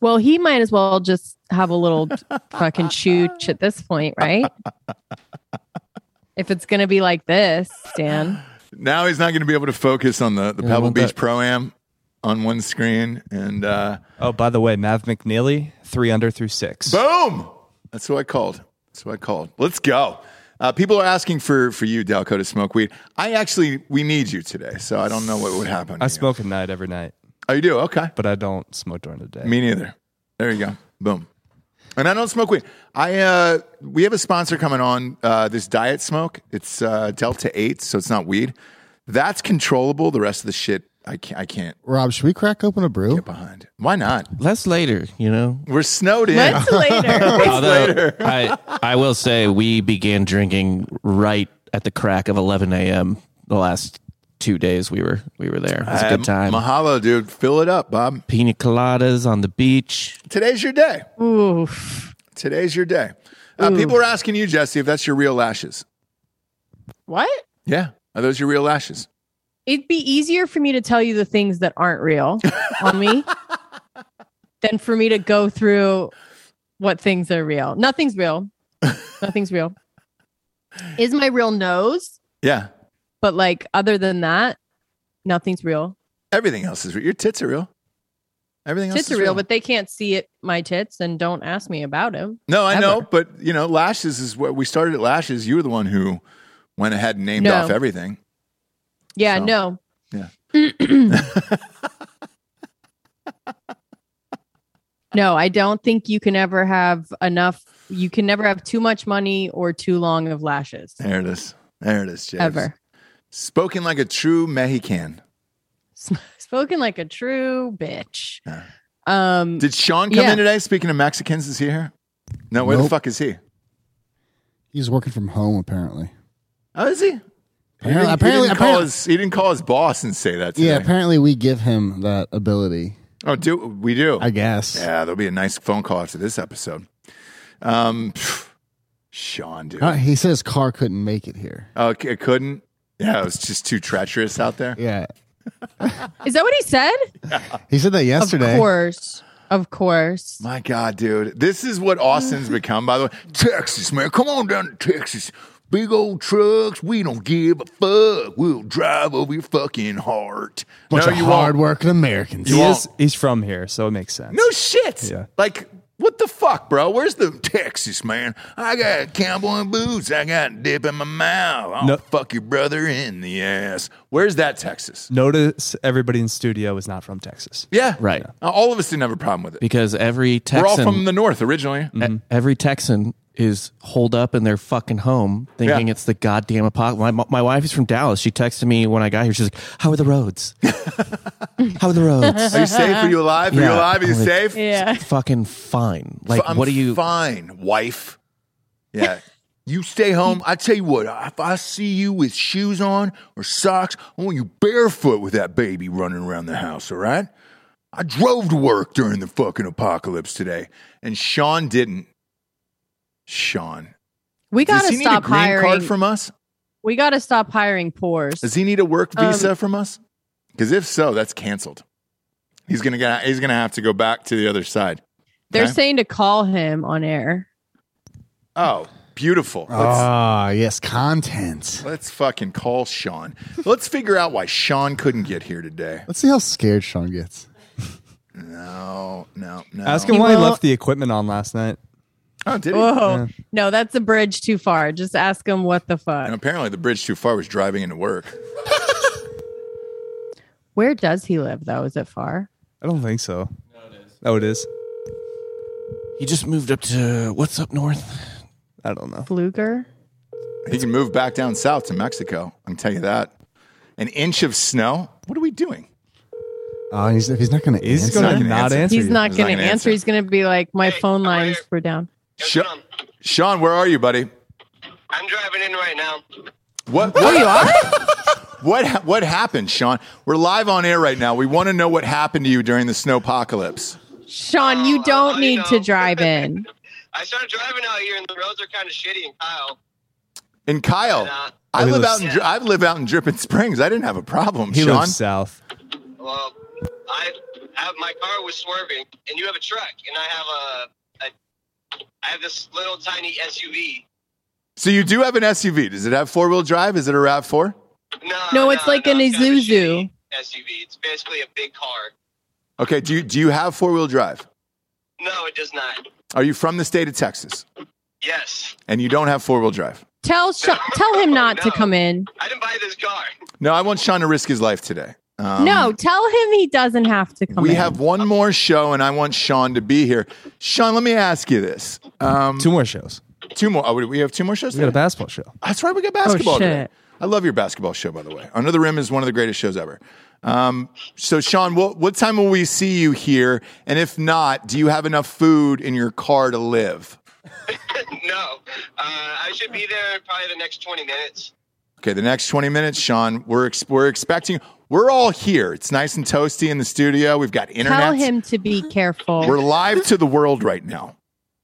[SPEAKER 3] Well, he might as well just have a little fucking chooch at this point, right? if it's gonna be like this, Dan.
[SPEAKER 1] Now he's not going to be able to focus on the the
[SPEAKER 4] I
[SPEAKER 1] Pebble
[SPEAKER 4] want
[SPEAKER 1] Beach
[SPEAKER 4] that.
[SPEAKER 1] Pro Am on one screen, and uh,
[SPEAKER 6] Oh, by the way, Mav McNeely, three under through six.
[SPEAKER 1] boom! That's who I called. That's who I called. Let's go. Uh, people are asking for for you, Delco, to smoke weed. I actually we need you today, so I don't know what would happen. to
[SPEAKER 6] I
[SPEAKER 1] you.
[SPEAKER 6] smoke at night every night,
[SPEAKER 1] Oh, you do? Okay.
[SPEAKER 6] but I don't smoke during the day.
[SPEAKER 1] Me neither. There you go. Boom. And I don't smoke weed. I uh, we have a sponsor coming on uh, this diet smoke. It's uh, Delta Eight, so it's not weed. That's controllable. The rest of the shit, I can't. I can't
[SPEAKER 7] Rob, should we crack open a brew?
[SPEAKER 1] get behind. Why not?
[SPEAKER 4] That's later, you know.
[SPEAKER 1] We're snowed in.
[SPEAKER 3] Let's later.
[SPEAKER 4] Although I, I will say we began drinking right at the crack of 11 a.m. The last two days we were we were there. It was a good
[SPEAKER 1] Uh,
[SPEAKER 4] time.
[SPEAKER 1] Mahalo, dude. Fill it up, Bob.
[SPEAKER 4] Pina coladas on the beach.
[SPEAKER 1] Today's your day.
[SPEAKER 3] Oof.
[SPEAKER 1] Today's your day. Uh, people are asking you, Jesse, if that's your real lashes.
[SPEAKER 3] What?
[SPEAKER 1] Yeah. Are those your real lashes?
[SPEAKER 3] It'd be easier for me to tell you the things that aren't real on me than for me to go through what things are real. Nothing's real. Nothing's real. Is my real nose,
[SPEAKER 1] Yeah.
[SPEAKER 3] but like other than that, nothing's real.
[SPEAKER 1] Everything else is real. Your tits are real. Everything else
[SPEAKER 3] Tits
[SPEAKER 1] is
[SPEAKER 3] are real, but they can't see it. My tits, and don't ask me about them.
[SPEAKER 1] No, I
[SPEAKER 3] Ever.
[SPEAKER 1] know, but you know, lashes is what we started at lashes. You were the one who went ahead and named
[SPEAKER 3] No.
[SPEAKER 1] off everything.
[SPEAKER 3] Yeah,
[SPEAKER 1] So,
[SPEAKER 3] no.
[SPEAKER 1] yeah.
[SPEAKER 3] no, I don't think you can ever have enough. You can never have too much money or too long of lashes
[SPEAKER 1] There it is. There it is, James.
[SPEAKER 3] ever.
[SPEAKER 1] Spoken like a true Mexican.
[SPEAKER 3] spoken like a true bitch.
[SPEAKER 1] Yeah.
[SPEAKER 3] Um,
[SPEAKER 1] Did Sean come
[SPEAKER 3] Yeah.
[SPEAKER 1] in today? Speaking of Mexicans, is he here? No, where the
[SPEAKER 7] Nope.
[SPEAKER 1] fuck is he?
[SPEAKER 7] He's working from home, apparently.
[SPEAKER 1] Oh, is he? He
[SPEAKER 7] Apparently,
[SPEAKER 1] didn't- he
[SPEAKER 7] apparently,
[SPEAKER 1] didn't call
[SPEAKER 7] apparently-
[SPEAKER 1] his, he didn't call his boss and say that. Today.
[SPEAKER 7] yeah. Apparently, we give him that ability.
[SPEAKER 1] Oh, do we do?
[SPEAKER 7] I guess.
[SPEAKER 1] yeah, there'll be a nice phone call after this episode. Um, phew. Sean, dude.
[SPEAKER 7] Uh, he says Carr couldn't make it here.
[SPEAKER 1] Oh, c- couldn't. Yeah, it was just too treacherous out there.
[SPEAKER 7] Yeah,
[SPEAKER 3] is that what he said?
[SPEAKER 7] he said that yesterday.
[SPEAKER 3] Of course, of course.
[SPEAKER 1] My God, dude. This is what Austin's become, by the way. Texas, man. Come on down to Texas. Big old trucks. We don't give a fuck. We'll drive over your fucking heart.
[SPEAKER 7] Bunch
[SPEAKER 1] no,
[SPEAKER 7] of
[SPEAKER 1] you won't.
[SPEAKER 7] hard-working Americans.
[SPEAKER 1] You
[SPEAKER 6] He
[SPEAKER 1] won't.
[SPEAKER 6] is, he's from here, so it makes sense.
[SPEAKER 1] No shit.
[SPEAKER 6] Yeah.
[SPEAKER 1] Like, what the fuck, bro? Where's the Texas, man? I got cowboy boots. I got dip in my mouth. I'll
[SPEAKER 6] No.
[SPEAKER 1] fuck your brother in the ass. Where's that Texas?
[SPEAKER 6] Notice everybody in studio is not from Texas.
[SPEAKER 1] Yeah.
[SPEAKER 4] Right.
[SPEAKER 1] Uh, all of us didn't have a problem with it.
[SPEAKER 4] Because every Texan
[SPEAKER 1] We're all from the north originally.
[SPEAKER 4] E- Every Texan is holed up in their fucking home thinking
[SPEAKER 1] Yeah.
[SPEAKER 4] it's the goddamn apocalypse. My, my wife is from Dallas. She texted me when I got here. She's like, How are the roads? How are the roads?
[SPEAKER 1] Are you safe? Are you alive? Are you
[SPEAKER 4] Yeah.
[SPEAKER 1] alive? Are you
[SPEAKER 4] Like-
[SPEAKER 1] safe?
[SPEAKER 3] Yeah.
[SPEAKER 4] fucking fine. Like,
[SPEAKER 1] F- I'm
[SPEAKER 4] what do you.
[SPEAKER 1] fine, wife? Yeah. you stay home. I tell you what, if I see you with shoes on or socks, I want you barefoot with that baby running around the house, all right? I drove to work during the fucking apocalypse today, and Sean didn't. Sean.
[SPEAKER 3] We
[SPEAKER 1] Does
[SPEAKER 3] gotta
[SPEAKER 1] he need a
[SPEAKER 3] stop
[SPEAKER 1] green
[SPEAKER 3] hiring.
[SPEAKER 1] card from us?
[SPEAKER 3] we gotta stop hiring pores.
[SPEAKER 1] Does he need a work
[SPEAKER 3] Um,
[SPEAKER 1] visa from us? Because if so, that's canceled. He's gonna get, he's gonna have to go back to the other side.
[SPEAKER 3] They're
[SPEAKER 1] Okay?
[SPEAKER 3] saying to call him on air.
[SPEAKER 1] oh, beautiful.
[SPEAKER 4] Oh,
[SPEAKER 1] Let's-
[SPEAKER 7] Ah, yes, content.
[SPEAKER 1] Let's fucking call Sean. Let's figure out why Sean couldn't get here today.
[SPEAKER 7] Let's see how scared Sean gets.
[SPEAKER 1] No, no, no.
[SPEAKER 6] Ask him
[SPEAKER 3] He
[SPEAKER 6] why
[SPEAKER 3] will-
[SPEAKER 6] he left the equipment on last night.
[SPEAKER 1] Oh, did he?
[SPEAKER 3] Whoa, no, that's a bridge too far. Just ask him what the
[SPEAKER 1] And
[SPEAKER 3] fuck.
[SPEAKER 1] apparently, the bridge too far was driving into work.
[SPEAKER 3] Where does he live though? Is it far?
[SPEAKER 6] I don't think so. No, it is.
[SPEAKER 4] He just moved up to what's up north?
[SPEAKER 6] I don't know.
[SPEAKER 3] Pfluger?
[SPEAKER 1] He can move back down south to Mexico. I can tell you that. An inch of snow. What are we doing?
[SPEAKER 7] Oh, he's, if he's not going to
[SPEAKER 6] He's
[SPEAKER 7] answer.
[SPEAKER 1] not
[SPEAKER 6] going
[SPEAKER 1] gonna
[SPEAKER 6] to not
[SPEAKER 1] answer.
[SPEAKER 6] answer.
[SPEAKER 3] He's
[SPEAKER 6] you.
[SPEAKER 3] not
[SPEAKER 1] He's not
[SPEAKER 3] gonna
[SPEAKER 1] gonna
[SPEAKER 3] answer.
[SPEAKER 1] answer.
[SPEAKER 3] He's gonna be like, my phone
[SPEAKER 8] how are
[SPEAKER 3] lines
[SPEAKER 8] you?
[SPEAKER 3] were down.
[SPEAKER 1] Sha- Sean, where are you, buddy?
[SPEAKER 8] I'm driving in right now.
[SPEAKER 1] What? What, what? What happened, Sean? We're live on air right now. We want to know what happened to you during the snowpocalypse.
[SPEAKER 3] Sean, you
[SPEAKER 8] Oh,
[SPEAKER 3] don't
[SPEAKER 8] I
[SPEAKER 3] need
[SPEAKER 8] know.
[SPEAKER 3] to drive in.
[SPEAKER 8] I started driving out here, and the roads are kind of shitty in Kyle.
[SPEAKER 1] And Kyle,
[SPEAKER 8] And, uh,
[SPEAKER 1] I
[SPEAKER 6] Oh, he
[SPEAKER 1] live
[SPEAKER 6] lives-
[SPEAKER 1] out in Dri- I live out in Dripping Springs. I didn't have a problem,
[SPEAKER 6] He
[SPEAKER 1] Sean.
[SPEAKER 6] lives south.
[SPEAKER 8] well, I have my car was swerving, and you have a truck, and I have a, a I have this little tiny SUV.
[SPEAKER 1] So you do have an SUV. Does it have four wheel drive? Is it a Rav Four?
[SPEAKER 8] No,
[SPEAKER 3] No, it's like an
[SPEAKER 8] it's kind of a
[SPEAKER 3] Isuzu.
[SPEAKER 8] shitty SUV. It's basically a big car.
[SPEAKER 1] Okay. Do you do you have four wheel drive?
[SPEAKER 8] No, it does not.
[SPEAKER 1] Are you from the state of Texas
[SPEAKER 8] Yes,
[SPEAKER 1] and you don't have four wheel drive?
[SPEAKER 3] Tell Sean, tell him not to
[SPEAKER 8] No.
[SPEAKER 3] come in.
[SPEAKER 8] I didn't buy this car.
[SPEAKER 1] No, I want Sean to risk his life today. Um,
[SPEAKER 3] no, tell him he doesn't have to come
[SPEAKER 1] We
[SPEAKER 3] in.
[SPEAKER 1] have one more show, and I want Sean to be here. Sean, let me ask you this: um,
[SPEAKER 6] Two more shows.
[SPEAKER 1] two more. Oh, we have two more shows.
[SPEAKER 6] We got a Oh,
[SPEAKER 1] today?
[SPEAKER 6] basketball show.
[SPEAKER 1] That's right. We got basketball.
[SPEAKER 3] shit.
[SPEAKER 1] today. I love your basketball show, by the way. Under the Rim is one of the greatest shows ever. Um, so, Sean, what, what time will we see you here? And if not, do you have enough food in your car to live?
[SPEAKER 8] no, uh, I should be there in probably the next twenty minutes.
[SPEAKER 1] Okay, the next 20 minutes, Sean, we're, ex- we're expecting, we're all here. It's nice and toasty in the studio. We've got internet.
[SPEAKER 3] tell him to be careful.
[SPEAKER 1] We're live to the world right now.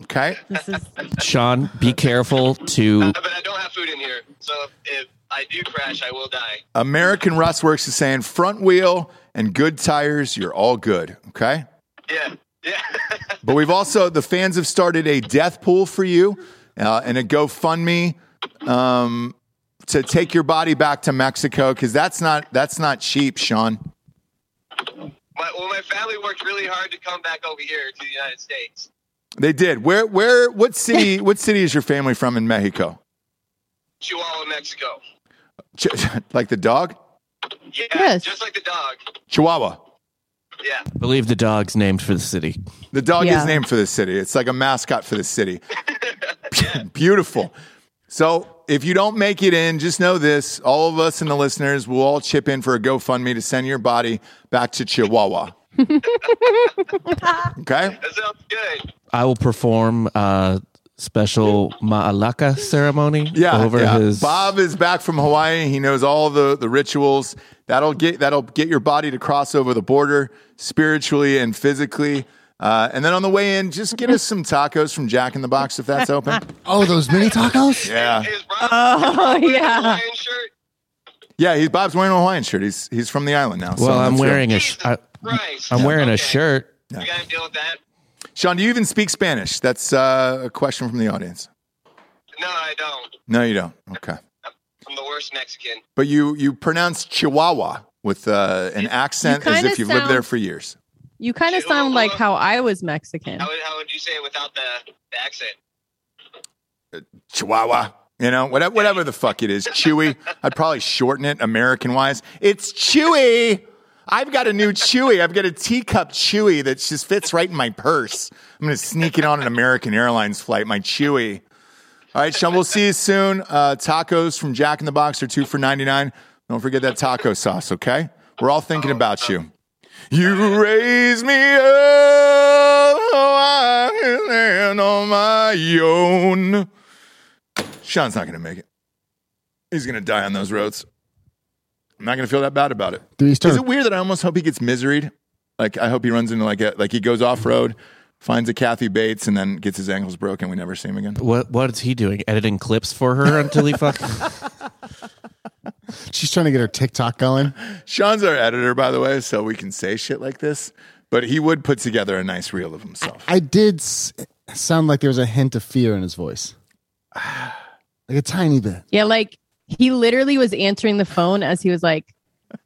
[SPEAKER 1] Okay?
[SPEAKER 3] this is
[SPEAKER 4] Sean, be careful to.
[SPEAKER 8] Uh, but I don't have food in here, so if I do crash, I will die.
[SPEAKER 1] American Rust Works is saying front wheel and good tires, you're all good. Okay?
[SPEAKER 8] Yeah, yeah.
[SPEAKER 1] But we've also the fans have started a death pool for you uh, and a GoFundMe um, to take your body back to Mexico because that's not that's not cheap, Sean.
[SPEAKER 8] My, well, my family worked really hard to come back over here to the United States.
[SPEAKER 1] They did. Where where what city what city is your family from in Mexico?
[SPEAKER 8] Chihuahua, Mexico.
[SPEAKER 1] Ch- like the dog,
[SPEAKER 8] Yeah,
[SPEAKER 3] Yes.
[SPEAKER 8] just like the dog.
[SPEAKER 1] Chihuahua.
[SPEAKER 8] Yeah.
[SPEAKER 4] believe the dog's named for the city.
[SPEAKER 1] The dog
[SPEAKER 3] Yeah.
[SPEAKER 1] is named for the city. It's like a mascot for the city. Beautiful. So if you don't make it in, just know this: all of us and the listeners will all chip in for a GoFundMe to send your body back to Chihuahua. okay.
[SPEAKER 8] That sounds good.
[SPEAKER 4] I will perform a special Ma'alaka ceremony
[SPEAKER 1] Yeah.
[SPEAKER 4] over
[SPEAKER 1] yeah.
[SPEAKER 4] his.
[SPEAKER 1] Bob is back from Hawaii. He knows all the the rituals. That'll get that'll get your body to cross over the border spiritually and physically. Uh, and then on the way in, just get us some tacos from Jack in the Box if that's open.
[SPEAKER 7] Oh, those mini tacos?
[SPEAKER 1] Yeah.
[SPEAKER 8] Is Brian oh,
[SPEAKER 3] yeah.
[SPEAKER 8] shirt?
[SPEAKER 1] Yeah, he's Bob's wearing a Hawaiian shirt. He's he's from the island now. so
[SPEAKER 4] Well, I'm
[SPEAKER 1] that's good.
[SPEAKER 4] wearing a. Sh-
[SPEAKER 8] Jesus
[SPEAKER 4] I,
[SPEAKER 8] Christ.
[SPEAKER 4] I'm wearing
[SPEAKER 8] Okay.
[SPEAKER 4] a shirt.
[SPEAKER 8] You got to deal with that?
[SPEAKER 1] Sean, do you even speak Spanish? That's uh, a question from the audience.
[SPEAKER 8] No, I don't.
[SPEAKER 1] No, you don't. Okay,
[SPEAKER 8] I'm the worst Mexican.
[SPEAKER 1] but you you pronounce Chihuahua with uh, an accent as
[SPEAKER 3] kinda
[SPEAKER 1] if you've lived
[SPEAKER 3] sound-
[SPEAKER 1] there for years.
[SPEAKER 3] you kind of sound like how I was Mexican.
[SPEAKER 8] How would, how would you say it without the, the accent?
[SPEAKER 1] Chihuahua. You know, whatever, whatever the fuck it is, Chewy. I'd probably shorten it American wise. It's Chewy. I've got a new Chewy. I've got a teacup Chewy that just fits right in my purse. I'm going to sneak it on an American Airlines flight, my Chewy. All right, Sean, we'll see you soon. Uh, tacos from Jack in the Box are two for 99. Don't forget that taco sauce, okay? We're all thinking about you. You raise me up oh, I stand on my own. Sean's not going to make it. He's going to die on those roads. I'm not going to feel that bad about it.
[SPEAKER 7] Do we
[SPEAKER 1] Is
[SPEAKER 7] start?
[SPEAKER 1] it weird that I almost hope he gets miseried? Like I hope he runs into like a like he goes off road, finds a Kathy Bates, and then gets his ankles broken. We never see him again.
[SPEAKER 4] What What is he doing? Editing clips for her until he fuck.
[SPEAKER 7] She's trying to get her TikTok going.
[SPEAKER 1] Sean's our editor, by the way, so we can say shit like this. But he would put together a nice reel of himself.
[SPEAKER 7] I did s- sound like there was a hint of fear in his voice, like a tiny bit.
[SPEAKER 3] Yeah, like he literally was answering the phone as he was like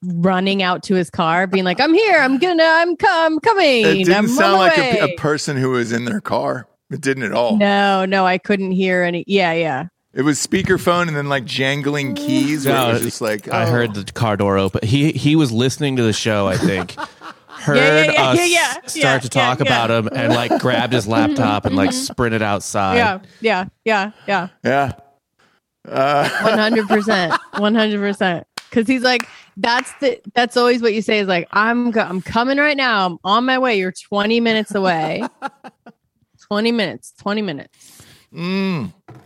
[SPEAKER 3] running out to his car, being like, "I'm here, I'm gonna, I'm, co- I'm coming."
[SPEAKER 1] It
[SPEAKER 3] I'm
[SPEAKER 1] didn't sound
[SPEAKER 3] on my
[SPEAKER 1] like a,
[SPEAKER 3] way."
[SPEAKER 1] a person who was in their car. It didn't at all.
[SPEAKER 3] No, no, I couldn't hear any. Yeah, yeah.
[SPEAKER 1] It was speakerphone and then like jangling keys. Where it was just like
[SPEAKER 4] I
[SPEAKER 1] oh.
[SPEAKER 4] heard the car door open. He He was listening to the show. I think. Heard
[SPEAKER 3] yeah, yeah,
[SPEAKER 4] us
[SPEAKER 3] yeah, yeah,
[SPEAKER 4] start
[SPEAKER 3] yeah,
[SPEAKER 4] to talk
[SPEAKER 3] yeah, yeah. Mm-hmm.
[SPEAKER 4] about him and like grabbed his laptop and like sprinted outside.
[SPEAKER 3] Yeah, yeah, yeah, yeah.
[SPEAKER 1] Yeah. Uh,
[SPEAKER 3] One hundred percent, one hundred percent. Because he's like, that's the, that's always what you say is like, I'm, go- I'm coming right now. I'm on my way. You're twenty minutes away. twenty minutes. Twenty minutes.
[SPEAKER 1] Mm. God,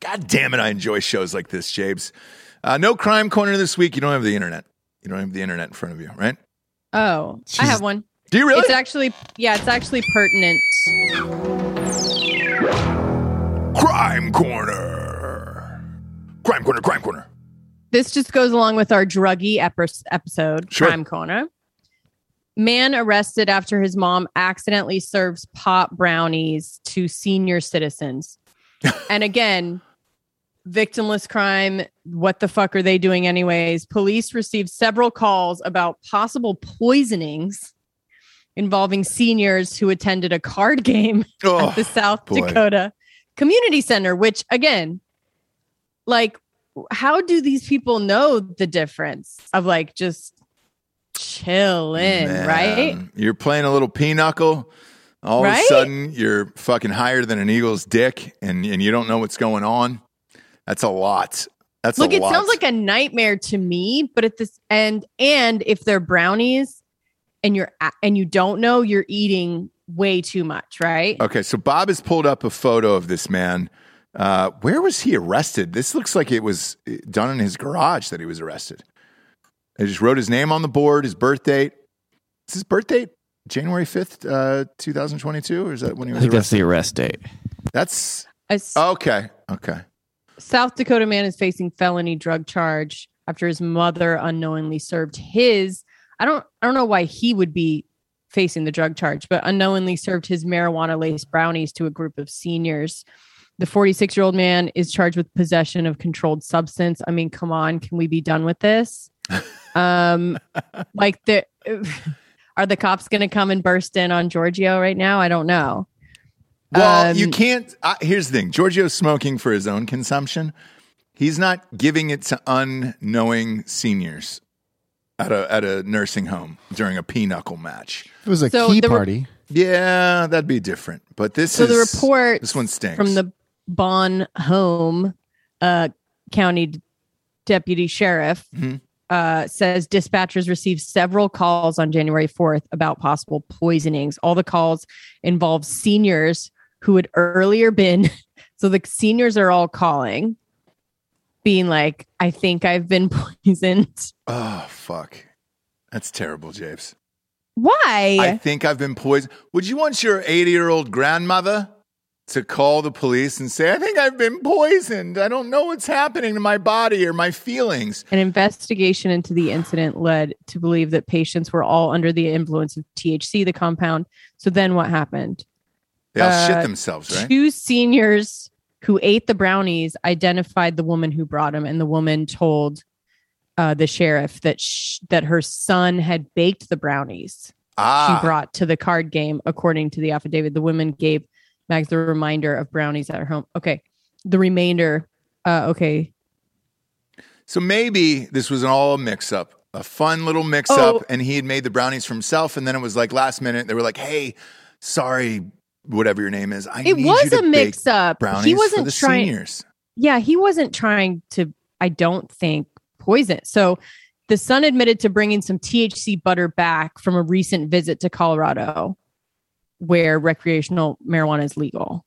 [SPEAKER 1] God damn it, I enjoy shows like this, Jabes. Uh, no crime corner this week. You don't have the internet. You don't have the internet in front of you, right?
[SPEAKER 3] Oh, I have one.
[SPEAKER 1] Do you really?
[SPEAKER 3] It's actually yeah, it's actually pertinent.
[SPEAKER 1] crime corner. Crime corner, crime corner.
[SPEAKER 3] This just goes along with our druggy epi- episode,
[SPEAKER 1] Sure.
[SPEAKER 3] crime corner. Man arrested after his mom accidentally serves pot brownies to senior citizens. and again, victimless crime. What the fuck are they doing, anyways? Police received several calls about possible poisonings involving seniors who attended a card game
[SPEAKER 1] Oh,
[SPEAKER 3] at the South
[SPEAKER 1] boy.
[SPEAKER 3] Dakota Community Center, which again, like, how do these people know the difference of like just chilling,
[SPEAKER 1] man.
[SPEAKER 3] right?
[SPEAKER 1] You're playing a little pinochle. All of a
[SPEAKER 3] Right?
[SPEAKER 1] sudden, you're fucking higher than an eagle's dick, and, and you don't know what's going on. That's a lot. That's
[SPEAKER 3] Look,
[SPEAKER 1] a
[SPEAKER 3] it
[SPEAKER 1] lot.
[SPEAKER 3] sounds like a nightmare to me, but at this end, and if they're brownies and you're a- and you don't know, you're eating way too much, right?
[SPEAKER 1] Okay, so Bob has pulled up a photo of this man. Uh, where was he arrested? This looks like it was uh, done in his garage that he was arrested. They just wrote his name on the board, his birth date. Is his birth date January 5th, uh, 2022? Or is that when he
[SPEAKER 4] I
[SPEAKER 1] was
[SPEAKER 4] think that's
[SPEAKER 1] arrested?
[SPEAKER 4] the arrest date.
[SPEAKER 1] That's,
[SPEAKER 3] A s-
[SPEAKER 1] okay. Okay.
[SPEAKER 3] South Dakota man is facing felony drug charge after his mother unknowingly served his. I don't I don't know why he would be facing the drug charge, but unknowingly served his marijuana laced brownies to a group of seniors. The 46 year old man is charged with possession of controlled substance. I mean, come on, can we be done with this? um, like the are the cops going to come and burst in on Giorgio right now? I don't know.
[SPEAKER 1] Well,
[SPEAKER 3] Um,
[SPEAKER 1] you can't. I here's the thing Giorgio's smoking for his own consumption. He's not giving it to unknowing seniors at a, at a nursing home during a pinochle match.
[SPEAKER 7] If it was a
[SPEAKER 3] So
[SPEAKER 7] key
[SPEAKER 3] the re-
[SPEAKER 7] party.
[SPEAKER 1] Yeah, that'd be different. But this
[SPEAKER 3] So
[SPEAKER 1] is
[SPEAKER 3] the report
[SPEAKER 1] This one stinks.
[SPEAKER 3] from the Bon Home uh, County d- Deputy Sheriff
[SPEAKER 1] Mhm.
[SPEAKER 3] uh, says dispatchers received several calls on January 4th about possible poisonings. All the calls involved seniors who had earlier been. So the seniors are all calling, being like, I think I've been poisoned.
[SPEAKER 1] oh fuck, that's terrible, Japes.
[SPEAKER 3] Why?
[SPEAKER 1] I think I've been poisoned. Would you want your eighty-year-old grandmother to call the police and say, "I think I've been poisoned. I don't know what's happening to my body or my feelings"?
[SPEAKER 3] An investigation into the incident led to believe that patients were all under the influence of THC, the compound. So then what happened?
[SPEAKER 1] They all
[SPEAKER 3] Uh,
[SPEAKER 1] shit themselves, right?
[SPEAKER 3] Two seniors who ate the brownies identified the woman who brought them, and the woman told uh, the sheriff that sh- that her son had baked the brownies
[SPEAKER 1] ah,
[SPEAKER 3] she brought to the card game. According to the affidavit, the woman gave Max the reminder of brownies at her home. Okay, the remainder. Uh, okay,
[SPEAKER 1] so maybe this was an all mix-up. A fun little mix
[SPEAKER 3] Oh.
[SPEAKER 1] up, and he had made the brownies for himself. And then it was like last minute, they were like, Hey, sorry, whatever your name is. I
[SPEAKER 3] it
[SPEAKER 1] need you
[SPEAKER 3] was
[SPEAKER 1] to
[SPEAKER 3] a
[SPEAKER 1] bake
[SPEAKER 3] mix up.
[SPEAKER 1] brownies
[SPEAKER 3] He
[SPEAKER 1] for
[SPEAKER 3] wasn't
[SPEAKER 1] the
[SPEAKER 3] trying.
[SPEAKER 1] seniors.
[SPEAKER 3] Yeah, he wasn't trying to. I don't think poison. So the son admitted to bringing some THC butter back from a recent visit to Colorado, where recreational marijuana is legal,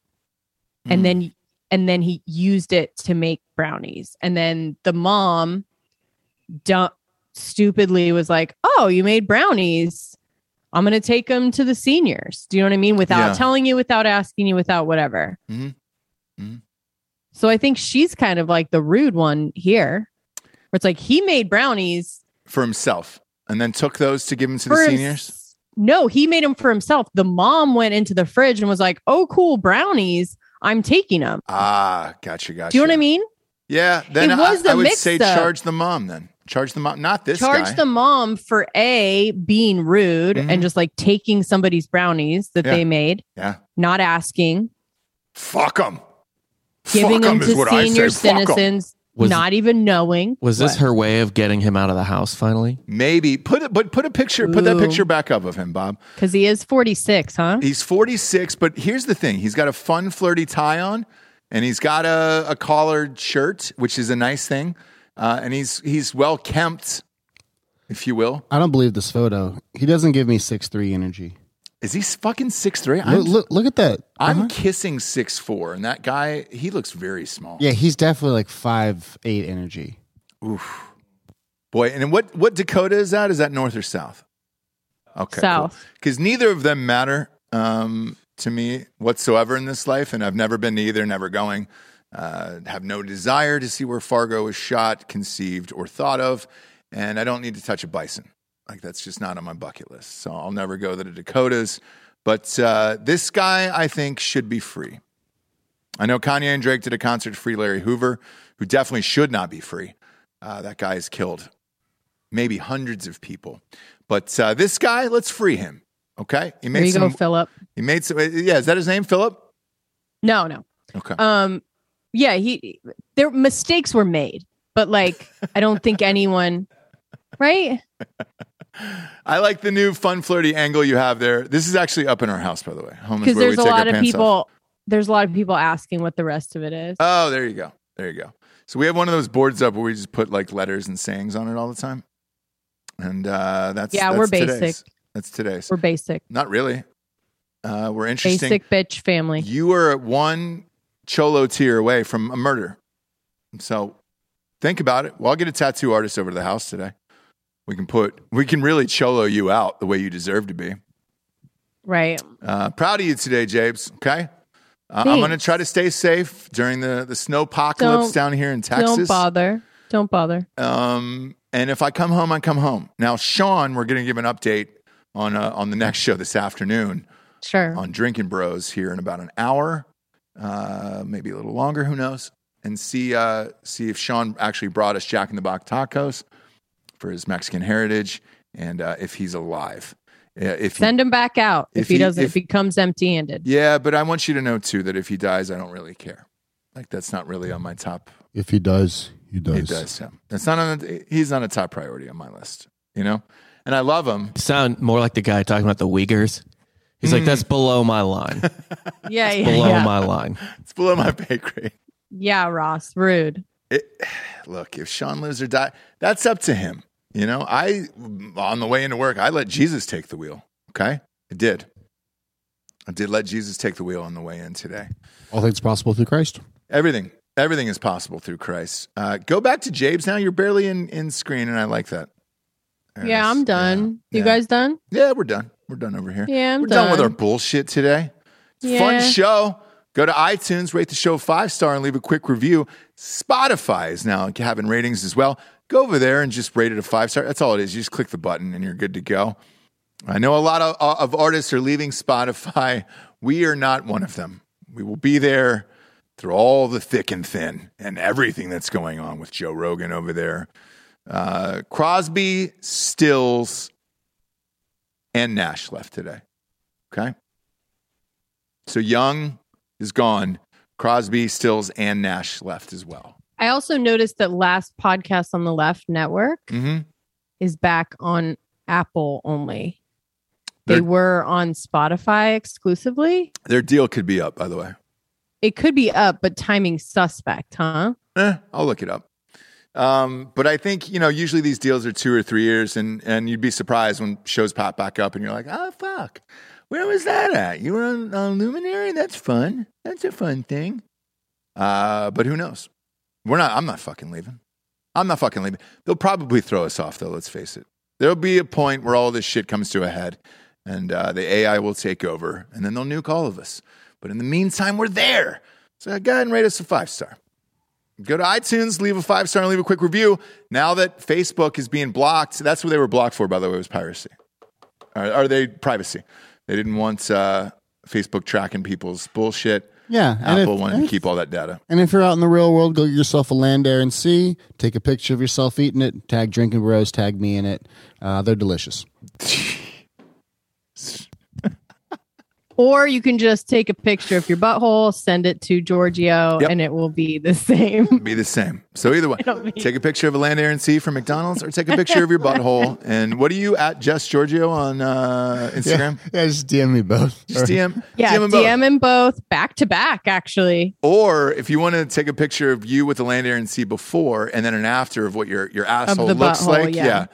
[SPEAKER 1] Mm.
[SPEAKER 3] and then and then he used it to make brownies, and then the mom, dumb, stupidly was like, "Oh, you made brownies." I'm going to take them to the seniors. Do you know what I mean? Without
[SPEAKER 1] Yeah.
[SPEAKER 3] telling you, without asking you, without whatever.
[SPEAKER 1] Mhm. Mhm.
[SPEAKER 3] So I think she's kind of like the rude one here, where it's like he made brownies
[SPEAKER 1] for himself and then took those to give them to
[SPEAKER 3] for
[SPEAKER 1] the
[SPEAKER 3] hims-
[SPEAKER 1] seniors.
[SPEAKER 3] No, he made them for himself. The mom went into the fridge and was like, "Oh, cool brownies. I'm taking them."
[SPEAKER 1] Ah, gotcha, gotcha.
[SPEAKER 3] Do you know what I mean?
[SPEAKER 1] Yeah, then
[SPEAKER 3] It
[SPEAKER 1] I,
[SPEAKER 3] was the
[SPEAKER 1] I would
[SPEAKER 3] mix
[SPEAKER 1] say
[SPEAKER 3] up.
[SPEAKER 1] charge the mom then. Charge the mom, not this
[SPEAKER 3] Charge
[SPEAKER 1] guy.
[SPEAKER 3] the mom for a being rude
[SPEAKER 1] Mhm.
[SPEAKER 3] and just like taking somebody's brownies that
[SPEAKER 1] Yeah.
[SPEAKER 3] they made,
[SPEAKER 1] Yeah.
[SPEAKER 3] not asking,
[SPEAKER 1] Fuck them.
[SPEAKER 3] giving
[SPEAKER 1] Fuck
[SPEAKER 3] them
[SPEAKER 1] 'em is
[SPEAKER 3] to
[SPEAKER 1] what I
[SPEAKER 3] senior
[SPEAKER 1] say. Fuck 'em.
[SPEAKER 3] citizens,
[SPEAKER 4] Was-
[SPEAKER 3] not even knowing.
[SPEAKER 4] Was this
[SPEAKER 3] What?
[SPEAKER 4] her way of getting him out of the house finally?
[SPEAKER 1] Maybe put it, but put a picture, put that
[SPEAKER 3] Ooh.
[SPEAKER 1] picture back up of him, Bob.
[SPEAKER 3] Because he is 46, huh?
[SPEAKER 1] He's 46, but here's the thing: he's got a fun, flirty tie on, and he's got a, a collared shirt, which is a nice thing, uh, and he's he's well kempt, if you will.
[SPEAKER 7] I don't believe this photo. He doesn't give me six three energy.
[SPEAKER 1] Is he fucking six three? I'm,
[SPEAKER 7] Look, look, look at that.
[SPEAKER 1] I'm
[SPEAKER 7] Uh-huh.
[SPEAKER 1] kissing six four, and that guy he looks very small.
[SPEAKER 7] Yeah, he's definitely like five eight energy.
[SPEAKER 1] Boy, and what what Dakota is that? Is that north or south? Okay,
[SPEAKER 3] South.
[SPEAKER 1] Because neither of them matter um, to me whatsoever in this life, and I've never been to either, never going. Uh, have no desire to see where Fargo was shot, conceived, or thought of, and I don't need to touch a bison. Like that's just not on my bucket list. So I'll never go to the Dakotas. But uh, this guy, I think, should be free. I know Kanye and Drake did a concert to free Larry Hoover, who definitely should not be free. Uh, that guy has killed maybe hundreds of people. But uh, this guy, let's free him. Okay, he
[SPEAKER 3] There
[SPEAKER 1] made
[SPEAKER 3] you go,
[SPEAKER 1] some.
[SPEAKER 3] Philip.
[SPEAKER 1] he made some. Yeah, is that his name, Philip?
[SPEAKER 3] No, no.
[SPEAKER 1] Okay.
[SPEAKER 3] Um, yeah, he there mistakes were made, but like I don't think anyone, right?
[SPEAKER 1] I like the new fun flirty angle you have there. This is actually up in our house, by the way. Home is
[SPEAKER 3] Because
[SPEAKER 1] where we
[SPEAKER 3] there's
[SPEAKER 1] take
[SPEAKER 3] a lot
[SPEAKER 1] our
[SPEAKER 3] of
[SPEAKER 1] pants
[SPEAKER 3] people.
[SPEAKER 1] off.
[SPEAKER 3] There's a lot of people asking what the rest of it is.
[SPEAKER 1] Oh, there you go. There you go. So we have one of those boards up where we just put like letters and sayings on it all the time, and uh, that's
[SPEAKER 3] Yeah,
[SPEAKER 1] that's
[SPEAKER 3] we're
[SPEAKER 1] today's.
[SPEAKER 3] basic.
[SPEAKER 1] That's today's.
[SPEAKER 3] We're basic,
[SPEAKER 1] Not really. Uh, we're interesting.
[SPEAKER 3] basic bitch family.
[SPEAKER 1] You were one cholo tier away from a murder. So think about it. Well, I'll get a tattoo artist over to the house today. We can put, we can really cholo you out the way you deserve to be.
[SPEAKER 3] Right.
[SPEAKER 1] Uh, proud of you today, Jabes. Okay. Uh, I'm going to try to stay safe during the, the snow apocalypse
[SPEAKER 3] Don't-
[SPEAKER 1] down here in Texas.
[SPEAKER 3] Don't bother. Don't bother.
[SPEAKER 1] Um, and if I come home, I come home. Now, Sean, we're going to give an update on, uh, on the next show this afternoon
[SPEAKER 3] Sure.
[SPEAKER 1] on Drinking Bros here in about an hour, uh, maybe a little longer. Who knows? And see uh, see if Sean actually brought us Jack in the Box tacos for his Mexican heritage, and uh, if he's alive. Uh, if he-
[SPEAKER 3] Send him back out if,
[SPEAKER 1] If
[SPEAKER 3] he
[SPEAKER 1] he-
[SPEAKER 3] doesn't.
[SPEAKER 1] if-
[SPEAKER 3] If, he comes empty-handed,
[SPEAKER 1] yeah, but I want you to know too that if he dies, I don't really care. Like that's not really on my top.
[SPEAKER 7] If he does, he does.
[SPEAKER 1] He does. Yeah. That's not on. The, he's not a top priority on my list. You know. And I love him.
[SPEAKER 4] sound more like the guy talking about the Uyghurs. He's like, that's below my line.
[SPEAKER 3] Hmm. yeah, yeah,
[SPEAKER 4] Below
[SPEAKER 3] yeah.
[SPEAKER 4] my line.
[SPEAKER 1] It's below my pay grade.
[SPEAKER 3] yeah, Ross, rude.
[SPEAKER 1] it, look, if Sean lives or dies, that's up to him. You know, I on the way into work, I let Jesus take the wheel. Okay, I did. I did let Jesus take the wheel on the way in today.
[SPEAKER 7] All things possible through Christ.
[SPEAKER 1] Everything, everything is possible through Christ. Uh, go back to Jabe's now. You're barely in in screen, and I like that. There it
[SPEAKER 3] Yeah,
[SPEAKER 1] is.
[SPEAKER 3] I'm done.
[SPEAKER 1] Yeah.
[SPEAKER 3] You guys done?
[SPEAKER 1] Yeah, we're done. We're done over here.
[SPEAKER 3] Yeah, I'm
[SPEAKER 1] we're done. with our
[SPEAKER 3] done.
[SPEAKER 1] bullshit today. It's a
[SPEAKER 3] Yeah.
[SPEAKER 1] Fun show. Go to iTunes, rate the show five star, and leave a quick review. Spotify is now having ratings as well. Go over there and just rate it a five star. That's all it is. You just click the button and you're good to go. I know a lot of, uh, of artists are leaving Spotify. We are not one of them. We will be there through all the thick and thin and everything that's going on with Joe Rogan over there. Uh, Crosby, Stills, and Nash left today. Okay. So Young is gone. Crosby, Stills, and Nash left as well.
[SPEAKER 3] I also noticed that last podcast on the left network
[SPEAKER 1] Mm-hmm.
[SPEAKER 3] is back on Apple only. They
[SPEAKER 1] They're-
[SPEAKER 3] were on Spotify exclusively.
[SPEAKER 1] Their deal could be up, by the way.
[SPEAKER 3] It could be up, but timing suspect, huh?
[SPEAKER 1] Eh, I'll look it up. Um, but I think you know, usually these deals are two or three years, and and you'd be surprised when shows pop back up, and you're like, oh fuck, where was that at? You were on, on Luminary. That's fun. That's a fun thing. Uh, but who knows? We're not. I'm not fucking leaving. I'm not fucking leaving. They'll probably throw us off, though. Let's face it. There'll be a point where all this shit comes to a head, and uh, the AI will take over, and then they'll nuke all of us. But in the meantime, we're there. So go ahead and rate us a five star go to iTunes, leave a five star, and leave a quick review. Now that Facebook is being blocked, that's what they were blocked for, by the way, was piracy. Or, or they privacy. They didn't want uh, Facebook tracking people's bullshit.
[SPEAKER 7] Yeah, and
[SPEAKER 1] Apple
[SPEAKER 7] if-
[SPEAKER 1] wanted to keep all that data.
[SPEAKER 7] And if you're out in the real world, go get yourself a land, air, and sea. Take a picture of yourself eating it. Tag drinking bros. Tag me in it. Uh, they're delicious.
[SPEAKER 3] Or you can just take a picture of your butthole, send it to Giorgio,
[SPEAKER 1] Yep.
[SPEAKER 3] and it will be the same.
[SPEAKER 1] Be the same. So either way, take a picture of a land, air, and sea from McDonald's, or take a picture of your butthole. And what are you at, Just Giorgio on uh, Instagram?
[SPEAKER 7] yeah, just DM me both.
[SPEAKER 1] Just DM,
[SPEAKER 3] Yeah,
[SPEAKER 1] DM, them both.
[SPEAKER 3] DM them both back to back, actually.
[SPEAKER 1] Or if you want to take a picture of you with the land, air, and sea before and then an after of what your, your asshole
[SPEAKER 3] the
[SPEAKER 1] looks
[SPEAKER 3] butthole,
[SPEAKER 1] like,
[SPEAKER 3] yeah.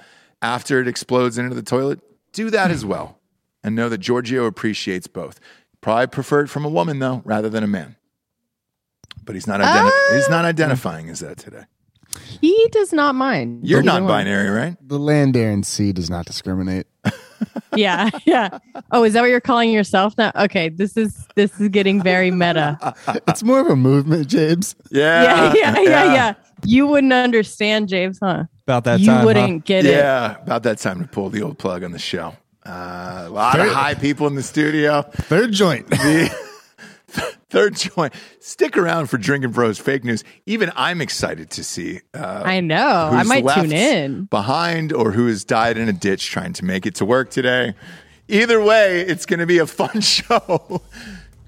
[SPEAKER 1] after it explodes into the toilet, do that as well. and know that Giorgio appreciates both. Probably prefer it from a woman though, rather than a man. But he's not identi- he's
[SPEAKER 3] Ah.
[SPEAKER 1] not identifying as that today.
[SPEAKER 3] He does not mind.
[SPEAKER 1] You're
[SPEAKER 3] either one.
[SPEAKER 1] non-binary, right?
[SPEAKER 7] The land, air, and sea does not discriminate.
[SPEAKER 3] Yeah, yeah. Oh, is that what you're calling yourself now? Okay, this is this is getting very meta.
[SPEAKER 7] it's more of a movement, James.
[SPEAKER 3] yeah, yeah, yeah, yeah. You wouldn't understand, James, huh?
[SPEAKER 6] About that
[SPEAKER 3] you
[SPEAKER 6] time. huh?
[SPEAKER 3] wouldn't get it.
[SPEAKER 1] Yeah, about that time to pull the old plug on the show. Uh, a lot of high people in the studio.
[SPEAKER 7] Third joint.
[SPEAKER 1] The third joint. Stick around for Drinking Bros fake news. Even I'm excited to see uh,
[SPEAKER 3] I know. I
[SPEAKER 1] who's
[SPEAKER 3] might
[SPEAKER 1] left
[SPEAKER 3] tune in.
[SPEAKER 1] behind or who has died in a ditch trying to make it to work today. Either way, it's going to be a fun show.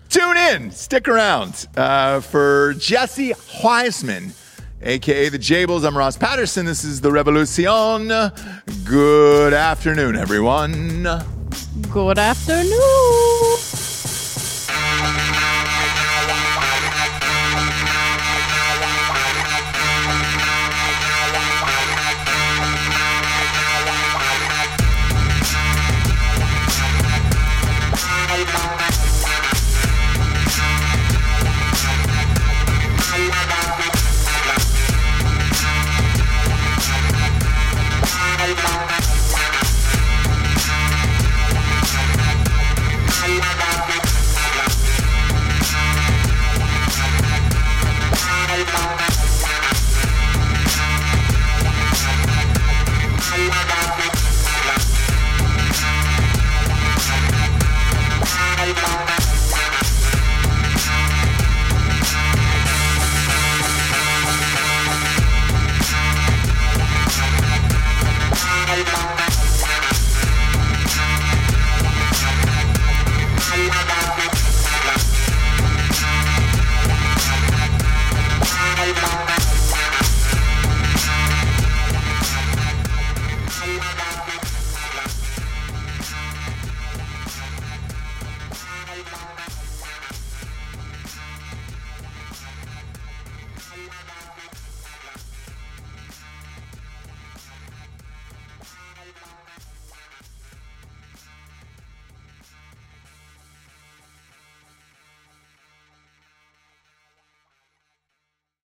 [SPEAKER 1] Tune in, stick around uh, for Jesse Wiseman, aka the Jables. I'm Ross Patterson. This is the Revolucion. Good afternoon, everyone.
[SPEAKER 3] Good afternoon.